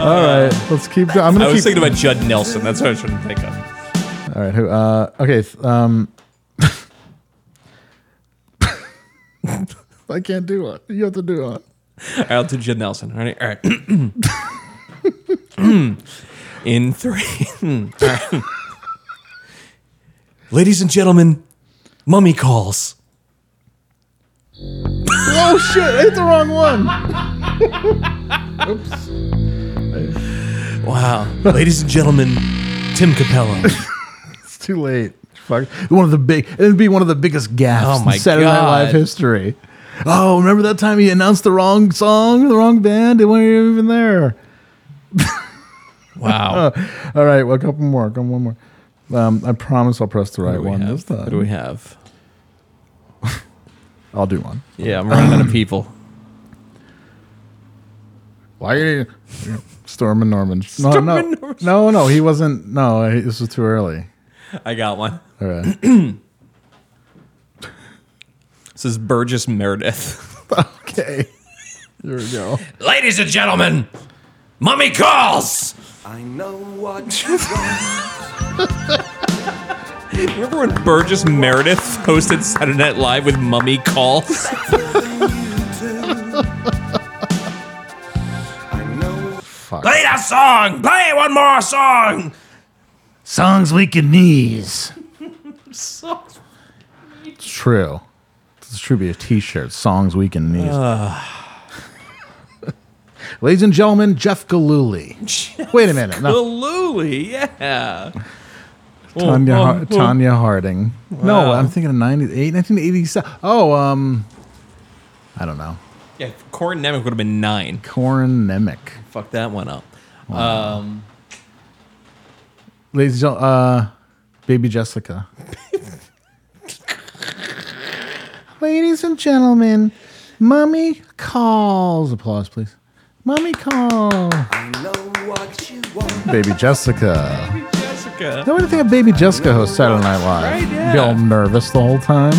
C: All right, let's keep going. I'm gonna
B: I was
C: keep.
B: thinking about Judd Nelson. That's what I was trying to think of.
C: All right, who? Uh, okay. th- Um, I can't do it. You have to do it.
B: All right, I'll do Judd Nelson. All right. All right. In three. All right. Ladies and gentlemen, Mummy Calls.
C: Oh shit! I hit the wrong one.
B: Wow. Ladies and gentlemen, Tim Capello.
C: It's too late. Fuck. One of the big. It'd be one of the biggest gaffes
B: Oh, my
C: in Saturday Night Live
B: God.
C: history. Oh, remember that time he announced the wrong song, the wrong band? They weren't even there.
B: Wow.
C: All right, well, a couple more. Couple one more. Um, I promise I'll press the right
B: What do we
C: one
B: have?
C: this time.
B: What do we have?
C: I'll do one.
B: Yeah, I'm running out of people.
C: Why are you Storm and Norman? No,
B: Storm
C: no,
B: and Norman.
C: no, no. He wasn't. No, I- this was too early.
B: I got one.
C: All right.
B: This is Burgess Meredith.
C: okay. There we go.
B: Ladies and gentlemen, Mummy Calls.
A: I know what you
B: Remember when Burgess Meredith hosted Saturday Night Live with Mummy Calls? Play that song. Play one more song.
C: Songs weak in knees. It's true. This should be a T-shirt. Songs weak in knees. Ladies and gentlemen, Jeff Galooly. Wait a minute. No,
B: Absolutely, yeah.
C: Tanya,
B: oh,
C: Har-
B: oh.
C: Tanya Harding. No, I'm thinking of 98, 1987. Oh, um, I don't know.
B: Yeah, Corin Nemec would have been nine.
C: Corin Nemec.
B: Fuck that one up. Um,
C: Ladies and gentlemen, uh, Baby Jessica. Ladies and gentlemen, Mummy calls. Applause, please. Mummy calls.
A: know what you want.
C: Baby Jessica.
B: Jessica,
C: Nobody think of Baby Jessica host Saturday Night
B: Right,
C: Live.
B: yeah.
C: Be all nervous the whole time.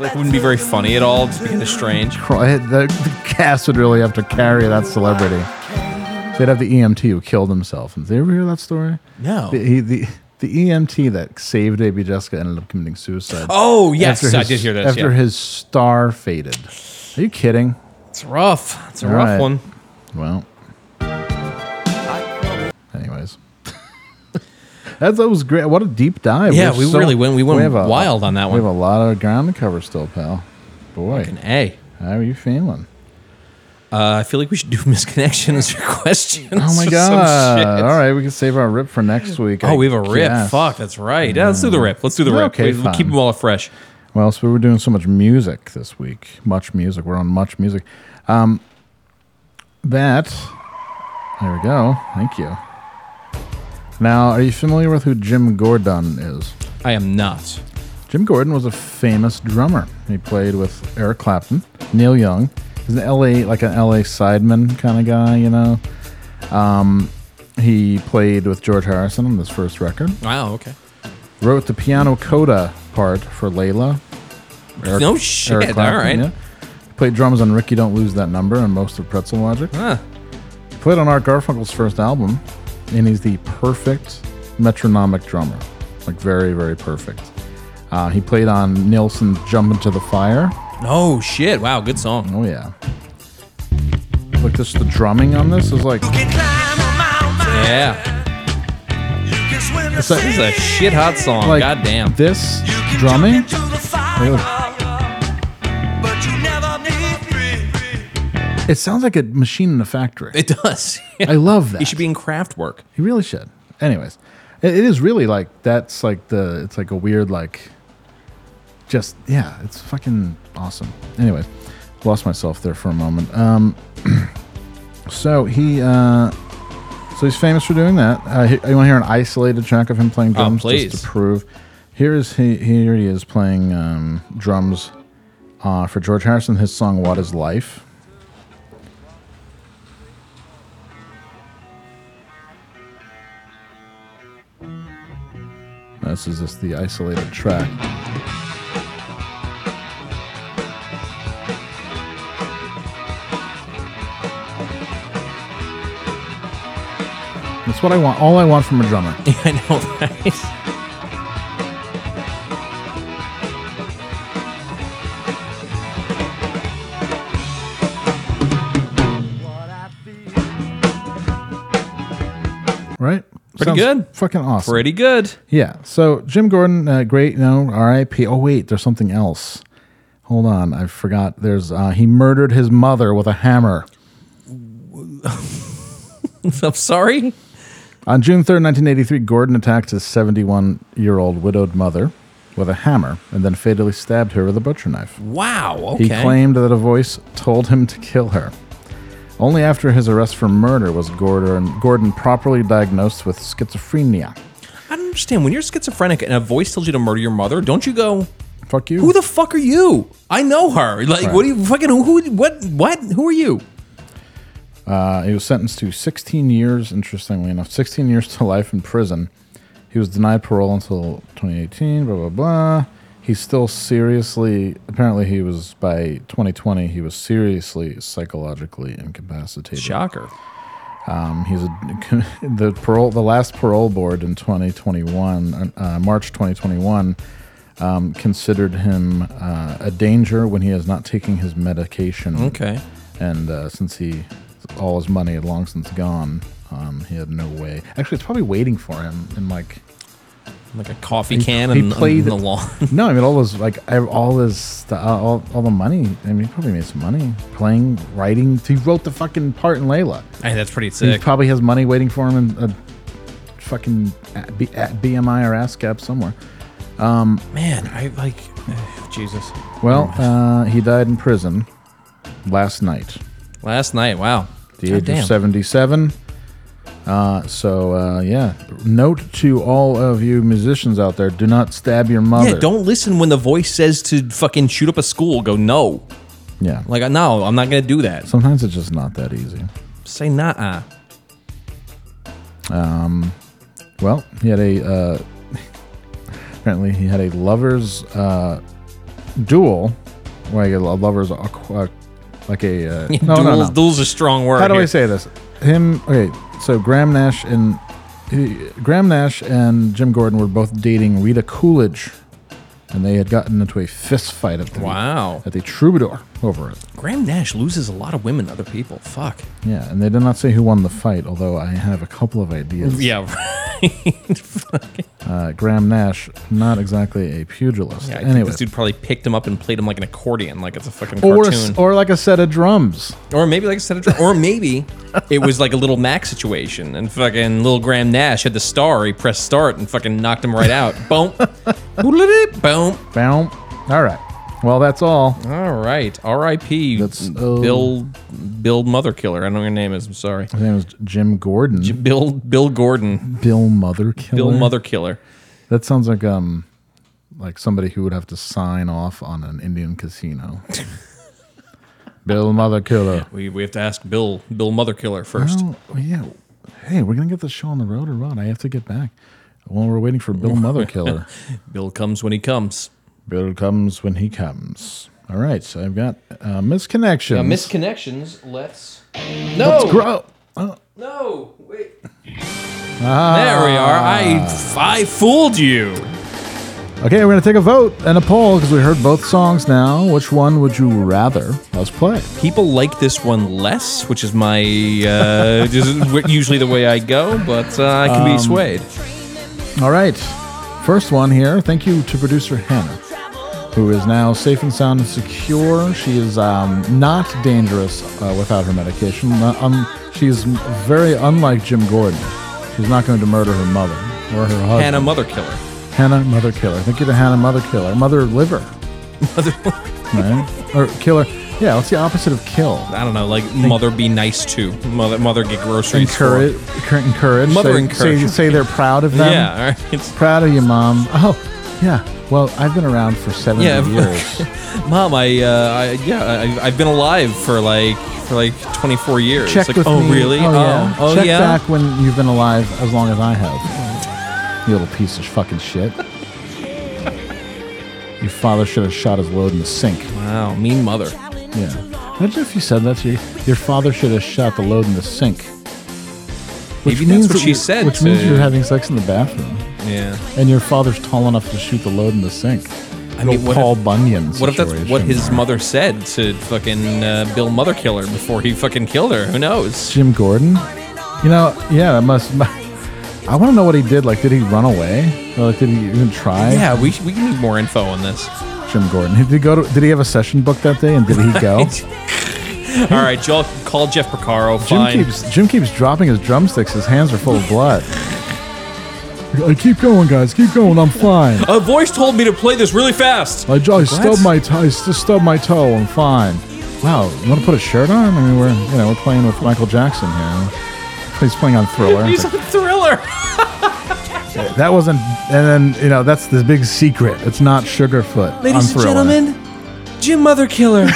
B: like, wouldn't be very funny at all. It's kind of strange.
C: Cry- The, the cast would really have to carry that celebrity. They'd have the EMT who killed himself. Did you ever hear that story?
B: No.
C: The, he, the, the EMT that saved Baby Jessica ended up committing suicide.
B: Oh yes,
C: after
B: I
C: his-
B: did hear this.
C: After
B: yeah.
C: his star faded. Are you kidding?
B: it's rough. It's a
C: All
B: rough
C: right.
B: one.
C: Well. Anyways. That's, that was great. What a deep dive.
B: Yeah,
C: We're
B: we really went- we went
C: have a-
B: wild on that one.
C: We have a lot of ground to cover still, pal. Boy,
B: An A.
C: how are you feeling?
B: Uh, I feel like we should do misconnections or questions.
C: Oh my
B: or some
C: god!
B: shit.
C: All right, we can save our rip for next week.
B: Oh,
C: I
B: we have a rip.
C: guess. Mm.
B: Fuck, that's right. Yeah, let's do the rip. Let's do the rip.
C: Okay,
B: we, we'll keep
C: fine.
B: them all fresh.
C: Well, so we were doing so much music this week. Much music. We're on much music. Um, that. There we go. Thank you. Now, are you familiar with who Jim Gordon is?
B: I am not.
C: Jim Gordon was a famous drummer. He played with Eric Clapton, Neil Young. He's an LA, like an LA sideman kind of guy, you know. Um, he played with George Harrison on his first record.
B: Wow. Okay.
C: Wrote the piano coda part for Layla. Eric-
B: no shit.
C: Eric Clapton,
B: all right.
C: yeah. Played drums on Ricky Don't Lose That Number and most of Pretzel Logic.
B: Huh.
C: Played on Art Garfunkel's first album, and he's the perfect metronomic drummer. Like, very, very perfect. Uh, he played on Nilsson's Jump Into the Fire.
B: Oh shit. Wow. Good song.
C: Oh, yeah. Look, this the drumming on this is like.
B: Yeah.
C: It's like-
B: This is a shit hot song.
C: like
B: God damn.
C: This drumming? Really? It sounds like a machine in a factory.
B: It does.
C: I love that.
B: He should be in craft work.
C: He really should. Anyways, it, it is really like that's like the it's like a weird like just yeah, it's fucking awesome. Anyways, lost myself there for a moment. Um, so he uh, so he's famous for doing that. Uh, he, you want to hear an isolated track of him playing drums
B: please.
C: just to prove? Here is he here he is playing um, drums uh, for George Harrison his song "What Is Life." This is just the isolated track. That's what I want. All I want from a drummer.
B: I know. Right?
C: right?
B: Pretty good.
C: Fucking awesome.
B: Pretty good.
C: Yeah. So Jim Gordon, uh, great. No, R.I.P. Oh wait, there's something else. Hold on, I forgot. There's uh, he murdered his mother with a hammer
B: I'm sorry.
C: on June 3rd, 1983. Gordon attacked his 71-year-old widowed mother with a hammer and then fatally stabbed her with a butcher knife.
B: Wow. Okay.
C: He claimed that a voice told him to kill her. Only after his arrest for murder was Gordon Gordon properly diagnosed with schizophrenia.
B: I don't understand. When you're schizophrenic and a voice tells you to murder your mother, don't you go?
C: Fuck you.
B: Who the fuck are you? I know her. Like, what do you fucking who, who? What? What? Who are you?
C: Uh, he was sentenced to 16 years, interestingly enough, 16 years to life in prison. He was denied parole until 2018, blah, blah, blah. He's still seriously, apparently, he was by 2020, he was seriously psychologically incapacitated.
B: Shocker.
C: Um, he's a, the parole, the last parole board in 2021, uh, March 2021, um, considered him uh, a danger when he is not taking his medication.
B: Okay.
C: And uh, since he all his money had long since gone, um, he had no way. Actually, it's probably waiting for him in like
B: Like a coffee can
C: he
B: and
C: played-
B: on the lawn.
C: no. I mean, all those like I- all his st- uh, all all the money. I mean, he probably made some money playing, writing. He wrote the fucking part in Layla.
B: hey, that's pretty
C: He
B: sick.
C: probably has money waiting for him in a fucking at B- at BMI or ASCAP somewhere.
B: Man, I like Jesus.
C: Well,
B: Mm.
C: uh, he died in prison last night.
B: Last night. Wow.
C: the
B: God
C: age
B: damn.
C: of 77. Uh, so, uh, yeah. Note to all of you musicians out there do not stab your mother.
B: Yeah, don't listen when the voice says to fucking shoot up a school. Go no.
C: Yeah.
B: Like no, I'm not gonna do that.
C: Sometimes it's just not that easy.
B: Say nah.
C: Well, he had a. Uh, apparently, he had a lover's uh, duel. Like a lover's. aqu- Uh, like a. Uh, no,
B: duels,
C: no, no.
B: duels a strong word.
C: How do I
B: here.
C: say this? Him. Okay. So, Graham Nash and. he- Graham Nash and Jim Gordon were both dating Rita Coolidge, and they had gotten into a fist fight at the
B: Wow.
C: at the Troubadour over it.
B: Graham Nash loses a lot of women, to other people. Fuck.
C: Yeah, and they did not say who won the fight, although I have a couple of ideas.
B: Yeah.
C: Uh, Graham Nash, not exactly a pugilist.
B: I think
C: anyway,
B: this dude probably picked him up and played him like an accordion, like it's a fucking
C: or, a s-
B: cartoon, or,
C: or like a set of drums.
B: maybe like a set of dr- or maybe it was like a little Mac situation, and fucking little Graham Nash had the star, he pressed start and fucking knocked him right out. Boom, Boodle-doo, boom.
C: Boom. All right. Well, that's all.
B: All right, R.I.P.
C: That's, oh.
B: Bill Bill Mother Killer. I don't know your name is. I'm sorry.
C: His name was Jim Gordon.
B: Bill Bill Gordon.
C: Bill Mother
B: Bill Mother Killer.
C: That sounds like um, like somebody who would have to sign off on an Indian casino. Bill Mother Killer.
B: We, we have to ask Bill Bill Mother Killer first.
C: Oh, yeah. Hey, we're gonna get the show on the road or what? I have to get back. While we're waiting for Bill Mother Killer.
B: Bill comes when he comes.
C: Bill comes when he comes. All right, so I've got uh, misconnections.
B: Uh, misconnections. Let's. No.
C: Let's grow. Oh,
B: No. Wait. There we are. I I fooled you.
C: Okay, we're gonna take a vote and a poll because we heard both songs now. Which one would you rather us play?
B: People like this one less, which is my uh, this is wi- usually the way I go, but uh, I can
C: Um,
B: be swayed.
C: All right, first one here. Thank you to producer Hannah, who is now safe and sound and secure. She is um, not dangerous uh, without her medication. Uh, um, she's very unlike Jim Gordon. She's not going to murder her mother or her husband.
B: Hannah Mother Killer.
C: Hannah Mother Killer. Thank you to Hannah Mother Killer. Mother Liver. right? Or Killer. Yeah, what's the opposite of kill?
B: I don't know, like mother be nice to mother. Mother get groceries. for-
C: Encourage. Cur- encourage.
B: Mother
C: say,
B: encourage.
C: Say, say they're proud of them.
B: Yeah, all right. It's-
C: Proud of you, Mom. Oh, yeah. Well, I've been around for 70
B: Yeah.
C: years.
B: Mom, I, uh, I yeah, I, I've been alive for like for like 24 years.
C: Check
B: like,
C: with
B: oh
C: me.
B: really?
C: Oh, yeah.
B: oh
C: Check
B: yeah.
C: back when you've been alive as long as I have. You little piece of fucking shit. Your father should have shot his load in the sink.
B: Wow, mean mother.
C: Yeah. Imagine if you said that to your, your father should have shot the load in the sink.
B: Maybe that's what
C: that
B: she
C: you're-
B: said
C: Which means
B: to-
C: you're having sex in the bathroom,
B: Yeah.
C: and your father's tall enough to shoot the load in the sink.
B: I mean,
C: Little
B: what
C: Paul
B: if-
C: Bunyan.
B: What if that's what
C: situation
B: his
C: there.
B: mother said to fucking uh, Bill Mother Killer before he fucking killed her? Who knows?
C: Jim Gordon? You know, yeah, that must. I want to know what he did. Like, did he run away? Or, like, did he even try?
B: Yeah, we we need more info on this.
C: Jim Gordon. Did he go? To, did he have a session booked that day? And did he go?
B: All right, Joel, call Jeff Picaro.
C: Jim
B: Fine.
C: keeps Jim keeps dropping his drumsticks. His hands are full of blood. I keep going, guys. Keep going. I'm flying.
B: A voice told me to play this really fast.
C: I, I stubbed my toe. I st- stubbed my toe. I'm fine. Wow, you want to put a shirt on? I mean, we're you know we're playing with Michael Jackson here. He's playing on Thriller.
B: He's a thriller.
C: that wasn't. And then you know that's the big secret. It's not Sugarfoot. on Thriller.
B: Jim Mother Killer.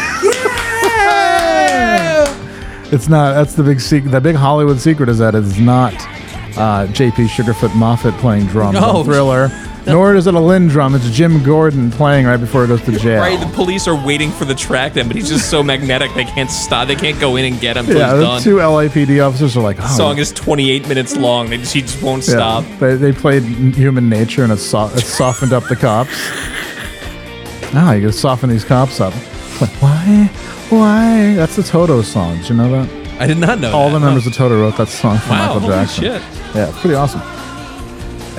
C: It's not. That's the big secret. The big Hollywood secret is that it's not uh, J.P. Sugarfoot Moffat playing drums
B: No.
C: on Thriller, nor is it a Lynn drum. It's Jim Gordon playing right before he goes to jail.
B: Right, the police are waiting for the track then, but he's just so magnetic they can't stop. They can't go in and get him. till
C: yeah,
B: he's
C: the
B: done.
C: two LAPD officers are like, oh,
B: The song is 28 minutes long. They just, he just won't
C: yeah.
B: stop.
C: They, they played Human Nature and it, so- it softened up the cops. Ah, you gotta soften these cops up. Like, why? Why? That's the Toto song. Did you know that?
B: I did not know.
C: All
B: that.
C: the members of Toto wrote that song for
B: Wow,
C: Michael
B: holy
C: Jackson.
B: shit.
C: Yeah, it's pretty awesome.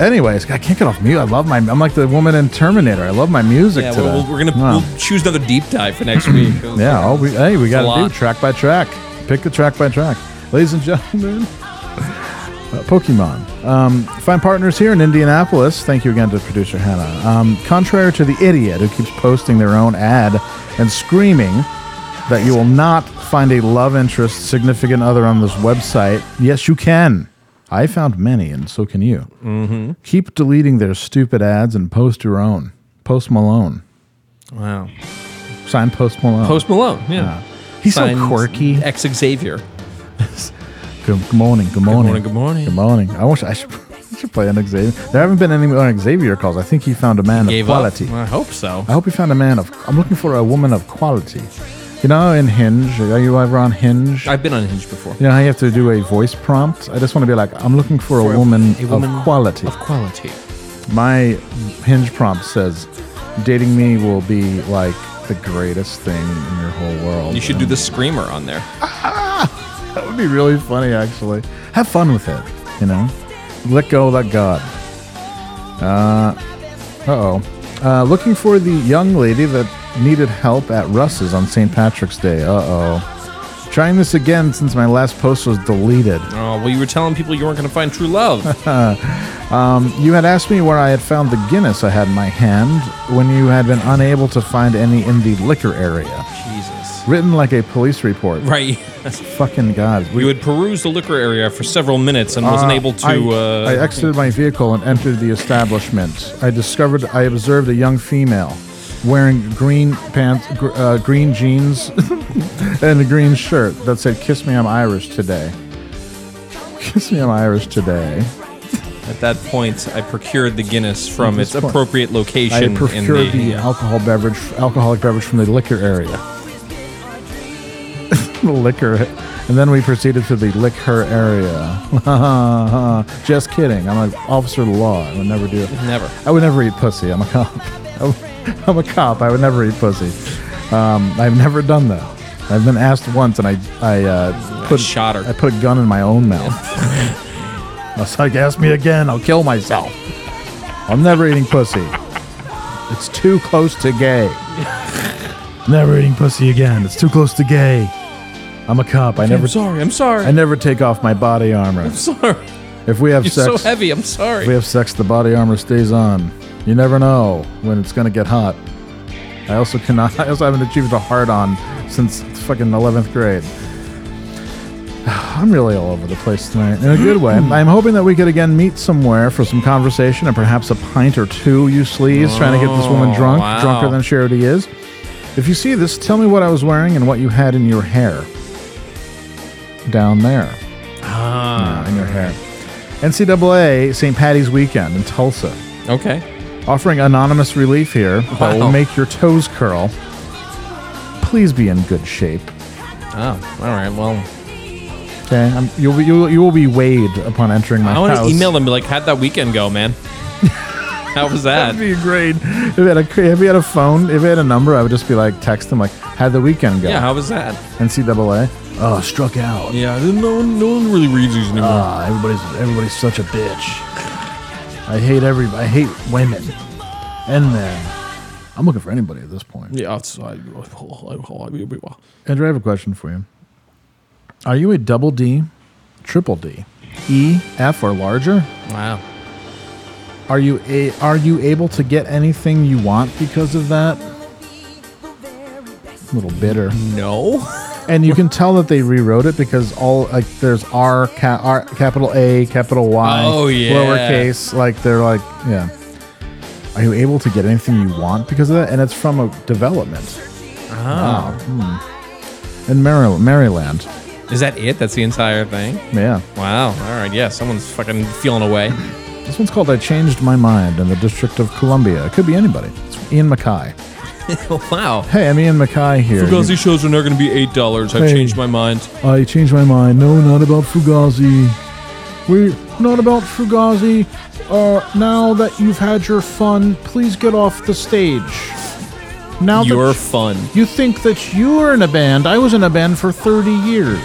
C: Anyways, I can't get off mute. I love my. I'm like the woman in Terminator. I love my music
B: Yeah,
C: today.
B: we're, we're gonna
C: Wow.
B: we'll choose another deep dive for next week.
C: yeah. All we, hey, we
B: a
C: got to
B: lot.
C: do track by track. Pick the track by track, ladies and gentlemen. uh, Pokemon. Um, find partners here in Indianapolis. Thank you again to producer Hannah. Um, contrary to the idiot who keeps posting their own ad and screaming that you will not find a love interest, significant other on this website. Yes, you can. I found many, and so can you. Mm-hmm. Keep deleting their stupid ads and post your own. Post Malone.
B: Wow.
C: Sign Post Malone.
B: Post Malone. Yeah.
C: He's
B: Signed
C: so quirky.
B: Ex Xavier.
C: Good, good morning. Good morning.
B: morning, good morning.
C: Good morning. I wish I should, I should play an Xavier. There haven't been any more Xavier calls. I think he found a man
B: Gave
C: of quality.
B: up. I hope so.
C: I hope he found a man of. I'm looking for a woman of quality. You know, in Hinge, are you ever on Hinge?
B: I've been on Hinge before.
C: you know how you have to do a voice prompt. I just want to be like, I'm looking for, a, woman of quality.
B: Of quality.
C: My Hinge prompt says, "Dating me will be like the greatest thing in your whole world."
B: You should do
C: And
B: the screamer on there.
C: That would be really funny, actually. Have fun with it, you know. Let go, let God. Uh oh. Uh, looking for the young lady that needed help at Russ's on St. Patrick's Day. Uh oh. Trying this again since my last post was deleted.
B: Oh, well, you were telling people you weren't going to find true love.
C: You had asked me where I had found the Guinness I had in my hand when you had been unable to find any in the liquor area.
B: Jesus.
C: Written like a police report.
B: Right.
C: Fucking God.
B: We would peruse the liquor area for several minutes and wasn't able to.
C: I,
B: uh,
C: Ah, I exited my vehicle and entered the establishment. I discovered, I observed a young female wearing green pants, gr- uh, green jeans, and a green shirt that said, Kiss me, I'm Irish today. Kiss me, I'm Irish today.
B: At that point, I procured the Guinness from
C: At
B: its
C: this point,
B: appropriate location.
C: I
B: in
C: procured the,
B: uh,
C: alcohol beverage, alcoholic beverage from the liquor area. the liquor, and then we proceeded to the liquor area. Just kidding. I'm an officer of the law. I would never do.
B: Never.
C: I would never eat pussy. I'm a cop. I'm- I'm a cop. I would never eat pussy. Um, I've never done that. I've been asked once, and I I uh, put
B: shot her.
C: I put gun in my own mouth. It's like ask me again, I'll kill myself. I'm never eating pussy. It's too close to gay. never eating pussy again. It's too close to gay. I'm a cop. I never.
B: I'm sorry. I'm sorry.
C: I
B: I'm
C: never take off my body armor.
B: sorry.
C: If we have
B: You're
C: sex,
B: so heavy. I'm sorry.
C: if we have sex, the body armor stays on. You never know when it's gonna get hot. I also cannot. I also haven't achieved a hard on since fucking eleventh grade. I'm really all over the place tonight in a good way. I'm hoping that we could again meet somewhere for some conversation and perhaps a pint or two. You sleaze, trying to get this woman drunk,
B: Oh, wow.
C: drunker than she already is. If you see this, tell me what I was wearing and what you had in your hair. Down there
B: Ah,
C: in your hair. NCAA St. Patty's Weekend in Tulsa.
B: okay.
C: Offering anonymous relief here that
B: Wow.
C: will make your toes curl. Please be in good shape.
B: Oh, all right. Well,
C: Okay, I'm, you'll be you'll, you will be weighed upon entering my
B: I want to
C: house.
B: email them and be like, "How'd that weekend go, man? How was that?"
C: That'd be great. If you had a if you had a phone, if you had a number, I would just be like text them like, "How'd the weekend go?"
B: Yeah. How was that?
C: NCAA. Oh, struck out.
B: Yeah. No, no one really reads these anymore.
C: Ah, everybody's everybody's such a bitch. I hate every I hate women and men. I'm looking for anybody at this point.
B: yeah. It's, I, I,
C: Andrew, I have a question for you. Are you a double D, triple D, E, F, or larger?
B: wow.
C: Are you a Are you able to get anything you want because of that? A little bitter,
B: No.
C: and you can tell that they rewrote it because all like there's R, ca- R capital A, capital Y,
B: Oh, yeah.
C: lowercase. Like they're like, yeah. Are you able to get anything you want because of that? And it's from a development.
B: Uh-huh.
C: Oh. In Maryland, Maryland.
B: Is that it? That's the entire thing.
C: Yeah.
B: Wow. All right. Yeah. Someone's fucking feeling away.
C: This one's called I Changed My Mind in the District of Columbia. It could be anybody. It's Ian Mackay.
B: wow.
C: Hey, I'm Ian Mackay here.
B: Fugazi shows are now going to be eight dollars. I've
C: Hey.
B: changed my mind.
C: I changed my mind. No, not about Fugazi. We're not about Fugazi. Uh, now that you've had your fun, please get off the stage. Now
B: You're
C: that
B: fun.
C: you think that you're in a band, I was in a band for 30 years.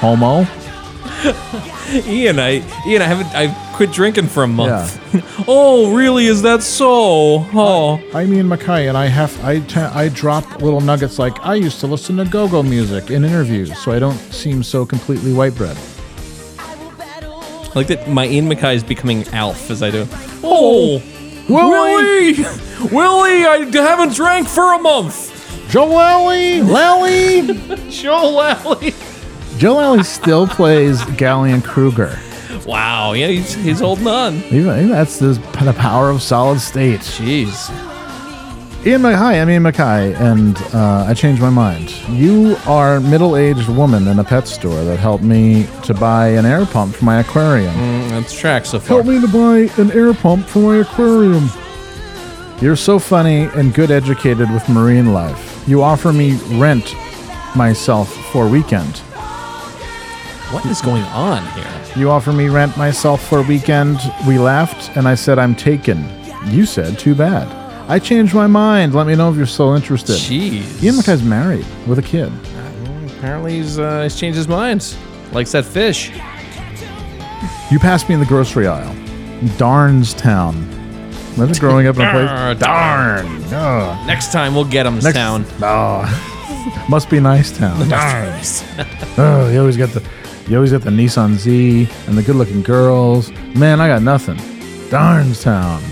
C: Homo.
B: Ian, I Ian, I haven't I quit drinking for a month. oh, really? Is that so? Oh,
C: I'm Ian Mackay, and I have I ta- I drop little nuggets like I used to listen to go-go music in interviews, so I don't seem so completely white bread.
B: I like that. My Ian Mackay is becoming Alf as I do. Oh, Willie, Willie, I haven't drank for a month.
C: Joe Lally, Lally,
B: Joel Alley.
C: Joe Lally still plays Galleon Kruger.
B: Wow, yeah, he's, he's holding on.
C: Even, even that's the, the power of solid state.
B: Jeez.
C: Ian Mackay, I'm Ian Mackay, and uh, I changed my mind. You are a middle-aged woman in a pet store that helped me to buy an air pump for my aquarium.
B: That's track so far.
C: Help me to buy an air pump for my aquarium. You're so funny and good educated with marine life. You offer me rent myself for weekend.
B: What is going on here?
C: You offer me rent myself for weekend. We laughed and I said I'm taken. You said too bad. I changed my mind. Let me know if you're still interested.
B: Jeez.
C: Ian McKay's married with a kid.
B: Apparently he's, uh, he's changed his mind. Likes that fish.
C: You passed me in the grocery aisle. Darnstown. Remember growing up in a
B: Arr,
C: place?
B: darn.
C: Ugh.
B: Next time we'll get them
C: Next-
B: down.
C: Aw. Must be nice town.
B: Darn.
C: Oh, you always got the you always got the Nissan Z and the good looking girls. Man, I got nothing. Darnstown.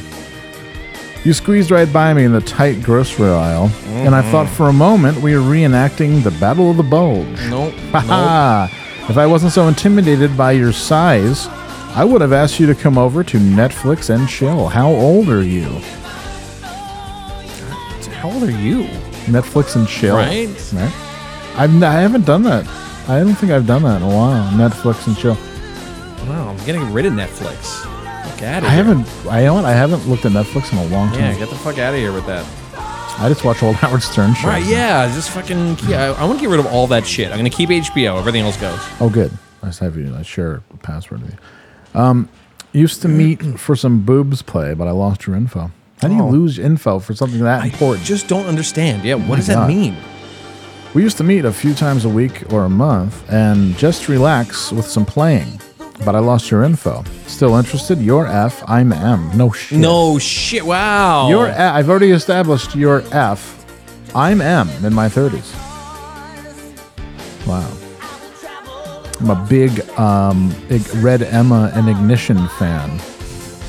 C: You squeezed right by me in the tight grocery aisle, and I thought
B: Mm-hmm.
C: for a moment we were reenacting the Battle of the Bulge.
B: Nope. nope.
C: Haha. If I wasn't so intimidated by your size, I would have asked you to come over to Netflix and chill. How old are you?
B: How old are you?
C: Netflix and chill.
B: Right.
C: Right. I've, n- I haven't done that. I don't think I've done that in a while. Netflix and chill.
B: Wow, I'm getting rid of Netflix. Fuck out of
C: I haven't. I you know what? I haven't looked at Netflix in a long time.
B: Yeah, get the fuck out of here with that.
C: I just watch old Howard Stern shows.
B: Right, yeah, just fucking. Yeah, I, I want to get rid of all that shit. I'm gonna keep HBO. Everything else goes.
C: Oh, good. I just have you. I share a password with you. Um, used to meet for some boobs play, but I lost your info. How do you lose info for something that important?
B: Oh. Just don't understand. Yeah, what does
C: God.
B: that mean?
C: We used to meet a few times a week or a month and just relax with some playing. But I lost your info. Still interested? You're F, I'm M. No shit.
B: No shit. Wow.
C: You're F. I've already established you're F. I'm M in my 30s. Wow. I'm a big um, Ig- Red Emma and Ignition fan.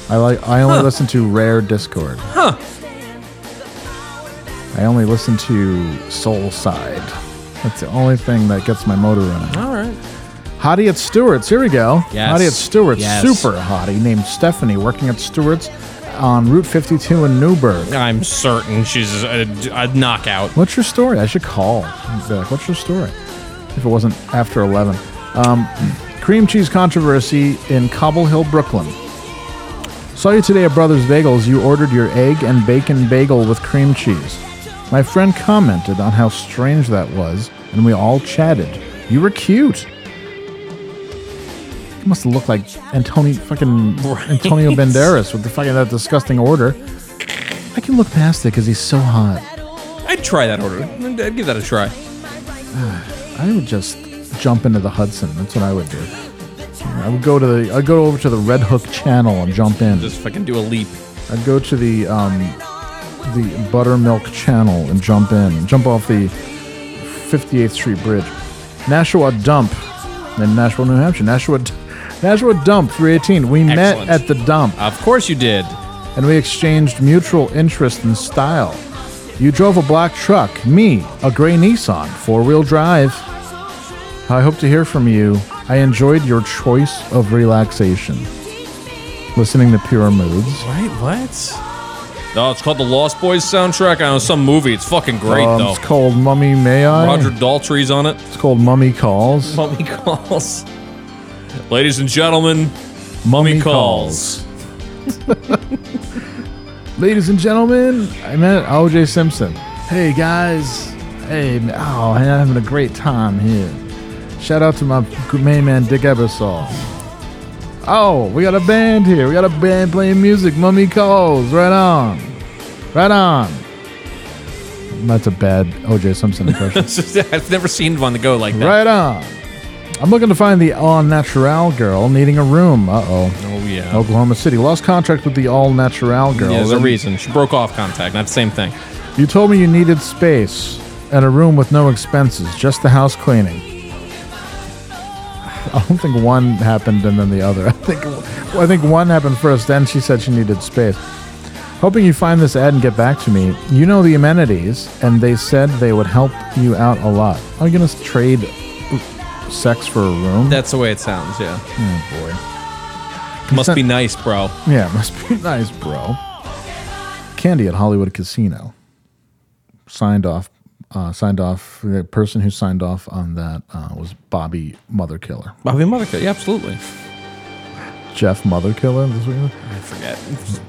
C: I like. I only listen to rare Discord. Huh. I only listen to Soul Side. That's the only thing that gets my motor running.
B: all right.
C: Hottie at Stewart's. Here we go.
B: Yes.
C: Hottie at Stewart's.
B: Yes.
C: Super hottie named Stephanie working at Stewart's on Route 52 in Newburgh.
B: I'm certain she's a, a knockout.
C: What's your story? I should call. Be like, What's your story? If it wasn't after 11. Um, cream cheese controversy in Cobble Hill, Brooklyn. Saw you today at Brothers Bagels. You ordered your egg and bacon bagel with cream cheese. My friend commented on how strange that was, and we all chatted. You were cute. You must look like Antonio fucking Antonio Banderas with the fucking that disgusting order. I can look past it because he's so hot.
B: I'd try that order. I'd I'd give that a try.
C: I would just jump into the Hudson. That's what I would do. I would go to the. I'd go over to the Red Hook Channel and jump in.
B: Just fucking do a leap.
C: I'd go to the um, the Buttermilk Channel and jump in. Jump off the 58th Street Bridge. Nashua Dump in Nashua, New Hampshire. Nashua, D- Nashua Dump 318. We met
B: Excellent.
C: at the dump
B: Of course you did.
C: and we exchanged mutual interest and style. You drove a black truck, me, a gray Nissan, four wheel drive. I hope to hear from you. I enjoyed your choice of relaxation. Listening to Pure Moods.
B: Right? What? No, Oh, it's called the Lost Boys soundtrack. I know some movie. It's fucking great
C: Um,
B: though.
C: It's called Mummy May I?
B: Roger Daltrey's on it.
C: It's called Mummy Calls.
B: Mummy calls. Ladies and gentlemen, Mummy calls.
C: Ladies and gentlemen, I met OJ Simpson. Hey guys. Hey, man. oh, I'm having a great time here. Shout out to my g- main man, Dick Ebersol. Oh, we got a band here. We got a band playing music. Mummy calls. Right on. Right on. That's a bad OJ Simpson impression.
B: It's just- I've never seen one to go like that.
C: right on. I'm looking to find the all natural girl needing a room. Uh oh.
B: Oh yeah.
C: Oklahoma City lost contract with the all natural girl.
B: Yeah, there's a
C: Then-
B: reason. She broke off contact. Not the same thing.
C: You told me you needed space and a room with no expenses, just the house cleaning. I don't think one happened and then the other. I think well, I think one happened first. Then she said she needed space. Hoping you find this ad and get back to me. You know the amenities, and they said they would help you out a lot. Are you gonna s- trade sex for a room?
B: That's the way it sounds, yeah.
C: oh
B: Must
C: not-
B: be nice, bro.
C: boy. Yeah, must be nice, bro. Candy at Hollywood Casino. signed off uh, signed off the person who signed off on that uh, was Bobby Motherkiller.
B: Bobby Mothercutt. Yeah, absolutely.
C: Jeff Motherkiller this week.
B: I forget.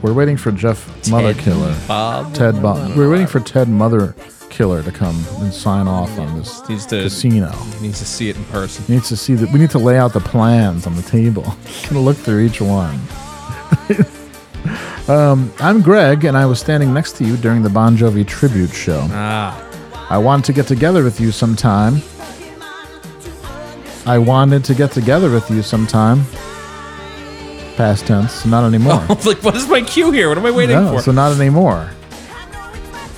C: We're waiting for Jeff Motherkiller.
B: Bob.
C: Ted Bob. We're waiting for Ted Motherkiller to come and sign off on this
B: Needs to-
C: casino.
B: Needs to see it in person.
C: He needs to see that we need to lay out the plans on the table. Gonna look through each one. um, I'm Greg, and I was standing next to you during the Bon Jovi tribute show.
B: Ah.
C: I want to get together with you sometime. I wanted to get together with you sometime. past tense. Not anymore.
B: like, what is my cue here? What am I waiting
C: no,
B: for?
C: so not anymore.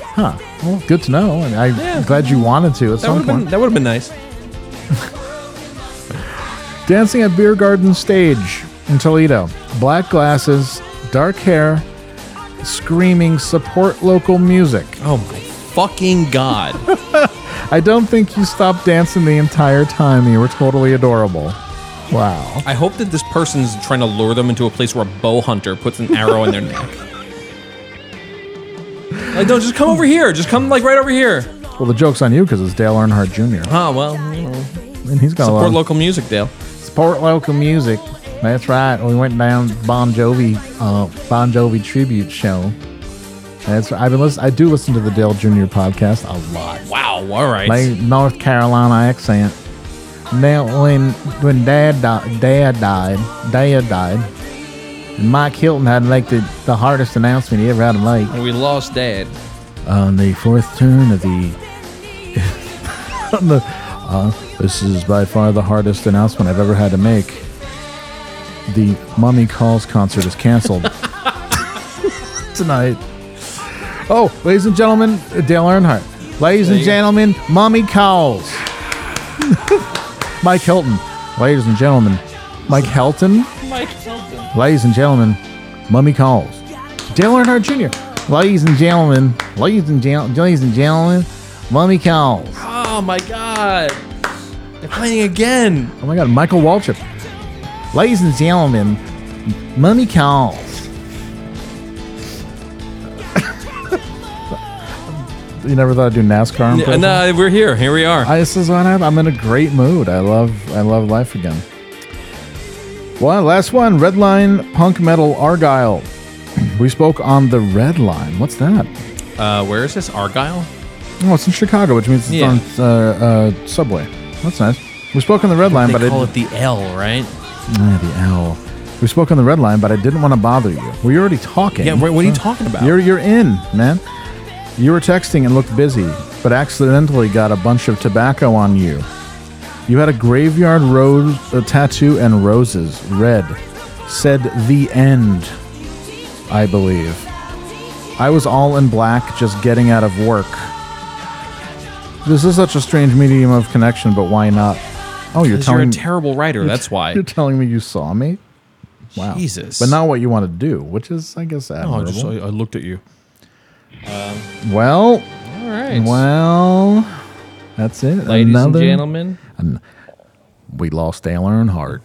C: Huh. Well, good to know. And I'm
B: Yeah.
C: glad you wanted to
B: that would
C: at some
B: have been
C: point.
B: that would have been nice.
C: Dancing at Beer Garden Stage in Toledo. Black glasses, dark hair, screaming support local music.
B: Oh my fucking god!
C: I don't think you stopped dancing the entire time. You were totally adorable. Wow.
B: I hope that this person's trying to lure them into a place where a bow hunter puts an arrow in their neck. Like, no, just come over here. Just come like right over here.
C: Well, the joke's on you because it's Dale Earnhardt Jr.
B: Ah, well, you know,
C: And he's got a lot
B: support
C: of
B: local music, Dale.
C: support local music. That's right. We went down Bon Jovi, uh, Bon Jovi tribute show. That's right. I've been listen- I do listen to the Dale Jr. podcast a lot.
B: Wow. All right.
C: My North Carolina accent. Now, when when Dad di- Dad died, Dad died. and Mike Hilton had like the, the hardest announcement he ever had to make
B: we lost Dad.
C: on the fourth turn of the. on the uh, this is by far the hardest announcement I've ever had to make. The Mummy Calls concert is canceled tonight. Oh, ladies and gentlemen, Dale Earnhardt. Ladies and
B: you go.
C: gentlemen, Mummy Calls. Mike Hilton. Ladies and gentlemen, Mike Helton.
B: Mike Hilton.
C: Ladies and gentlemen, Mummy Calls. Dale Earnhardt Jr. Ladies and gentlemen, ladies and gen- ladies and gentlemen, Mummy Calls.
B: Oh my god. They're playing again.
C: Oh my God, Michael Waltrip. Ladies and gentlemen, Mummy Calls. you never thought I'd do NASCAR
B: No,
C: impression?
B: uh, we're here. Here we are.
C: I, this is what I'm, I'm in a great mood. I love I love life again. Well, last one, Redline Punk Metal Argyle. We spoke on the Red Line. What's that?
B: Uh, where is this? Argyle?
C: Oh, it's in Chicago, which means it's
B: Yeah.
C: on uh, uh, subway. That's nice. We spoke on the Red Line,
B: They
C: but I
B: call it the L, right?
C: Ah, the owl. We spoke on the Red Line, but I didn't want to bother you. We were already talking.
B: Yeah, wait, what are you talking about?
C: You're you're in, man. You were texting and looked busy, but accidentally got a bunch of tobacco on you. You had a graveyard rose a tattoo and roses, red. Said the end, I believe. I was all in black, just getting out of work. This is such a strange medium of connection, but why not? Oh, you're
B: 'Cause You're,
C: telling
B: a
C: me
B: terrible writer. That's why.
C: you're telling me you saw me. Wow.
B: Jesus. Oh,
C: But not what you want to do, which is, I guess, admirable.
B: looked at you.
C: well,
B: All right.
C: well, that's it.
B: Ladies
C: Another-
B: and gentlemen,
C: we lost Dale Earnhardt.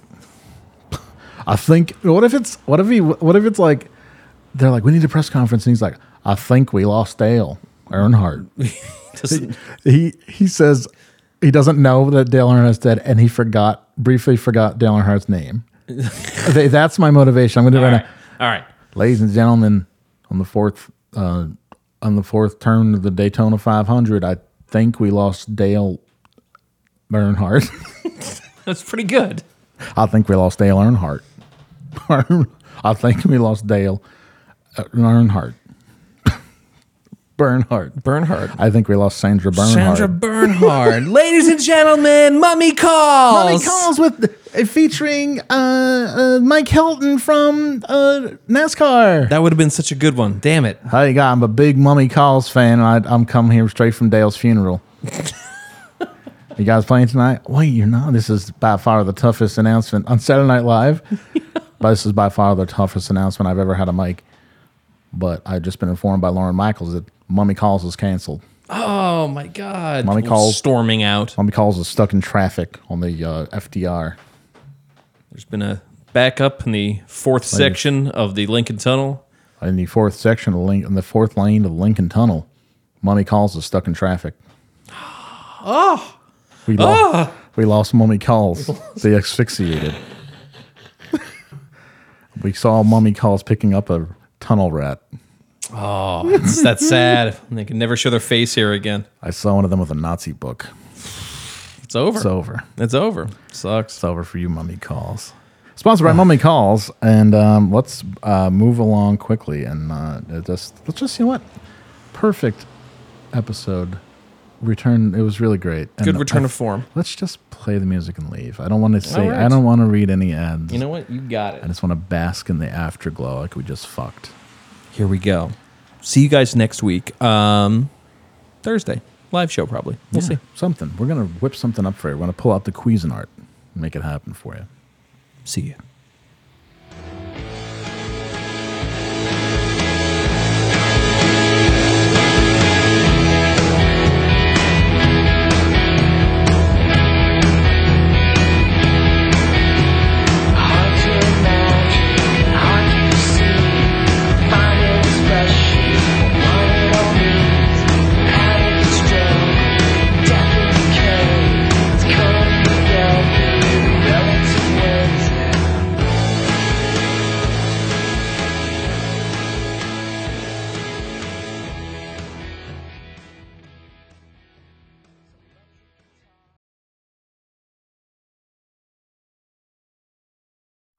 C: I think. What if it's? What if he? What if it's like? They're like, we need a press conference, and he's like, I think we lost Dale Earnhardt.
B: doesn't-
C: he he says he doesn't know that Dale Earnhardt's dead, and he forgot briefly forgot Dale Earnhardt's name. They- that's my motivation. I'm going to do it
B: all
C: right
B: right.
C: now.
B: All right.
C: ladies and gentlemen, on the fourth uh, on the fourth turn of the Daytona 500, I think we lost Dale Earnhardt.
B: That's pretty good.
C: I think we lost Dale Earnhardt. I think we lost Dale uh, Earnhardt. Bernhardt.
B: Bernhard.
C: I think we lost Sandra Bernhardt.
B: Sandra Bernhard. Ladies and gentlemen, Mummy Calls.
C: Molly Calls with uh, featuring uh, uh, Mike Helton from uh, NASCAR.
B: That would have been such a good one. Damn it.
C: Hey, God, I'm a big Mummy Calls fan, and I, I'm coming here straight from Dale's funeral. you guys playing tonight? Wait, you're not. This is by far the toughest announcement on Saturday Night Live. but this is by far the toughest announcement I've ever had to make. But I've just been informed by Lauren Michaels that Mummy Calls is canceled.
B: Oh my God.
C: Mummy
B: We're
C: Calls.
B: Storming out.
C: Mummy Calls is stuck in traffic on the uh, FDR.
B: There's been a backup in the fourth section of the Lincoln Tunnel.
C: In the fourth section of Link, in the fourth lane of Lincoln Tunnel, Mummy Calls is stuck in traffic. Oh, we lost. We lost Mummy Calls. they asphyxiated. we saw Mummy Calls picking up a tunnel rat.
B: It's that sad. They can never show their face here again.
C: I saw one of them with a Nazi book.
B: It's over.
C: It's over.
B: It's over. Sucks.
C: It's over for you, Mummy Calls. Sponsored by Mummy Calls, and um, let's uh, move along quickly and uh, just let's just you know what perfect episode return. It was really great. And
B: Good return
C: I-
B: of form.
C: Let's just play the music and leave. I don't want to say.
B: right.
C: I don't want to read any ads.
B: You know what? You got
C: I
B: it.
C: just want to bask in the afterglow like we just fucked.
B: Here we go. See you guys next week. Um, Thursday. Live show, probably. We'll
C: Yeah,
B: see.
C: something. We're gonna whip something up for you. We're gonna pull out the Cuisinart and make it happen for you.
B: See you.